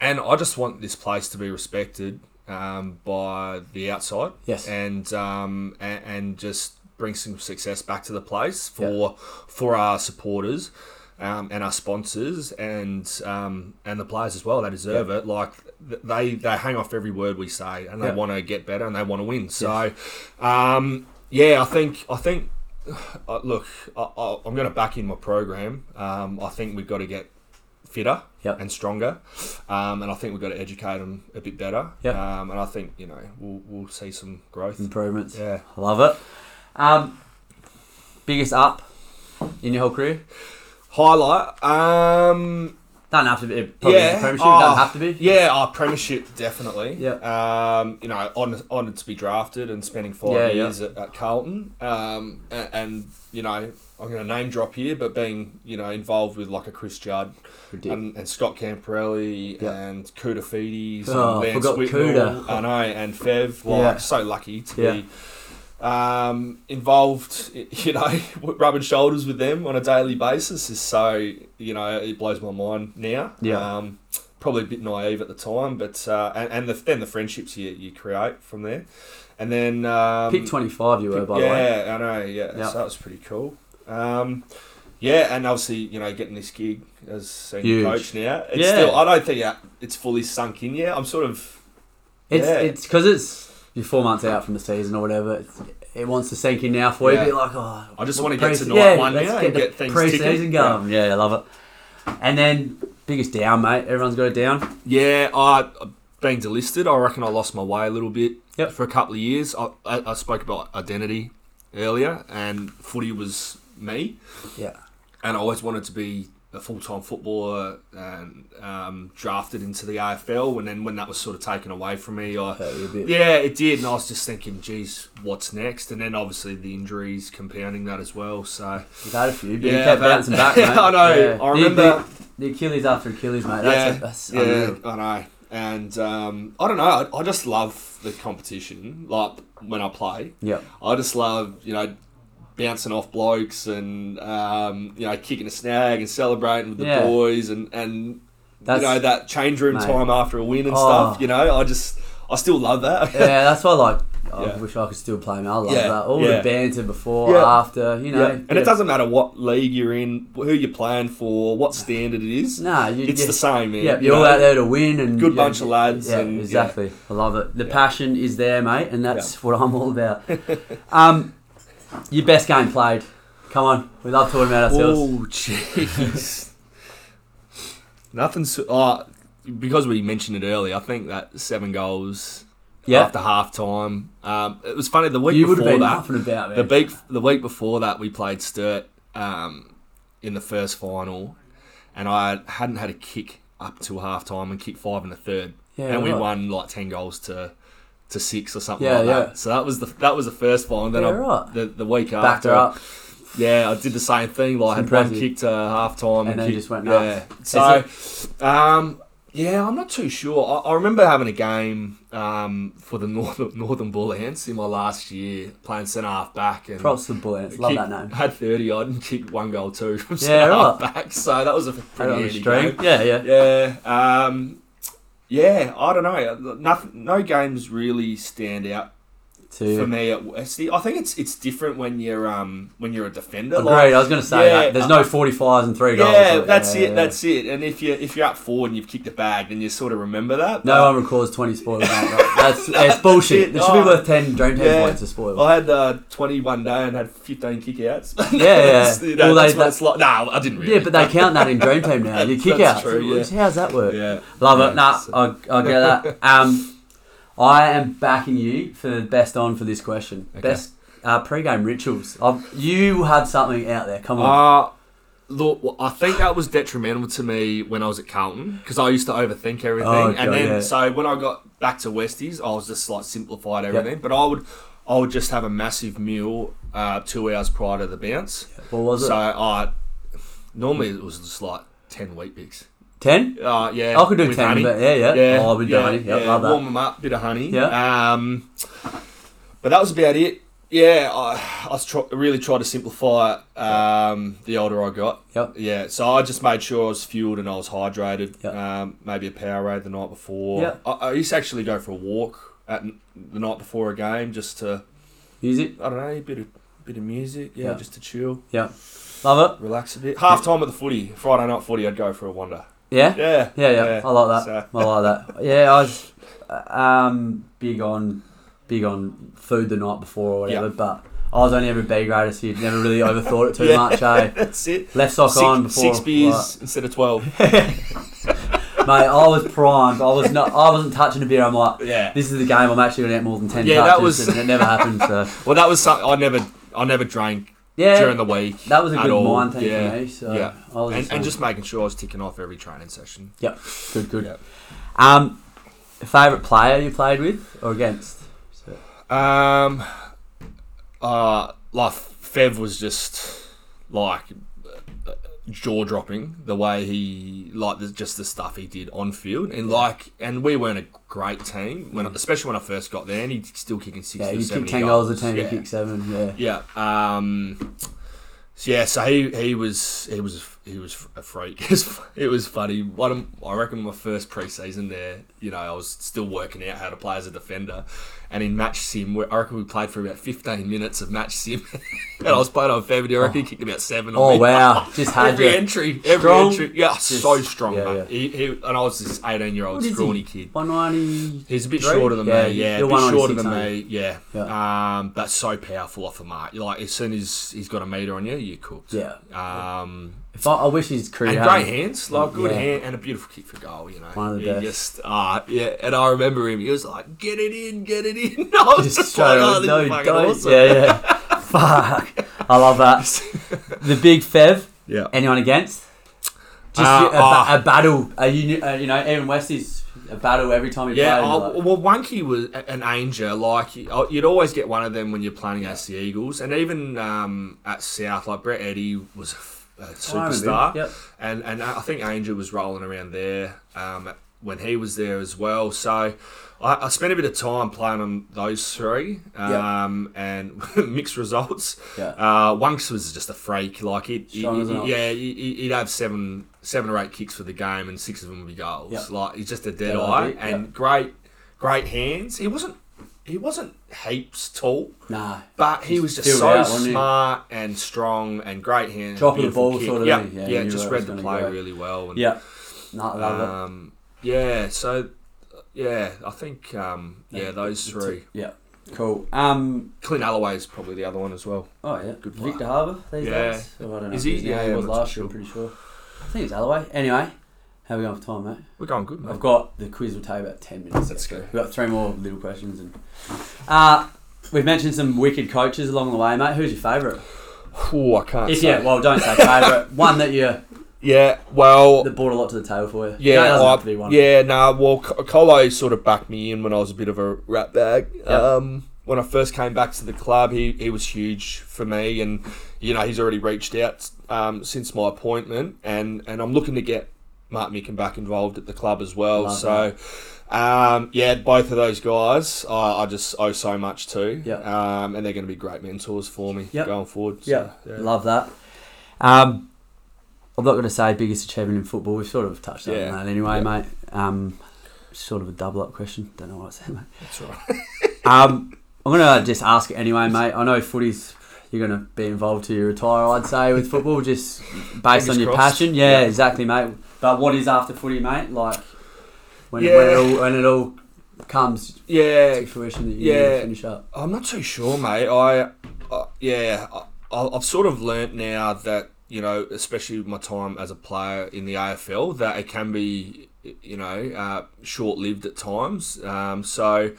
[SPEAKER 4] and I just want this place to be respected um, by the outside.
[SPEAKER 2] Yes.
[SPEAKER 4] And um, and, and just bring some success back to the place for for our supporters. Um, and our sponsors and um, and the players as well, they deserve it. Like th- they they hang off every word we say, and they
[SPEAKER 2] Yeah.
[SPEAKER 4] want to get better and they want to win. So, um, yeah, I think I think uh, look, I, I, I'm going to back in my program. Um, I think we've got to get fitter
[SPEAKER 2] Yep.
[SPEAKER 4] and stronger, um, and I think we've got to educate them a bit better.
[SPEAKER 2] Yep.
[SPEAKER 4] Um, and I think you know we'll, we'll see some growth.
[SPEAKER 2] Mm. Improvements.
[SPEAKER 4] Yeah.
[SPEAKER 2] Love it. Um, biggest up in your whole career?
[SPEAKER 4] Highlight. Um,
[SPEAKER 2] Don't have to be. it Probably yeah.
[SPEAKER 4] yeah.
[SPEAKER 2] Premiership.
[SPEAKER 4] Oh,
[SPEAKER 2] Don't have to be.
[SPEAKER 4] Yeah. Oh, premiership definitely.
[SPEAKER 2] Yep.
[SPEAKER 4] Um, you know, honoured honored to be drafted and spending five
[SPEAKER 2] Yeah, yeah.
[SPEAKER 4] years At, at Carlton. Um, and, and you know. I'm going to name drop here, but being you know involved with like a Chris Judd,
[SPEAKER 2] Ridiculous.
[SPEAKER 4] and, and Scott Camperelli
[SPEAKER 2] Um, Yeah.
[SPEAKER 4] and Kuda Fides and
[SPEAKER 2] Oh,
[SPEAKER 4] Lance
[SPEAKER 2] forgot
[SPEAKER 4] Whitnall,
[SPEAKER 2] Kuda.
[SPEAKER 4] I know, and Fev. Like,
[SPEAKER 2] Yeah.
[SPEAKER 4] so lucky to
[SPEAKER 2] Yeah.
[SPEAKER 4] be um, involved, you know, rubbing shoulders with them on a daily basis is so, you know, it blows my mind now.
[SPEAKER 2] Yeah.
[SPEAKER 4] Um, probably a bit naive at the time, but, uh, and, and the, then the friendships you, you create from there. And then. Um,
[SPEAKER 2] Pick 25 you were, by the way.
[SPEAKER 4] yeah, I know. Yeah,
[SPEAKER 2] Yeah.
[SPEAKER 4] so that was pretty cool. Um, yeah, and obviously you know getting this gig as senior
[SPEAKER 2] Huge.
[SPEAKER 4] coach now. It's
[SPEAKER 2] Yeah.
[SPEAKER 4] still I don't think uh, it's fully sunk in yet. I'm sort of
[SPEAKER 2] It's
[SPEAKER 4] Yeah.
[SPEAKER 2] it's because it's you're four months out from the season or whatever. It's, it wants to sink in now for you.
[SPEAKER 4] Yeah.
[SPEAKER 2] Be like, oh,
[SPEAKER 4] I just want to
[SPEAKER 2] pre-
[SPEAKER 4] get to night
[SPEAKER 2] yeah,
[SPEAKER 4] one
[SPEAKER 2] let's
[SPEAKER 4] now
[SPEAKER 2] get
[SPEAKER 4] and
[SPEAKER 2] the
[SPEAKER 4] get things
[SPEAKER 2] pre-season
[SPEAKER 4] ticking.
[SPEAKER 2] going. Yeah. I love it. And then biggest down, mate. Everyone's got a down.
[SPEAKER 4] Yeah, I being delisted. I reckon I lost my way a little bit
[SPEAKER 2] Yep.
[SPEAKER 4] for a couple of years. I, I, I spoke about identity earlier, and footy was me.
[SPEAKER 2] Yeah.
[SPEAKER 4] and I always wanted to be a full-time footballer and um, drafted into the AFL. And then when that was sort of taken away from me, I
[SPEAKER 2] Hurt you a bit.
[SPEAKER 4] yeah, it did. And I was just thinking, geez, what's next? And then obviously the injuries compounding that as well. So
[SPEAKER 2] You've had a few, but you
[SPEAKER 4] Yeah,
[SPEAKER 2] kept
[SPEAKER 4] but-
[SPEAKER 2] bouncing back, mate.
[SPEAKER 4] I know. I
[SPEAKER 2] The-
[SPEAKER 4] remember-
[SPEAKER 2] The, the Achilles after Achilles, mate. That's,
[SPEAKER 4] yeah,
[SPEAKER 2] that's
[SPEAKER 4] yeah,
[SPEAKER 2] unreal.
[SPEAKER 4] I know. And um, I don't know. I, I just love the competition. Like when I play,
[SPEAKER 2] Yep.
[SPEAKER 4] I just love, you know, bouncing off blokes and um, you know, kicking a snag and celebrating with the
[SPEAKER 2] Yeah.
[SPEAKER 4] boys and and
[SPEAKER 2] That's-
[SPEAKER 4] you know that change room
[SPEAKER 2] Mate.
[SPEAKER 4] time after a win and
[SPEAKER 2] Oh.
[SPEAKER 4] stuff. You know, I just I still love that.
[SPEAKER 2] yeah, that's why, like, I
[SPEAKER 4] Yeah.
[SPEAKER 2] wish I could still play, mate. I love
[SPEAKER 4] Yeah,
[SPEAKER 2] that. All
[SPEAKER 4] yeah.
[SPEAKER 2] the banter before,
[SPEAKER 4] Yeah.
[SPEAKER 2] after, you know.
[SPEAKER 4] Yeah. and
[SPEAKER 2] bit
[SPEAKER 4] it
[SPEAKER 2] of-
[SPEAKER 4] doesn't matter what league you're in, who you're playing for, what standard it is.
[SPEAKER 2] Nah, you,
[SPEAKER 4] it's
[SPEAKER 2] you-
[SPEAKER 4] the same, man.
[SPEAKER 2] Yeah,
[SPEAKER 4] you
[SPEAKER 2] you're all
[SPEAKER 4] know?
[SPEAKER 2] out there to win and
[SPEAKER 4] Good
[SPEAKER 2] yeah,
[SPEAKER 4] bunch of lads
[SPEAKER 2] Yeah,
[SPEAKER 4] and-
[SPEAKER 2] exactly. I love it. The passion is there, mate, and that's what I'm all about. um, your best game played. Come on, we love talking about ourselves.
[SPEAKER 4] Oh, jeez. Nothing. So, oh, because we mentioned it earlier, I think that seven goals
[SPEAKER 2] Yeah.
[SPEAKER 4] after half time. Um, it was funny the week
[SPEAKER 2] you would have
[SPEAKER 4] before
[SPEAKER 2] been
[SPEAKER 4] that.
[SPEAKER 2] laughing about
[SPEAKER 4] The
[SPEAKER 2] man.
[SPEAKER 4] week the week before that, we played Sturt um, in the first final, and I hadn't had a kick up to half time and kicked five in the third,
[SPEAKER 2] Yeah,
[SPEAKER 4] and we
[SPEAKER 2] right.
[SPEAKER 4] won like ten goals to. To six or something
[SPEAKER 2] Yeah,
[SPEAKER 4] like
[SPEAKER 2] yeah.
[SPEAKER 4] that. So that was the that was the first final. Then
[SPEAKER 2] Yeah,
[SPEAKER 4] I,
[SPEAKER 2] right.
[SPEAKER 4] the the week
[SPEAKER 2] Backed
[SPEAKER 4] after,
[SPEAKER 2] her up.
[SPEAKER 4] yeah, I did the same thing. Like I had one
[SPEAKER 2] impressive.
[SPEAKER 4] kick to half time
[SPEAKER 2] And then
[SPEAKER 4] kick-
[SPEAKER 2] just went
[SPEAKER 4] Yeah. So, um, yeah, I'm not too sure. I, I remember having a game um, for the Northern, Northern Bull Ants in my last year, playing centre half back and.
[SPEAKER 2] Props to the Bullets. Love
[SPEAKER 4] kicked-
[SPEAKER 2] that name.
[SPEAKER 4] Had thirty odd and kicked one goal too from
[SPEAKER 2] Yeah,
[SPEAKER 4] centre half
[SPEAKER 2] right.
[SPEAKER 4] back, so that was a
[SPEAKER 2] Had it
[SPEAKER 4] pretty
[SPEAKER 2] on the
[SPEAKER 4] handy
[SPEAKER 2] string.
[SPEAKER 4] game.
[SPEAKER 2] Yeah, yeah.
[SPEAKER 4] Yeah, um, yeah, I don't know. Nothing, no games really stand out
[SPEAKER 2] To
[SPEAKER 4] for me at Westy. I think it's it's different when you're um when you're a defender.
[SPEAKER 2] Agreed.
[SPEAKER 4] like-
[SPEAKER 2] I was going to say
[SPEAKER 4] yeah,
[SPEAKER 2] that. There's no 45s and three goals.
[SPEAKER 4] Yeah,
[SPEAKER 2] Like,
[SPEAKER 4] that's
[SPEAKER 2] yeah,
[SPEAKER 4] it.
[SPEAKER 2] yeah.
[SPEAKER 4] That's it. And if you if you're up forward and you've kicked a bag, then you sort of remember that.
[SPEAKER 2] No one records 20 spoilers. Like that. That's it's bullshit.
[SPEAKER 4] it.
[SPEAKER 2] It. should be
[SPEAKER 4] Oh.
[SPEAKER 2] worth 10, dream 10
[SPEAKER 4] Yeah.
[SPEAKER 2] points a spoiler.
[SPEAKER 4] I had uh, 20 one day and had 15 kickouts.
[SPEAKER 2] yeah.
[SPEAKER 4] you know,
[SPEAKER 2] Well, they-
[SPEAKER 4] that's what
[SPEAKER 2] that-
[SPEAKER 4] it's like. Nah, I didn't really.
[SPEAKER 2] Yeah, but they count that in Dream Team now. You kick
[SPEAKER 4] That's
[SPEAKER 2] out.
[SPEAKER 4] true, yeah.
[SPEAKER 2] How's that work?
[SPEAKER 4] Yeah.
[SPEAKER 2] Love
[SPEAKER 4] Yeah,
[SPEAKER 2] it. Nah,
[SPEAKER 4] so-
[SPEAKER 2] I, I get that. Um, I am backing you for the best on for this question. Best uh, pre-game rituals. I've, you had something out there. Come on.
[SPEAKER 4] Uh, look, well, I think that was detrimental to me when I was at Carlton because I used to overthink everything,
[SPEAKER 2] Oh, God,
[SPEAKER 4] and then
[SPEAKER 2] yeah.
[SPEAKER 4] so when I got back to Westies, I was just like simplified everything. But I would, I would just have a massive meal uh, two hours prior to the bounce.
[SPEAKER 2] what was
[SPEAKER 4] So
[SPEAKER 2] it?
[SPEAKER 4] I normally it was just like ten wheat picks.
[SPEAKER 2] Ten.
[SPEAKER 4] Uh, yeah,
[SPEAKER 2] I could do
[SPEAKER 4] with
[SPEAKER 2] 10,
[SPEAKER 4] honey.
[SPEAKER 2] but yeah, yeah. Oh, I'll be
[SPEAKER 4] yeah,
[SPEAKER 2] honey. Yep,
[SPEAKER 4] yeah.
[SPEAKER 2] love that.
[SPEAKER 4] Warm them up, bit of honey.
[SPEAKER 2] Yeah.
[SPEAKER 4] Um, but that was about it. Yeah, I, I was try, really tried to simplify it, um, the older I got.
[SPEAKER 2] Yep.
[SPEAKER 4] Yeah, so I just made sure I was fueled and I was hydrated.
[SPEAKER 2] Yep.
[SPEAKER 4] Um, maybe a Powerade the night before.
[SPEAKER 2] Yep.
[SPEAKER 4] I, I used to actually go for a walk at n- the night before a game just to,
[SPEAKER 2] Music.
[SPEAKER 4] I don't know, a bit of, bit of music, yeah,
[SPEAKER 2] Yep.
[SPEAKER 4] just to chill,
[SPEAKER 2] Yeah. Love
[SPEAKER 4] relax a bit. Half time at the footy, Friday night footy, I'd go for a wander.
[SPEAKER 2] it. Yeah.
[SPEAKER 4] Yeah.
[SPEAKER 2] Yeah, yeah, I like
[SPEAKER 4] So-
[SPEAKER 2] that. I like that. Yeah, I was um, big on big on food the night before or whatever,
[SPEAKER 4] Yeah.
[SPEAKER 2] but I was only ever B grader, so you'd never really overthought it too
[SPEAKER 4] Yeah.
[SPEAKER 2] much. Eh?
[SPEAKER 4] That's it.
[SPEAKER 2] Left sock
[SPEAKER 4] Six,
[SPEAKER 2] on before
[SPEAKER 4] six beers
[SPEAKER 2] like-
[SPEAKER 4] instead of twelve.
[SPEAKER 2] mate. I was primed. I was not. I wasn't touching a beer. I'm like,
[SPEAKER 4] Yeah.
[SPEAKER 2] this is the game. I'm actually gonna get more than ten
[SPEAKER 4] Yeah, that
[SPEAKER 2] touches,
[SPEAKER 4] was-
[SPEAKER 2] and it never happened. So
[SPEAKER 4] Well, that was something I never, I never drank
[SPEAKER 2] yeah,
[SPEAKER 4] during the week.
[SPEAKER 2] that was a
[SPEAKER 4] at
[SPEAKER 2] good
[SPEAKER 4] all.
[SPEAKER 2] mind thing
[SPEAKER 4] yeah.
[SPEAKER 2] for me. So
[SPEAKER 4] yeah.
[SPEAKER 2] I was
[SPEAKER 4] and,
[SPEAKER 2] just,
[SPEAKER 4] and
[SPEAKER 2] like,
[SPEAKER 4] just making sure I was ticking off every training session.
[SPEAKER 2] yep, good, good.
[SPEAKER 4] Yep.
[SPEAKER 2] Um, favorite player you played with or against? So,
[SPEAKER 4] Um, uh, like Fev was just like jaw dropping the way he like the, just the stuff he did on field and like and we weren't a great team when especially when I first got there and he's still kicking sixty
[SPEAKER 2] Mm.
[SPEAKER 4] or
[SPEAKER 2] yeah, you kick
[SPEAKER 4] seventy
[SPEAKER 2] ten goals
[SPEAKER 4] goals
[SPEAKER 2] a team,
[SPEAKER 4] yeah.
[SPEAKER 2] you kick seven. Yeah.
[SPEAKER 4] Yeah. Um, so yeah. So he, he was he was he was a freak. It was, it was funny. One of, I reckon my first preseason there. You know, I was still working out how to play as a defender, and in match sim, we- I reckon we played for about fifteen minutes of match sim, and I was playing on February. I reckon he kicked about seven. on
[SPEAKER 2] Oh
[SPEAKER 4] me.
[SPEAKER 2] wow! Just had
[SPEAKER 4] Every
[SPEAKER 2] you.
[SPEAKER 4] entry, every
[SPEAKER 2] Strong.
[SPEAKER 4] entry, yeah,
[SPEAKER 2] Just-
[SPEAKER 4] so strong.
[SPEAKER 2] yeah,
[SPEAKER 4] mate.
[SPEAKER 2] yeah.
[SPEAKER 4] He, he, and I was this eighteen-year-old
[SPEAKER 2] What is he?
[SPEAKER 4] scrawny kid.
[SPEAKER 2] One ninety.
[SPEAKER 4] He's a bit
[SPEAKER 2] Three?
[SPEAKER 4] shorter than
[SPEAKER 2] Yeah,
[SPEAKER 4] me, yeah.
[SPEAKER 2] you're
[SPEAKER 4] A bit shorter
[SPEAKER 2] 196,
[SPEAKER 4] than
[SPEAKER 2] aren't
[SPEAKER 4] me, yeah. Um, but so powerful off the mark. You're Like as soon as he's got a meter on you, you're cooked.
[SPEAKER 2] Yeah.
[SPEAKER 4] Um,
[SPEAKER 2] If I, I wish his career.
[SPEAKER 4] and
[SPEAKER 2] had-
[SPEAKER 4] great hands, like good
[SPEAKER 2] Yeah.
[SPEAKER 4] hand and a beautiful kick for goal. You know,
[SPEAKER 2] One of the
[SPEAKER 4] He
[SPEAKER 2] best.
[SPEAKER 4] Just uh, yeah. And I remember him. He was like, "Get it in, get it in." I was
[SPEAKER 2] Just
[SPEAKER 4] just,
[SPEAKER 2] straight
[SPEAKER 4] like, "Oh,
[SPEAKER 2] up,
[SPEAKER 4] this
[SPEAKER 2] no
[SPEAKER 4] is fucking
[SPEAKER 2] don't.
[SPEAKER 4] awesome."
[SPEAKER 2] Yeah, yeah. Fuck. I love that. The big Fev.
[SPEAKER 4] Yeah.
[SPEAKER 2] Anyone against? Just
[SPEAKER 4] Uh,
[SPEAKER 2] a, ba-
[SPEAKER 4] oh.
[SPEAKER 2] a battle. A uni- uh, you know, Aaron West is a battle every time he
[SPEAKER 4] Yeah, oh,
[SPEAKER 2] plays.
[SPEAKER 4] I,
[SPEAKER 2] like-
[SPEAKER 4] well, Wonky was a- an angel. Like you- you'd always get one of them when you're playing against the Eagles, and even um, at South, like Brett Eddie was a f- a
[SPEAKER 2] remember him,
[SPEAKER 4] superstar.
[SPEAKER 2] yep.
[SPEAKER 4] And and I think Angel was rolling around there um, when he was there as well. So. I I spent a bit of time playing on those three, um, and mixed results.
[SPEAKER 2] Yeah.
[SPEAKER 4] Uh, Wunks was just a freak. Like he, he-
[SPEAKER 2] Strong as an
[SPEAKER 4] he-
[SPEAKER 2] ox.
[SPEAKER 4] yeah, he- he- he'd have seven, seven or eight kicks for the game, and six of them would be goals.
[SPEAKER 2] Yeah.
[SPEAKER 4] Like he's just a dead
[SPEAKER 2] Dead
[SPEAKER 4] eye,
[SPEAKER 2] eye,
[SPEAKER 4] and great, great hands. He wasn't, he wasn't heaps tall,
[SPEAKER 2] nah.
[SPEAKER 4] but he was just
[SPEAKER 2] Filled
[SPEAKER 4] so
[SPEAKER 2] out, wasn't he?
[SPEAKER 4] smart and strong and great hands.
[SPEAKER 2] Drop of the
[SPEAKER 4] beautiful
[SPEAKER 2] ball
[SPEAKER 4] kick.
[SPEAKER 2] sort of
[SPEAKER 4] yeah,
[SPEAKER 2] thing. Yeah,
[SPEAKER 4] yeah,
[SPEAKER 2] you knew
[SPEAKER 4] just
[SPEAKER 2] where it
[SPEAKER 4] read the
[SPEAKER 2] was
[SPEAKER 4] play
[SPEAKER 2] gonna go.
[SPEAKER 4] really well. And,
[SPEAKER 2] Yeah. Nah, I love it.
[SPEAKER 4] um, yeah. So, yeah, I think um, yeah, those three.
[SPEAKER 2] Yeah. Cool. Um.
[SPEAKER 4] Clint Alloway is probably the other one as well.
[SPEAKER 2] Oh yeah,
[SPEAKER 4] Good player.
[SPEAKER 2] Victor Harbour these
[SPEAKER 4] Yeah.
[SPEAKER 2] days. Oh, I don't know.
[SPEAKER 4] Is
[SPEAKER 2] if
[SPEAKER 4] he?
[SPEAKER 2] his name
[SPEAKER 4] Yeah, I'm
[SPEAKER 2] was
[SPEAKER 4] not
[SPEAKER 2] last
[SPEAKER 4] too
[SPEAKER 2] year. I'm
[SPEAKER 4] sure.
[SPEAKER 2] pretty sure. I think it's Alloway. Anyway, how are we going for time, mate?
[SPEAKER 4] We're going good, mate.
[SPEAKER 2] I've got the quiz will take about ten minutes.
[SPEAKER 4] Let's go.
[SPEAKER 2] We've got three more little questions, and uh, we've mentioned some wicked coaches along the way, mate. Who's your favourite?
[SPEAKER 4] Ooh, I can't.
[SPEAKER 2] If
[SPEAKER 4] say.
[SPEAKER 2] yeah, well, don't say favourite. one that you
[SPEAKER 4] yeah. Well,
[SPEAKER 2] that brought a lot to the table for you.
[SPEAKER 4] Yeah,
[SPEAKER 2] no, it doesn't
[SPEAKER 4] I-
[SPEAKER 2] have to be one.
[SPEAKER 4] yeah, nah. Well, Co- Colo sort of backed me in when I was a bit of a rat bag. Um, when I first came back to the club, he, he was huge for me, and you know he's already reached out um, since my appointment, and and I'm looking to get Mark Micken back involved at the club as well.
[SPEAKER 2] Love
[SPEAKER 4] so. Um, yeah, both of those guys, I, I just owe so much to,
[SPEAKER 2] Yeah.
[SPEAKER 4] um, and they're going to be great mentors for me
[SPEAKER 2] Yep.
[SPEAKER 4] going forward. so,
[SPEAKER 2] yeah, love that. Um, I'm not going to say biggest achievement in football. We've sort of touched on
[SPEAKER 4] Yeah.
[SPEAKER 2] that anyway,
[SPEAKER 4] Yeah.
[SPEAKER 2] mate. Um, sort of a double up question. Don't know what I said, mate.
[SPEAKER 4] That's right.
[SPEAKER 2] Um, I'm gonna just ask it anyway, mate. I know footy's you're gonna be involved till you retire. I'd say with football, just based
[SPEAKER 4] Fingers
[SPEAKER 2] on your
[SPEAKER 4] crossed.
[SPEAKER 2] passion. Yeah,
[SPEAKER 4] Yeah.
[SPEAKER 2] exactly, mate. But what is after footy, mate? Like when, when
[SPEAKER 4] Yeah.
[SPEAKER 2] it all when it all comes
[SPEAKER 4] Yeah,
[SPEAKER 2] to fruition that you
[SPEAKER 4] Yeah.
[SPEAKER 2] finish up.
[SPEAKER 4] I'm not too sure, mate. I, I yeah, I, I- I've sort of learnt now that you know, especially with my time as a player in the AFL, that it can be, you know, uh, short-lived at times. Um, so,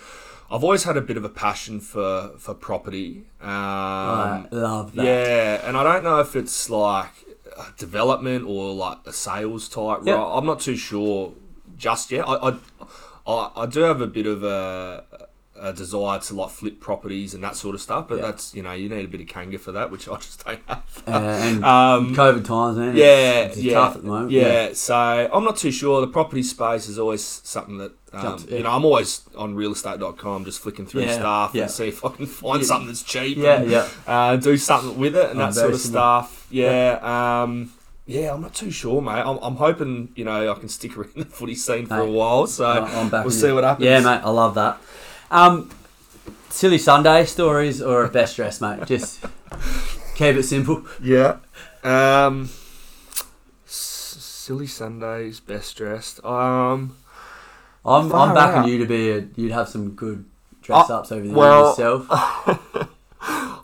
[SPEAKER 4] I've always had a bit of a passion for for property. Um,
[SPEAKER 2] I love that.
[SPEAKER 4] yeah, and I don't know if it's like a development or like a sales type.
[SPEAKER 2] Yeah.
[SPEAKER 4] Right, I'm not too sure just yet. I, I, I, I do have a bit of a, a desire to like flip properties and that sort of stuff, but
[SPEAKER 2] Yeah.
[SPEAKER 4] that's you know you need a bit of kanga for that, which I just don't have.
[SPEAKER 2] Uh, and
[SPEAKER 4] Um,
[SPEAKER 2] COVID times, man.
[SPEAKER 4] yeah,
[SPEAKER 2] it's, it's
[SPEAKER 4] yeah,
[SPEAKER 2] tough at the moment.
[SPEAKER 4] Um, yeah, So I'm not too sure. The property space is always something that um,
[SPEAKER 2] Jumps, yeah.
[SPEAKER 4] you know. I'm always on realestate.com, just flicking through
[SPEAKER 2] Yeah,
[SPEAKER 4] stuff
[SPEAKER 2] yeah.
[SPEAKER 4] and see if I can find
[SPEAKER 2] Yeah.
[SPEAKER 4] something that's cheap.
[SPEAKER 2] yeah,
[SPEAKER 4] and,
[SPEAKER 2] yeah.
[SPEAKER 4] uh, do something with it and
[SPEAKER 2] Oh,
[SPEAKER 4] that sort
[SPEAKER 2] very
[SPEAKER 4] of
[SPEAKER 2] similar.
[SPEAKER 4] stuff. Yeah, um, yeah, I'm not too sure, mate. I'm, I'm hoping you know I can stick around the footy scene for a
[SPEAKER 2] Mate,
[SPEAKER 4] while, so
[SPEAKER 2] I- I'm back
[SPEAKER 4] we'll
[SPEAKER 2] with
[SPEAKER 4] see
[SPEAKER 2] you.
[SPEAKER 4] what happens.
[SPEAKER 2] Yeah, mate, I love that. Um, silly Sunday stories or best dress, mate. Just keep it simple.
[SPEAKER 4] Yeah. Um, S- silly Sundays, best dressed. Um,
[SPEAKER 2] I'm,
[SPEAKER 4] Far
[SPEAKER 2] I'm backing
[SPEAKER 4] out. Uh,
[SPEAKER 2] you to be a. You'd have some good dress ups over the
[SPEAKER 4] well-
[SPEAKER 2] years yourself.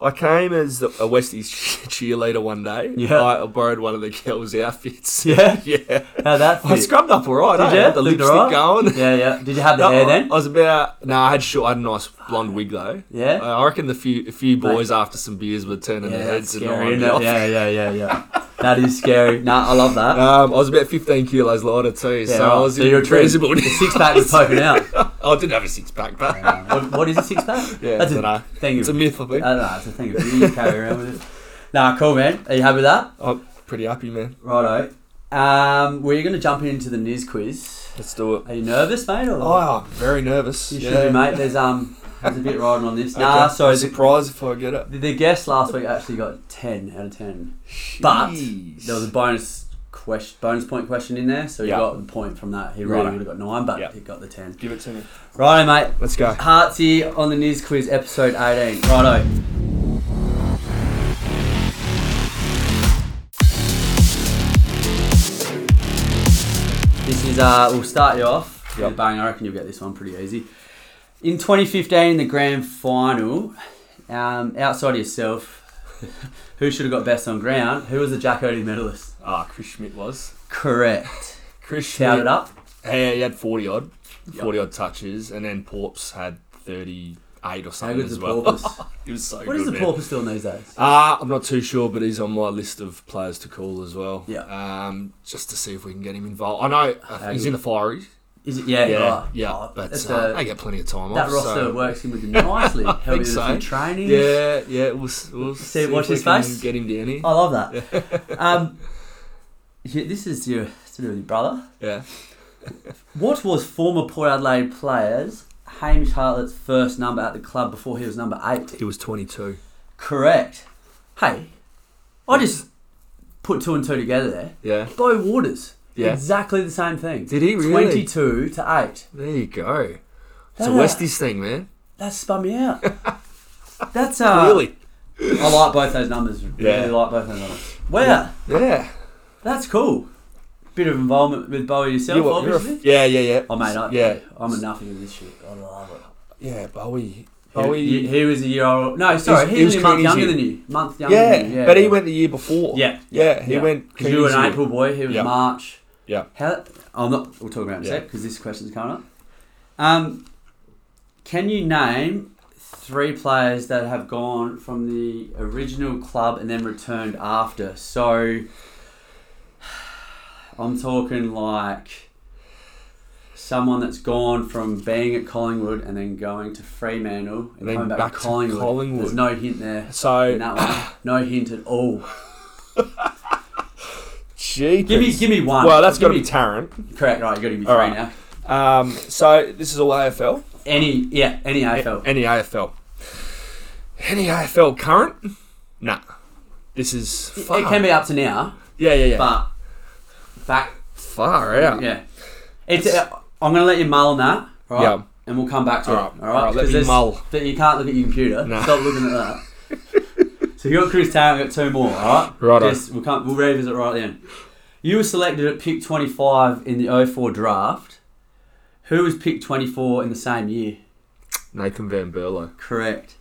[SPEAKER 4] I came as the, a Westies cheerleader one day.
[SPEAKER 2] Yeah.
[SPEAKER 4] I borrowed one of the girls' outfits.
[SPEAKER 2] Yeah,
[SPEAKER 4] yeah.
[SPEAKER 2] how that
[SPEAKER 4] I
[SPEAKER 2] fit?
[SPEAKER 4] scrubbed up all right.
[SPEAKER 2] Did
[SPEAKER 4] eh?
[SPEAKER 2] you?
[SPEAKER 4] Had the
[SPEAKER 2] Looked
[SPEAKER 4] lipstick
[SPEAKER 2] all right?
[SPEAKER 4] going.
[SPEAKER 2] Yeah, yeah. Did you have the
[SPEAKER 4] No,
[SPEAKER 2] hair
[SPEAKER 4] I-
[SPEAKER 2] then?
[SPEAKER 4] I was about no. I had short. I had a nice blonde wig though.
[SPEAKER 2] Yeah?
[SPEAKER 4] I I reckon the few a few boys after some beers were turning
[SPEAKER 2] Yeah,
[SPEAKER 4] their
[SPEAKER 2] that's
[SPEAKER 4] heads and all
[SPEAKER 2] scary.
[SPEAKER 4] on
[SPEAKER 2] isn't
[SPEAKER 4] me
[SPEAKER 2] it?
[SPEAKER 4] off.
[SPEAKER 2] Yeah, yeah, yeah, yeah. That is scary. Nah, I love that.
[SPEAKER 4] Um, I was about 15 kilos lighter too,
[SPEAKER 2] Yeah,
[SPEAKER 4] so I
[SPEAKER 2] right.
[SPEAKER 4] was
[SPEAKER 2] so
[SPEAKER 4] in
[SPEAKER 2] you're a trim.
[SPEAKER 4] reasonable.
[SPEAKER 2] The six pack was poking out. Uh,
[SPEAKER 4] I didn't have a six pack, but
[SPEAKER 2] What, what is a six pack?
[SPEAKER 4] yeah,
[SPEAKER 2] that's
[SPEAKER 4] I don't
[SPEAKER 2] a
[SPEAKER 4] know.
[SPEAKER 2] thing.
[SPEAKER 4] It's a
[SPEAKER 2] of,
[SPEAKER 4] myth, I
[SPEAKER 2] I
[SPEAKER 4] think.
[SPEAKER 2] don't know. It's a thing of you carry around with it. Nah, cool, man. Are you happy with that?
[SPEAKER 4] I'm pretty happy, man.
[SPEAKER 2] Righto. Um, we're going to jump into the Niz quiz.
[SPEAKER 4] Let's do it.
[SPEAKER 2] Are you nervous, mate? Or
[SPEAKER 4] Oh, I'm very nervous.
[SPEAKER 2] you
[SPEAKER 4] yeah.
[SPEAKER 2] should be, mate. There's um, there's a bit riding on this.
[SPEAKER 4] Okay.
[SPEAKER 2] Nah, so
[SPEAKER 4] I'm
[SPEAKER 2] the,
[SPEAKER 4] surprised if I get it.
[SPEAKER 2] the guest last week actually got ten out of ten, but
[SPEAKER 4] Jeez.
[SPEAKER 2] there was a bonus question, bonus point question in there, so he
[SPEAKER 4] Yeah.
[SPEAKER 2] got the point from that. He really
[SPEAKER 4] Righto.
[SPEAKER 2] would have got nine, but
[SPEAKER 4] Yeah.
[SPEAKER 2] he got the ten.
[SPEAKER 4] give it to me.
[SPEAKER 2] Righto, mate.
[SPEAKER 4] Let's go.
[SPEAKER 2] Heartsy on the news quiz, episode eighteen. Righto. This is uh, we'll start you off with a
[SPEAKER 4] Yep.
[SPEAKER 2] bang. I reckon you'll get this one pretty easy. In 2015, the grand final, um, outside of yourself, who should have got best on ground? Who was the Jack Odie medalist?
[SPEAKER 4] Ah, Chris Schmidt was.
[SPEAKER 2] Correct.
[SPEAKER 4] Chris
[SPEAKER 2] Shout it up.
[SPEAKER 4] Yeah, he had 40 odd, 40 odd touches, and then Porps had 38 or
[SPEAKER 2] How
[SPEAKER 4] something
[SPEAKER 2] good's
[SPEAKER 4] as
[SPEAKER 2] the
[SPEAKER 4] well.
[SPEAKER 2] porpoise?
[SPEAKER 4] He was so
[SPEAKER 2] What
[SPEAKER 4] good.
[SPEAKER 2] is the
[SPEAKER 4] man.
[SPEAKER 2] porpoise doing these days?
[SPEAKER 4] Ah, I'm not too sure, but he's on my list of players to call as well.
[SPEAKER 2] Yeah.
[SPEAKER 4] Um, just to see if we can get him involved. I know uh, he's in the fiery.
[SPEAKER 2] Is it? Yeah,
[SPEAKER 4] Yeah.
[SPEAKER 2] right.
[SPEAKER 4] yeah,
[SPEAKER 2] Oh,
[SPEAKER 4] but
[SPEAKER 2] that's
[SPEAKER 4] uh,
[SPEAKER 2] a-
[SPEAKER 4] they get plenty of time
[SPEAKER 2] That
[SPEAKER 4] off.
[SPEAKER 2] roster
[SPEAKER 4] so-
[SPEAKER 2] works in with him nicely. Help you
[SPEAKER 4] think
[SPEAKER 2] with a few
[SPEAKER 4] so.
[SPEAKER 2] trainings.
[SPEAKER 4] Yeah, yeah. We'll, s- we'll see.
[SPEAKER 2] watch
[SPEAKER 4] if we
[SPEAKER 2] his
[SPEAKER 4] can
[SPEAKER 2] face. Oh.
[SPEAKER 4] Get him down here.
[SPEAKER 2] I love that. um, yeah, this is your, it's to do with your brother.
[SPEAKER 4] Yeah.
[SPEAKER 2] What was former Port Adelaide players Hamish Hartlett's first number at the club before he was number eight?
[SPEAKER 4] He was 22.
[SPEAKER 2] Correct. Hey, I just put two and two together there.
[SPEAKER 4] Yeah.
[SPEAKER 2] Bo Waters.
[SPEAKER 4] Yeah.
[SPEAKER 2] Exactly the same thing.
[SPEAKER 4] Did he really?
[SPEAKER 2] 22 to 8.
[SPEAKER 4] There you go. It's a
[SPEAKER 2] That-
[SPEAKER 4] Westies thing, man.
[SPEAKER 2] That spun me out. That's uh,
[SPEAKER 4] really?
[SPEAKER 2] I like both those numbers.
[SPEAKER 4] Yeah.
[SPEAKER 2] Really like both those numbers. Wow.
[SPEAKER 4] Yeah.
[SPEAKER 2] That's cool. Bit of involvement with Bowie yourself,
[SPEAKER 4] You were- you're a-
[SPEAKER 2] obviously.
[SPEAKER 4] yeah, yeah, yeah.
[SPEAKER 2] oh, mate, I,
[SPEAKER 4] yeah,
[SPEAKER 2] I'm a nothing with this shit. I love it.
[SPEAKER 4] yeah. Bowie.
[SPEAKER 2] He,
[SPEAKER 4] Bowie.
[SPEAKER 2] he, he was a year old. No, sorry,
[SPEAKER 4] he
[SPEAKER 2] he was,
[SPEAKER 4] was
[SPEAKER 2] a month
[SPEAKER 4] Keane's
[SPEAKER 2] younger
[SPEAKER 4] year.
[SPEAKER 2] than you. Month younger
[SPEAKER 4] yeah,
[SPEAKER 2] than you. Yeah,
[SPEAKER 4] but he
[SPEAKER 2] yeah.
[SPEAKER 4] went the year before.
[SPEAKER 2] Yeah.
[SPEAKER 4] yeah. He
[SPEAKER 2] Yeah.
[SPEAKER 4] went.
[SPEAKER 2] 'Cause you were an
[SPEAKER 4] Keane's
[SPEAKER 2] April boy. He was
[SPEAKER 4] Yeah.
[SPEAKER 2] March.
[SPEAKER 4] Yeah.
[SPEAKER 2] How? I'm not. We'll talk about it in a
[SPEAKER 4] Yeah.
[SPEAKER 2] sec because this question's coming up. Um, can you name three players that have gone from the original club and then returned after? So, I'm talking like someone that's gone from being at Collingwood and then going to Fremantle and
[SPEAKER 4] Then
[SPEAKER 2] coming back,
[SPEAKER 4] back
[SPEAKER 2] to
[SPEAKER 4] to
[SPEAKER 2] Collingwood.
[SPEAKER 4] Collingwood.
[SPEAKER 2] There's no hint there. in
[SPEAKER 4] So
[SPEAKER 2] that one. No hint at all.
[SPEAKER 4] gee,
[SPEAKER 2] Give me, give me one.
[SPEAKER 4] well, that's got
[SPEAKER 2] Give
[SPEAKER 4] to be
[SPEAKER 2] me-
[SPEAKER 4] Tarrant.
[SPEAKER 2] Correct, right, you gotta give me three
[SPEAKER 4] All right.
[SPEAKER 2] now.
[SPEAKER 4] Um, so this is all AFL.
[SPEAKER 2] Any yeah, any AFL.
[SPEAKER 4] Any AFL. Any AFL current? Nah. This is
[SPEAKER 2] It,
[SPEAKER 4] far.
[SPEAKER 2] it can be up to now,
[SPEAKER 4] Yeah, yeah, yeah.
[SPEAKER 2] but back
[SPEAKER 4] Far out.
[SPEAKER 2] yeah. It's uh, I'm going to let you mull on that, right?
[SPEAKER 4] Yeah.
[SPEAKER 2] And we'll come back to
[SPEAKER 4] All right.
[SPEAKER 2] it.
[SPEAKER 4] All right, let me
[SPEAKER 2] there's-
[SPEAKER 4] mull.
[SPEAKER 2] That you can't look at your computer.
[SPEAKER 4] No.
[SPEAKER 2] Stop looking at that. so you got Chris Tarrant, we got two more, all right?
[SPEAKER 4] Righto.
[SPEAKER 2] Just, we'll, come, we'll revisit right then. You were selected at pick 25 in the 04 draft. Who was pick 24 in the same year?
[SPEAKER 4] Nathan Van Burlo.
[SPEAKER 2] Correct.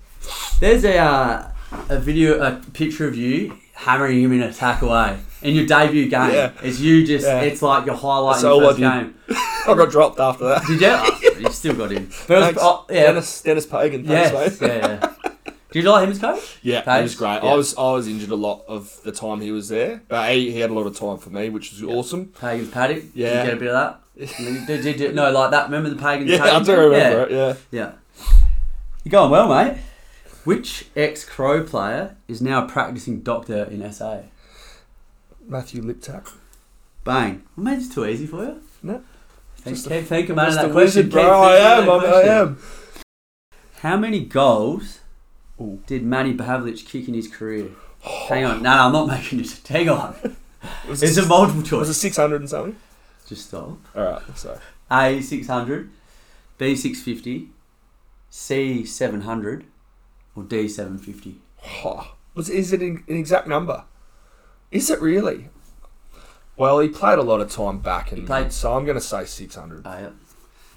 [SPEAKER 2] There's a uh, a video, a picture of you hammering him in a tack away in your debut game.
[SPEAKER 4] Yeah.
[SPEAKER 2] It's you just.
[SPEAKER 4] Yeah.
[SPEAKER 2] It's like your highlight
[SPEAKER 4] That's
[SPEAKER 2] in your
[SPEAKER 4] all I
[SPEAKER 2] first
[SPEAKER 4] did.
[SPEAKER 2] game.
[SPEAKER 4] I got dropped after that.
[SPEAKER 2] Did you? Oh, you still got him. But it was, oh, yeah.
[SPEAKER 4] Dennis, Dennis Pagan. Thanks,
[SPEAKER 2] yes.
[SPEAKER 4] mate.
[SPEAKER 2] Yeah, yeah. Did you like him as coach?
[SPEAKER 4] Yeah,
[SPEAKER 2] Paige?
[SPEAKER 4] he was great.
[SPEAKER 2] Yeah.
[SPEAKER 4] I was I was injured a lot of the time he was there, but he, he had a lot of time for me, which was awesome.
[SPEAKER 2] Pagans Paddock.
[SPEAKER 4] Yeah.
[SPEAKER 2] Did you get a bit of that? Did- did, did, you- no, like that. Remember the Pagans
[SPEAKER 4] Yeah, I
[SPEAKER 2] Paddock?
[SPEAKER 4] do remember it.
[SPEAKER 2] Yeah. You're going well, mate. Which ex Crow player is now a practicing doctor in SA?
[SPEAKER 4] Yeah, Matthew Liptak.
[SPEAKER 2] Bang. I made this too easy for you.
[SPEAKER 4] No.
[SPEAKER 2] Thank,
[SPEAKER 4] Just
[SPEAKER 2] keep thinking about
[SPEAKER 4] Just
[SPEAKER 2] that
[SPEAKER 4] a
[SPEAKER 2] question.
[SPEAKER 4] wizard,
[SPEAKER 2] Keep
[SPEAKER 4] bro. I
[SPEAKER 2] thinking
[SPEAKER 4] am.
[SPEAKER 2] about
[SPEAKER 4] I'm,
[SPEAKER 2] that
[SPEAKER 4] I
[SPEAKER 2] question.
[SPEAKER 4] am.
[SPEAKER 2] How many goals
[SPEAKER 4] Ooh.
[SPEAKER 2] did Manny Pavlich kick in his career? Hang on. No, no, I'm not making this. Hang on.
[SPEAKER 4] Was
[SPEAKER 2] It's
[SPEAKER 4] it,
[SPEAKER 2] a multiple choice.
[SPEAKER 4] was it 600 and something?
[SPEAKER 2] Just stop.
[SPEAKER 4] All right, sorry.
[SPEAKER 2] A six hundred, B six fifty, C seven hundred, or D seven fifty.
[SPEAKER 4] Oh, was is it an, an exact number? Is it really? Well, he played a lot of time back, and
[SPEAKER 2] played-
[SPEAKER 4] so I'm going to say 600.
[SPEAKER 2] Ah, yep.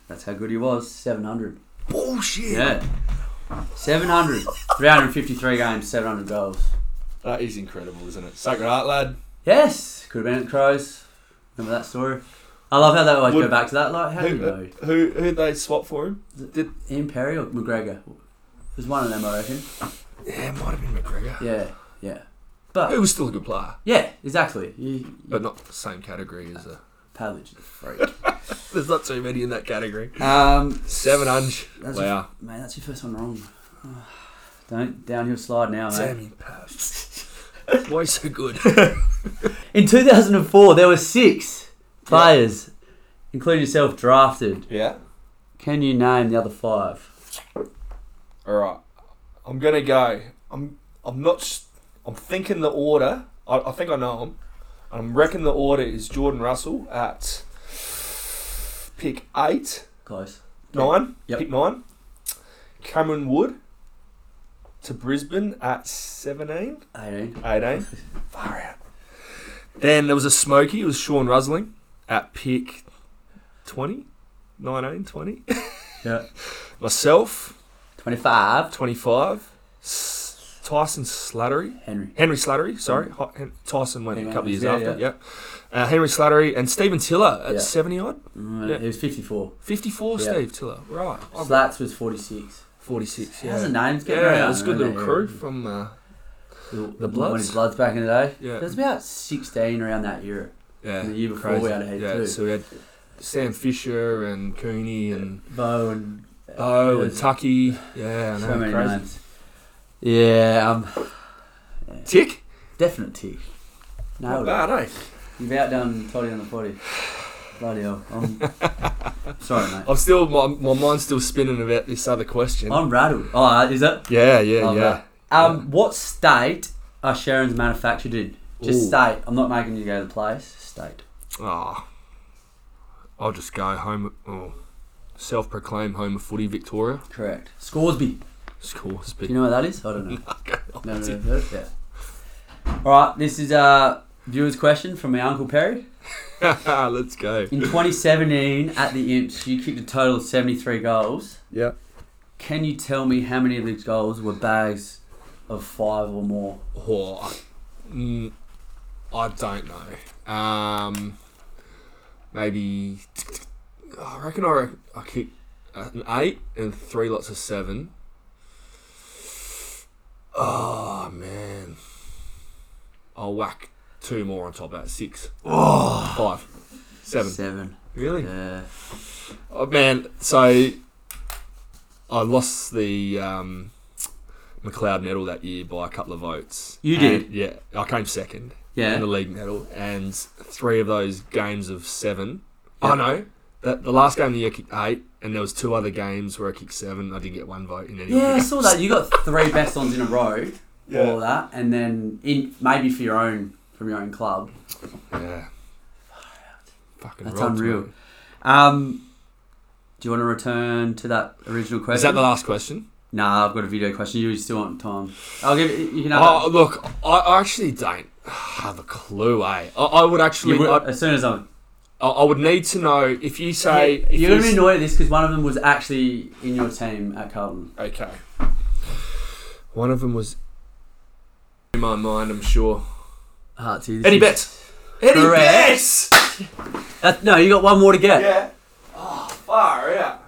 [SPEAKER 2] That's how good he was. Seven hundred.
[SPEAKER 4] Bullshit.
[SPEAKER 2] Yeah. 700, 353 games, 700 goals.
[SPEAKER 4] That is incredible, isn't it? Sacred heart, lad.
[SPEAKER 2] Yes, could have been at the Crows. Remember that story? I love how they always go
[SPEAKER 4] Would-
[SPEAKER 2] back to that. Like, how do
[SPEAKER 4] Who
[SPEAKER 2] you know?
[SPEAKER 4] who who they swap for him? Did
[SPEAKER 2] Imperial McGregor was one of them, I reckon.
[SPEAKER 4] yeah, it might have been McGregor.
[SPEAKER 2] Yeah, yeah, but
[SPEAKER 4] Who was still a good player,
[SPEAKER 2] yeah, exactly. You, you,
[SPEAKER 4] but not the same category as a.
[SPEAKER 2] Pavlich is a freak.
[SPEAKER 4] There's not too many in that category.
[SPEAKER 2] um,
[SPEAKER 4] Seven hundred.
[SPEAKER 2] That's
[SPEAKER 4] Wow.
[SPEAKER 2] Your, mate, that's your first one wrong. Don't downhill slide now, mate.
[SPEAKER 4] Sammy Pass. Why you so good?
[SPEAKER 2] In 2004, there were six players, including yourself, drafted.
[SPEAKER 4] yeah.
[SPEAKER 2] Can you name the other five?
[SPEAKER 4] All right. I'm gonna go. I'm. I'm not. s- I'm thinking the order. I, I think I know them. I'm reckon the order is Jordan Russell at pick eight,
[SPEAKER 2] Close.
[SPEAKER 4] nine,
[SPEAKER 2] Yep.
[SPEAKER 4] pick nine. Cameron Wood to Brisbane at 17,
[SPEAKER 2] 18.
[SPEAKER 4] 18. Far out. Then there was a smoky. It was Sean Rusling at pick 20, 19, 20.
[SPEAKER 2] Yeah.
[SPEAKER 4] Myself,
[SPEAKER 2] 25.
[SPEAKER 4] 25. S- Tyson Slattery.
[SPEAKER 2] Henry.
[SPEAKER 4] Henry Slattery, sorry. Ho- Hen- Tyson went a
[SPEAKER 2] Yeah,
[SPEAKER 4] couple of years
[SPEAKER 2] Mm. yeah,
[SPEAKER 4] after. Yeah. Uh, Henry Slattery and Stephen Tiller at
[SPEAKER 2] Yeah.
[SPEAKER 4] 70 odd.
[SPEAKER 2] Mm,
[SPEAKER 4] Yeah.
[SPEAKER 2] He was 54.
[SPEAKER 4] 54,
[SPEAKER 2] Yeah.
[SPEAKER 4] Steve Tiller. Right. I'm
[SPEAKER 2] Slats was 46.
[SPEAKER 4] 46.
[SPEAKER 2] How's the
[SPEAKER 4] Yeah.
[SPEAKER 2] names getting
[SPEAKER 4] Yeah,
[SPEAKER 2] around?
[SPEAKER 4] it was a good
[SPEAKER 2] isn't
[SPEAKER 4] little
[SPEAKER 2] it?
[SPEAKER 4] crew from. Uh,
[SPEAKER 2] The,
[SPEAKER 4] The
[SPEAKER 2] When
[SPEAKER 4] Bloods.
[SPEAKER 2] his Bloods back in the day.
[SPEAKER 4] Yeah.
[SPEAKER 2] There was about 16 around that year.
[SPEAKER 4] yeah.
[SPEAKER 2] The year before we had a head
[SPEAKER 4] yeah,
[SPEAKER 2] too.
[SPEAKER 4] so we had Sam Fisher and Cooney and
[SPEAKER 2] Bo and
[SPEAKER 4] Oh
[SPEAKER 2] Yeah.
[SPEAKER 4] and Tucky. Yeah, I know,
[SPEAKER 2] so many
[SPEAKER 4] crazy.
[SPEAKER 2] names. Yeah, um,
[SPEAKER 4] Tick.
[SPEAKER 2] Definite tick.
[SPEAKER 4] Not
[SPEAKER 2] No,
[SPEAKER 4] bad, eh?
[SPEAKER 2] you've outdone Toddy on the potty. Bloody hell. I'm sorry, mate.
[SPEAKER 4] I'm still my, my mind's still spinning about this other question.
[SPEAKER 2] I'm rattled. Oh, is it?
[SPEAKER 4] yeah, yeah,
[SPEAKER 2] Love
[SPEAKER 4] yeah.
[SPEAKER 2] that. Um, What state are Sharon's manufactured in? Just
[SPEAKER 4] Ooh.
[SPEAKER 2] state. I'm not making you go to the place. State.
[SPEAKER 4] Oh, I'll just go home. Oh, self-proclaimed home of footy, Victoria.
[SPEAKER 2] Correct. Scoresby.
[SPEAKER 4] It's cool. It's
[SPEAKER 2] Do
[SPEAKER 4] big.
[SPEAKER 2] you know where that is? I don't know. Never heard of it. Yeah. All right. This is a viewer's question from my uncle Perry.
[SPEAKER 4] Let's go.
[SPEAKER 2] In 2017 at the Imps, you kicked a total of 73 goals.
[SPEAKER 4] Yeah.
[SPEAKER 2] Can you tell me how many of these goals were bags of five or more?
[SPEAKER 4] Oh, mm, I don't know. Um, maybe I reckon I reckon I kick an eight and three lots of seven. Oh man, I'll whack two more on top of that. Six.
[SPEAKER 2] Ah.
[SPEAKER 4] Oh. Five. Seven.
[SPEAKER 2] Seven.
[SPEAKER 4] Really?
[SPEAKER 2] Yeah.
[SPEAKER 4] Oh man, so I lost the um, McLeod medal that year by a couple of votes.
[SPEAKER 2] You
[SPEAKER 4] And,
[SPEAKER 2] did?
[SPEAKER 4] yeah. I came second in the
[SPEAKER 2] Yeah.
[SPEAKER 4] league medal, and three of those games of seven. Oh no, that, the last game of the year I kicked eight, and there was two other games where I kicked seven. I didn't get one vote in any. of
[SPEAKER 2] Yeah, I
[SPEAKER 4] them.
[SPEAKER 2] saw that. You got three best ons in a row.
[SPEAKER 4] Yeah.
[SPEAKER 2] All that, and then in maybe for your own from your own club.
[SPEAKER 4] Yeah. Fucking
[SPEAKER 2] That's
[SPEAKER 4] robbed,
[SPEAKER 2] unreal.
[SPEAKER 4] mate.
[SPEAKER 2] Um, Do you want to return to that original question?
[SPEAKER 4] Is that the last question?
[SPEAKER 2] Nah, I've got a video question. You still want time? I'll give you. You can have
[SPEAKER 4] Oh, look, I- I actually don't have a clue, eh? I, I would
[SPEAKER 2] that. You
[SPEAKER 4] actually,
[SPEAKER 2] will-
[SPEAKER 4] I,
[SPEAKER 2] as soon as I'm.
[SPEAKER 4] I I would need to know if you say. if
[SPEAKER 2] You're
[SPEAKER 4] you
[SPEAKER 2] gonna be
[SPEAKER 4] s-
[SPEAKER 2] annoyed at this because one of them was actually in your team at Carlton.
[SPEAKER 4] Okay. One of them was in my mind, I'm sure.
[SPEAKER 2] Hartsy. this
[SPEAKER 4] Eddie
[SPEAKER 2] is-
[SPEAKER 4] Betts. Eddie
[SPEAKER 2] Correct.
[SPEAKER 4] Betts!
[SPEAKER 2] That, no, you got one more to get.
[SPEAKER 4] Yeah. Oh, far out.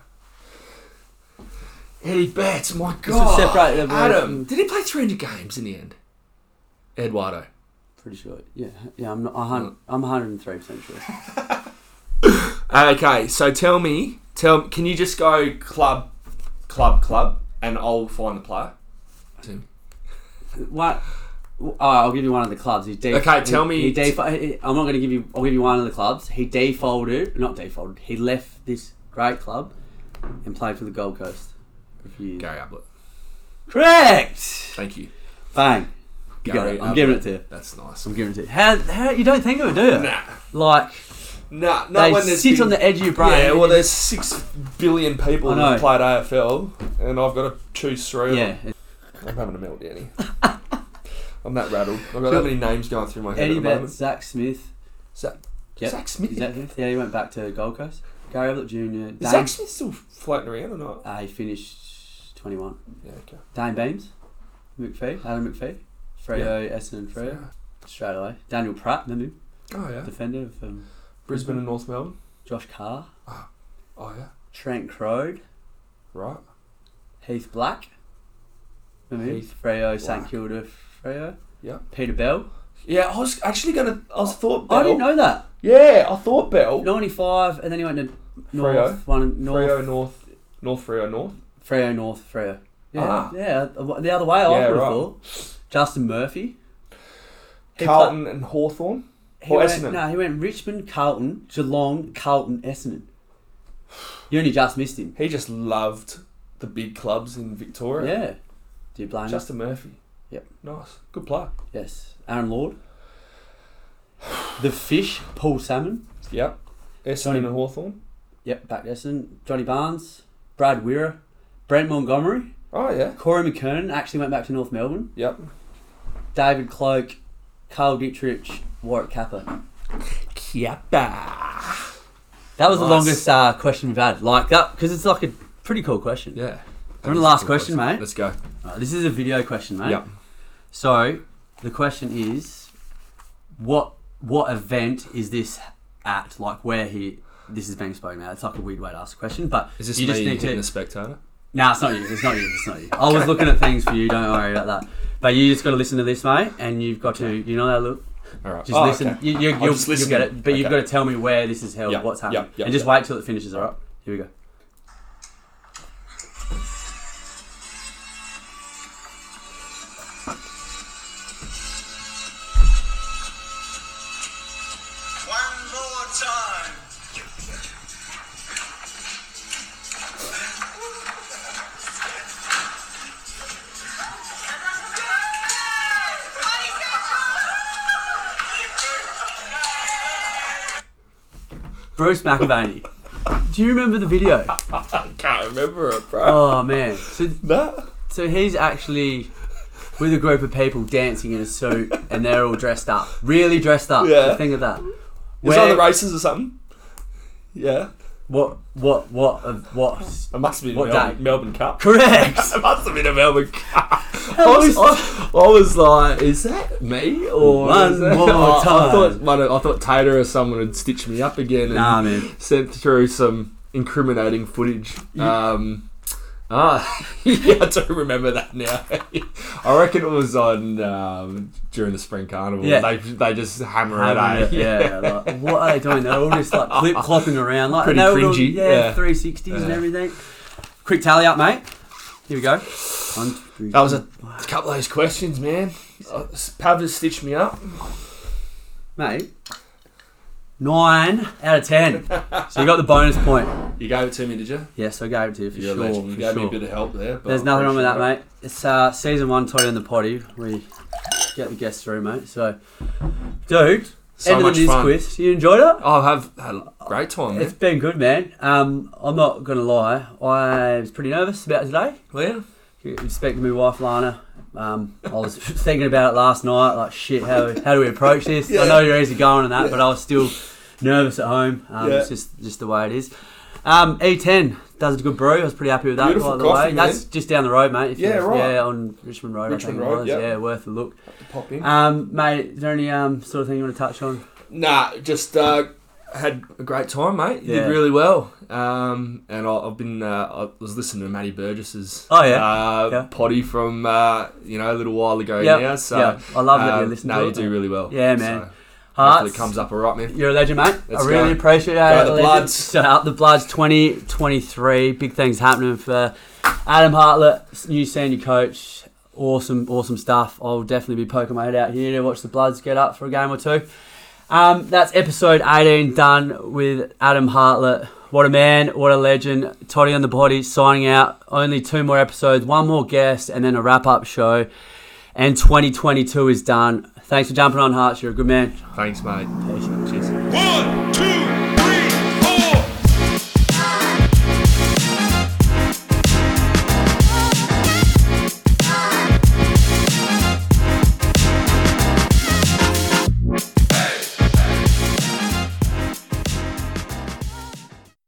[SPEAKER 4] Eddie Betts, my
[SPEAKER 2] will
[SPEAKER 4] God.
[SPEAKER 2] separate them away
[SPEAKER 4] Adam,
[SPEAKER 2] from-
[SPEAKER 4] did he play 300 games in the end? Eduardo.
[SPEAKER 2] Pretty sure. Yeah, yeah. I'm not. a
[SPEAKER 4] Mm.
[SPEAKER 2] hun- I'm 103 percent sure.
[SPEAKER 4] Okay, so tell me, tell can you just go
[SPEAKER 5] Club, club, club, and I'll find the player.
[SPEAKER 2] What? Oh, I'll give you one of the clubs. He de-
[SPEAKER 4] Okay,
[SPEAKER 2] he-
[SPEAKER 4] tell me-
[SPEAKER 2] He defa- he- I'm not going to give you. I'll give you one of the clubs. He defaulted, not defaulted. He left this great club and played for the Gold Coast. for a few years.
[SPEAKER 4] Gary Ablett?
[SPEAKER 2] Correct.
[SPEAKER 4] Thank you.
[SPEAKER 2] Bang. You got
[SPEAKER 4] Gary
[SPEAKER 2] it. I'm giving it
[SPEAKER 4] Ablett.
[SPEAKER 2] to you.
[SPEAKER 4] That's nice.
[SPEAKER 2] I'm giving it to you. How, how you don't think of it, do you?
[SPEAKER 4] Nah.
[SPEAKER 2] Like
[SPEAKER 4] Nah, not
[SPEAKER 2] they
[SPEAKER 4] when there's
[SPEAKER 2] sit
[SPEAKER 4] been-
[SPEAKER 2] on the edge of your brain.
[SPEAKER 4] Yeah, well, there's six billion people
[SPEAKER 2] I
[SPEAKER 4] that have
[SPEAKER 2] know.
[SPEAKER 4] played AFL, and I've got to choose three. of
[SPEAKER 2] yeah.
[SPEAKER 4] them. I'm having a meltdown. here. I'm that rattled. I've got that many names going through my head
[SPEAKER 2] Eddie
[SPEAKER 4] at the
[SPEAKER 2] Betts,
[SPEAKER 4] moment.
[SPEAKER 2] Zach Smith.
[SPEAKER 4] Zach,
[SPEAKER 2] Yep.
[SPEAKER 4] Zach Smith.
[SPEAKER 2] Is that him? Yeah, he went back to Gold Coast. Gary Ablett Jr. Dane,
[SPEAKER 4] Is Zach Smith still floating around or not?
[SPEAKER 2] uh, he finished 21.
[SPEAKER 4] Yeah, okay.
[SPEAKER 2] Dane Beams, McPhee, Adam McPhee, Freo, Essendon Freo, straight away. Daniel Pratt, remember him?
[SPEAKER 4] Oh yeah,
[SPEAKER 2] Defender from
[SPEAKER 4] Brisbane and North Melbourne.
[SPEAKER 2] Josh Carr,
[SPEAKER 4] Oh yeah,
[SPEAKER 2] Trent Crode,
[SPEAKER 4] right.
[SPEAKER 2] Heath Black, remember him?
[SPEAKER 4] Heath
[SPEAKER 2] Freo,
[SPEAKER 4] Black.
[SPEAKER 2] St Kilda Freo,
[SPEAKER 4] Yep.
[SPEAKER 2] Peter Bell.
[SPEAKER 4] Yeah, I was actually gonna. I was thought. Bell.
[SPEAKER 2] I didn't know that.
[SPEAKER 4] Yeah, I thought Bell.
[SPEAKER 2] 95, and then he went to North,
[SPEAKER 4] Freo.
[SPEAKER 2] one North,
[SPEAKER 4] Freo North, North Freo North.
[SPEAKER 2] Freo North, Freo. Yeah,
[SPEAKER 4] Ah.
[SPEAKER 2] yeah. The other way, I
[SPEAKER 4] Yeah,
[SPEAKER 2] would have
[SPEAKER 4] right.
[SPEAKER 2] thought. Justin Murphy. He
[SPEAKER 4] Carlton and Hawthorn.
[SPEAKER 2] He
[SPEAKER 4] Or
[SPEAKER 2] went,
[SPEAKER 4] Essendon.
[SPEAKER 2] No, he went Richmond, Carlton, Geelong, Carlton, Essendon. You only just missed him.
[SPEAKER 4] He just loved the big clubs in Victoria.
[SPEAKER 2] Yeah. Do you blame
[SPEAKER 4] Justin Murphy.
[SPEAKER 2] Yep.
[SPEAKER 4] Nice. Good play.
[SPEAKER 2] him? Yes. Aaron Lord. The Fish, Paul Salmon.
[SPEAKER 4] Yep. Essendon
[SPEAKER 2] Johnny-
[SPEAKER 4] and Hawthorn.
[SPEAKER 2] Yep, back to Essendon. Johnny Barnes. Brad Weir. Brent Montgomery.
[SPEAKER 4] Oh, yeah.
[SPEAKER 2] Corey McKernan actually went back to North Melbourne.
[SPEAKER 4] Yep.
[SPEAKER 2] David Cloke. Carl Dietrich. Warwick Kappa.
[SPEAKER 4] Kiapa.
[SPEAKER 2] That was the
[SPEAKER 4] Nice.
[SPEAKER 2] longest uh, question we've had. Like that, because it's like a pretty cool question.
[SPEAKER 4] Yeah.
[SPEAKER 2] We're on the last question, mate.
[SPEAKER 4] Let's go.
[SPEAKER 2] Uh, this is a video question, mate.
[SPEAKER 4] Yep.
[SPEAKER 2] So the question is, what what event is this at? Like where he this is being spoken at? It's like a weird way to ask a question, but
[SPEAKER 4] Is this
[SPEAKER 2] you
[SPEAKER 4] me
[SPEAKER 2] just need
[SPEAKER 4] hitting
[SPEAKER 2] to.
[SPEAKER 4] a spectator?
[SPEAKER 2] Nah, it's not you. It's not you. It's not you. I was looking at things for you. Don't worry about that. But you just got to listen to this, mate, and you've got to. You know that look.
[SPEAKER 4] All right.
[SPEAKER 2] Just
[SPEAKER 4] Oh,
[SPEAKER 2] listen.
[SPEAKER 4] okay.
[SPEAKER 2] You, you,
[SPEAKER 4] I'll
[SPEAKER 2] you'll,
[SPEAKER 4] just
[SPEAKER 2] you'll
[SPEAKER 4] listen
[SPEAKER 2] get
[SPEAKER 4] in.
[SPEAKER 2] it. But you've
[SPEAKER 4] Okay.
[SPEAKER 2] got to tell me where this is held,
[SPEAKER 4] Yeah,
[SPEAKER 2] what's
[SPEAKER 4] yeah,
[SPEAKER 2] happening,
[SPEAKER 4] yeah,
[SPEAKER 2] and just
[SPEAKER 4] yeah.
[SPEAKER 2] wait till it finishes. All right. Here we go.
[SPEAKER 1] One more time.
[SPEAKER 2] Bruce McAvaney. Do you remember the video?
[SPEAKER 4] Can't remember it, bro.
[SPEAKER 2] Oh man. So
[SPEAKER 4] Nah.
[SPEAKER 2] So he's actually with a group of people dancing in a suit, and they're all dressed up, really dressed up.
[SPEAKER 4] Yeah.
[SPEAKER 2] So think of that.
[SPEAKER 4] Was on
[SPEAKER 2] Where,
[SPEAKER 4] the races or something? Yeah.
[SPEAKER 2] what? What? What? Of what?
[SPEAKER 4] It must have been
[SPEAKER 2] What
[SPEAKER 4] Melbourne,
[SPEAKER 2] day?
[SPEAKER 4] Melbourne Cup.
[SPEAKER 2] Correct.
[SPEAKER 4] It must have been a Melbourne Cup. I
[SPEAKER 2] How
[SPEAKER 4] was,
[SPEAKER 2] is-
[SPEAKER 4] I, I was like, is that me or
[SPEAKER 2] One
[SPEAKER 4] is that-
[SPEAKER 2] more
[SPEAKER 4] I, I
[SPEAKER 2] time.
[SPEAKER 4] thought one of- I thought Taylor or someone had stitched me up again. And,
[SPEAKER 2] Nah, man.
[SPEAKER 4] sent through some incriminating footage. Um, ah, yeah, I do remember that now. I reckon it was on um, during the spring carnival.
[SPEAKER 2] Yeah.
[SPEAKER 4] They, they just hammer it eh?
[SPEAKER 2] Having
[SPEAKER 4] out.
[SPEAKER 2] it, yeah. Like, what are they doing? They're all just like clip clopping around, like
[SPEAKER 4] Pretty
[SPEAKER 2] and they were all-
[SPEAKER 4] cringy, yeah.
[SPEAKER 2] yeah, three sixties and
[SPEAKER 4] Yeah.
[SPEAKER 2] everything. Quick tally up, mate. Here we go. One, two,
[SPEAKER 4] That was a couple of those questions, man. Uh, Pav has stitched me up.
[SPEAKER 2] mate. Nine out of ten. So you got the bonus point.
[SPEAKER 4] You gave it to me, did you?
[SPEAKER 2] Yes, I gave it to you for
[SPEAKER 4] You're a
[SPEAKER 2] sure.
[SPEAKER 4] legend. You
[SPEAKER 2] for
[SPEAKER 4] gave me
[SPEAKER 2] sure.
[SPEAKER 4] a bit of help there. But
[SPEAKER 2] There's
[SPEAKER 4] I
[SPEAKER 2] nothing wrong with that,
[SPEAKER 4] appreciate
[SPEAKER 2] mate. It's uh, season one, Toddy and the Potty. We get the guests through, mate. So, dude,
[SPEAKER 4] So
[SPEAKER 2] End of
[SPEAKER 4] much
[SPEAKER 2] the news
[SPEAKER 4] fun.
[SPEAKER 2] quiz. You enjoyed it?
[SPEAKER 4] Oh, I've had a great time.
[SPEAKER 2] It's been good, man. Um, I'm not gonna lie. I was pretty nervous about today.
[SPEAKER 4] Well, yeah.
[SPEAKER 2] Respect to my wife, Lana. Um, I was thinking about it last night. Like, shit, how, how do we approach this? I know you're easy going and that, but I was still nervous at home. Um, It's just just the way it is. Um, E10 does a good brew. I was pretty happy with that.
[SPEAKER 6] Beautiful
[SPEAKER 2] by the
[SPEAKER 6] coffee,
[SPEAKER 2] way, that's just down the road, mate. if
[SPEAKER 6] Yeah,
[SPEAKER 2] you're-
[SPEAKER 6] right.
[SPEAKER 2] Yeah, on Richmond Road.
[SPEAKER 6] Richmond
[SPEAKER 2] I think
[SPEAKER 6] Road,
[SPEAKER 2] It was.
[SPEAKER 6] yeah.
[SPEAKER 2] Yeah, worth a look.
[SPEAKER 6] Pop in.
[SPEAKER 2] Um, mate, is there any um sort of thing you want to touch on?
[SPEAKER 4] Nah, just uh, had a great time, mate. You
[SPEAKER 2] Yeah.
[SPEAKER 4] did really well. Um, and I, I've been uh, I was listening to Matty Burgess's
[SPEAKER 2] Oh, yeah.
[SPEAKER 4] uh,
[SPEAKER 2] Yeah.
[SPEAKER 4] potty from uh, you know a little while ago
[SPEAKER 2] Yep.
[SPEAKER 4] now. So um,
[SPEAKER 2] Yeah. I love that you listen
[SPEAKER 4] No,
[SPEAKER 2] to
[SPEAKER 4] you
[SPEAKER 2] it.
[SPEAKER 4] do really well.
[SPEAKER 2] Yeah, man.
[SPEAKER 4] So, hopefully
[SPEAKER 2] Hearts.
[SPEAKER 4] it comes up alright, man.
[SPEAKER 2] You're a legend, mate.
[SPEAKER 4] Let's
[SPEAKER 2] I really
[SPEAKER 4] go.
[SPEAKER 2] appreciate it.
[SPEAKER 6] the
[SPEAKER 2] legend.
[SPEAKER 6] Bloods.
[SPEAKER 2] So out the Bloods 2023. Big things happening for Adam Hartlett, new senior coach. Awesome, awesome stuff. I'll definitely be poking my head out here to watch the Bloods get up for a game or two. Um, that's episode 18 done with Adam Hartlett. What a man, what a legend. Toddy on the body signing out. Only two more episodes, one more guest, and then a wrap up show. And 2022 is done. Thanks for jumping on, Hearts. You're a good man.
[SPEAKER 4] Thanks, mate. Cheers.
[SPEAKER 1] One.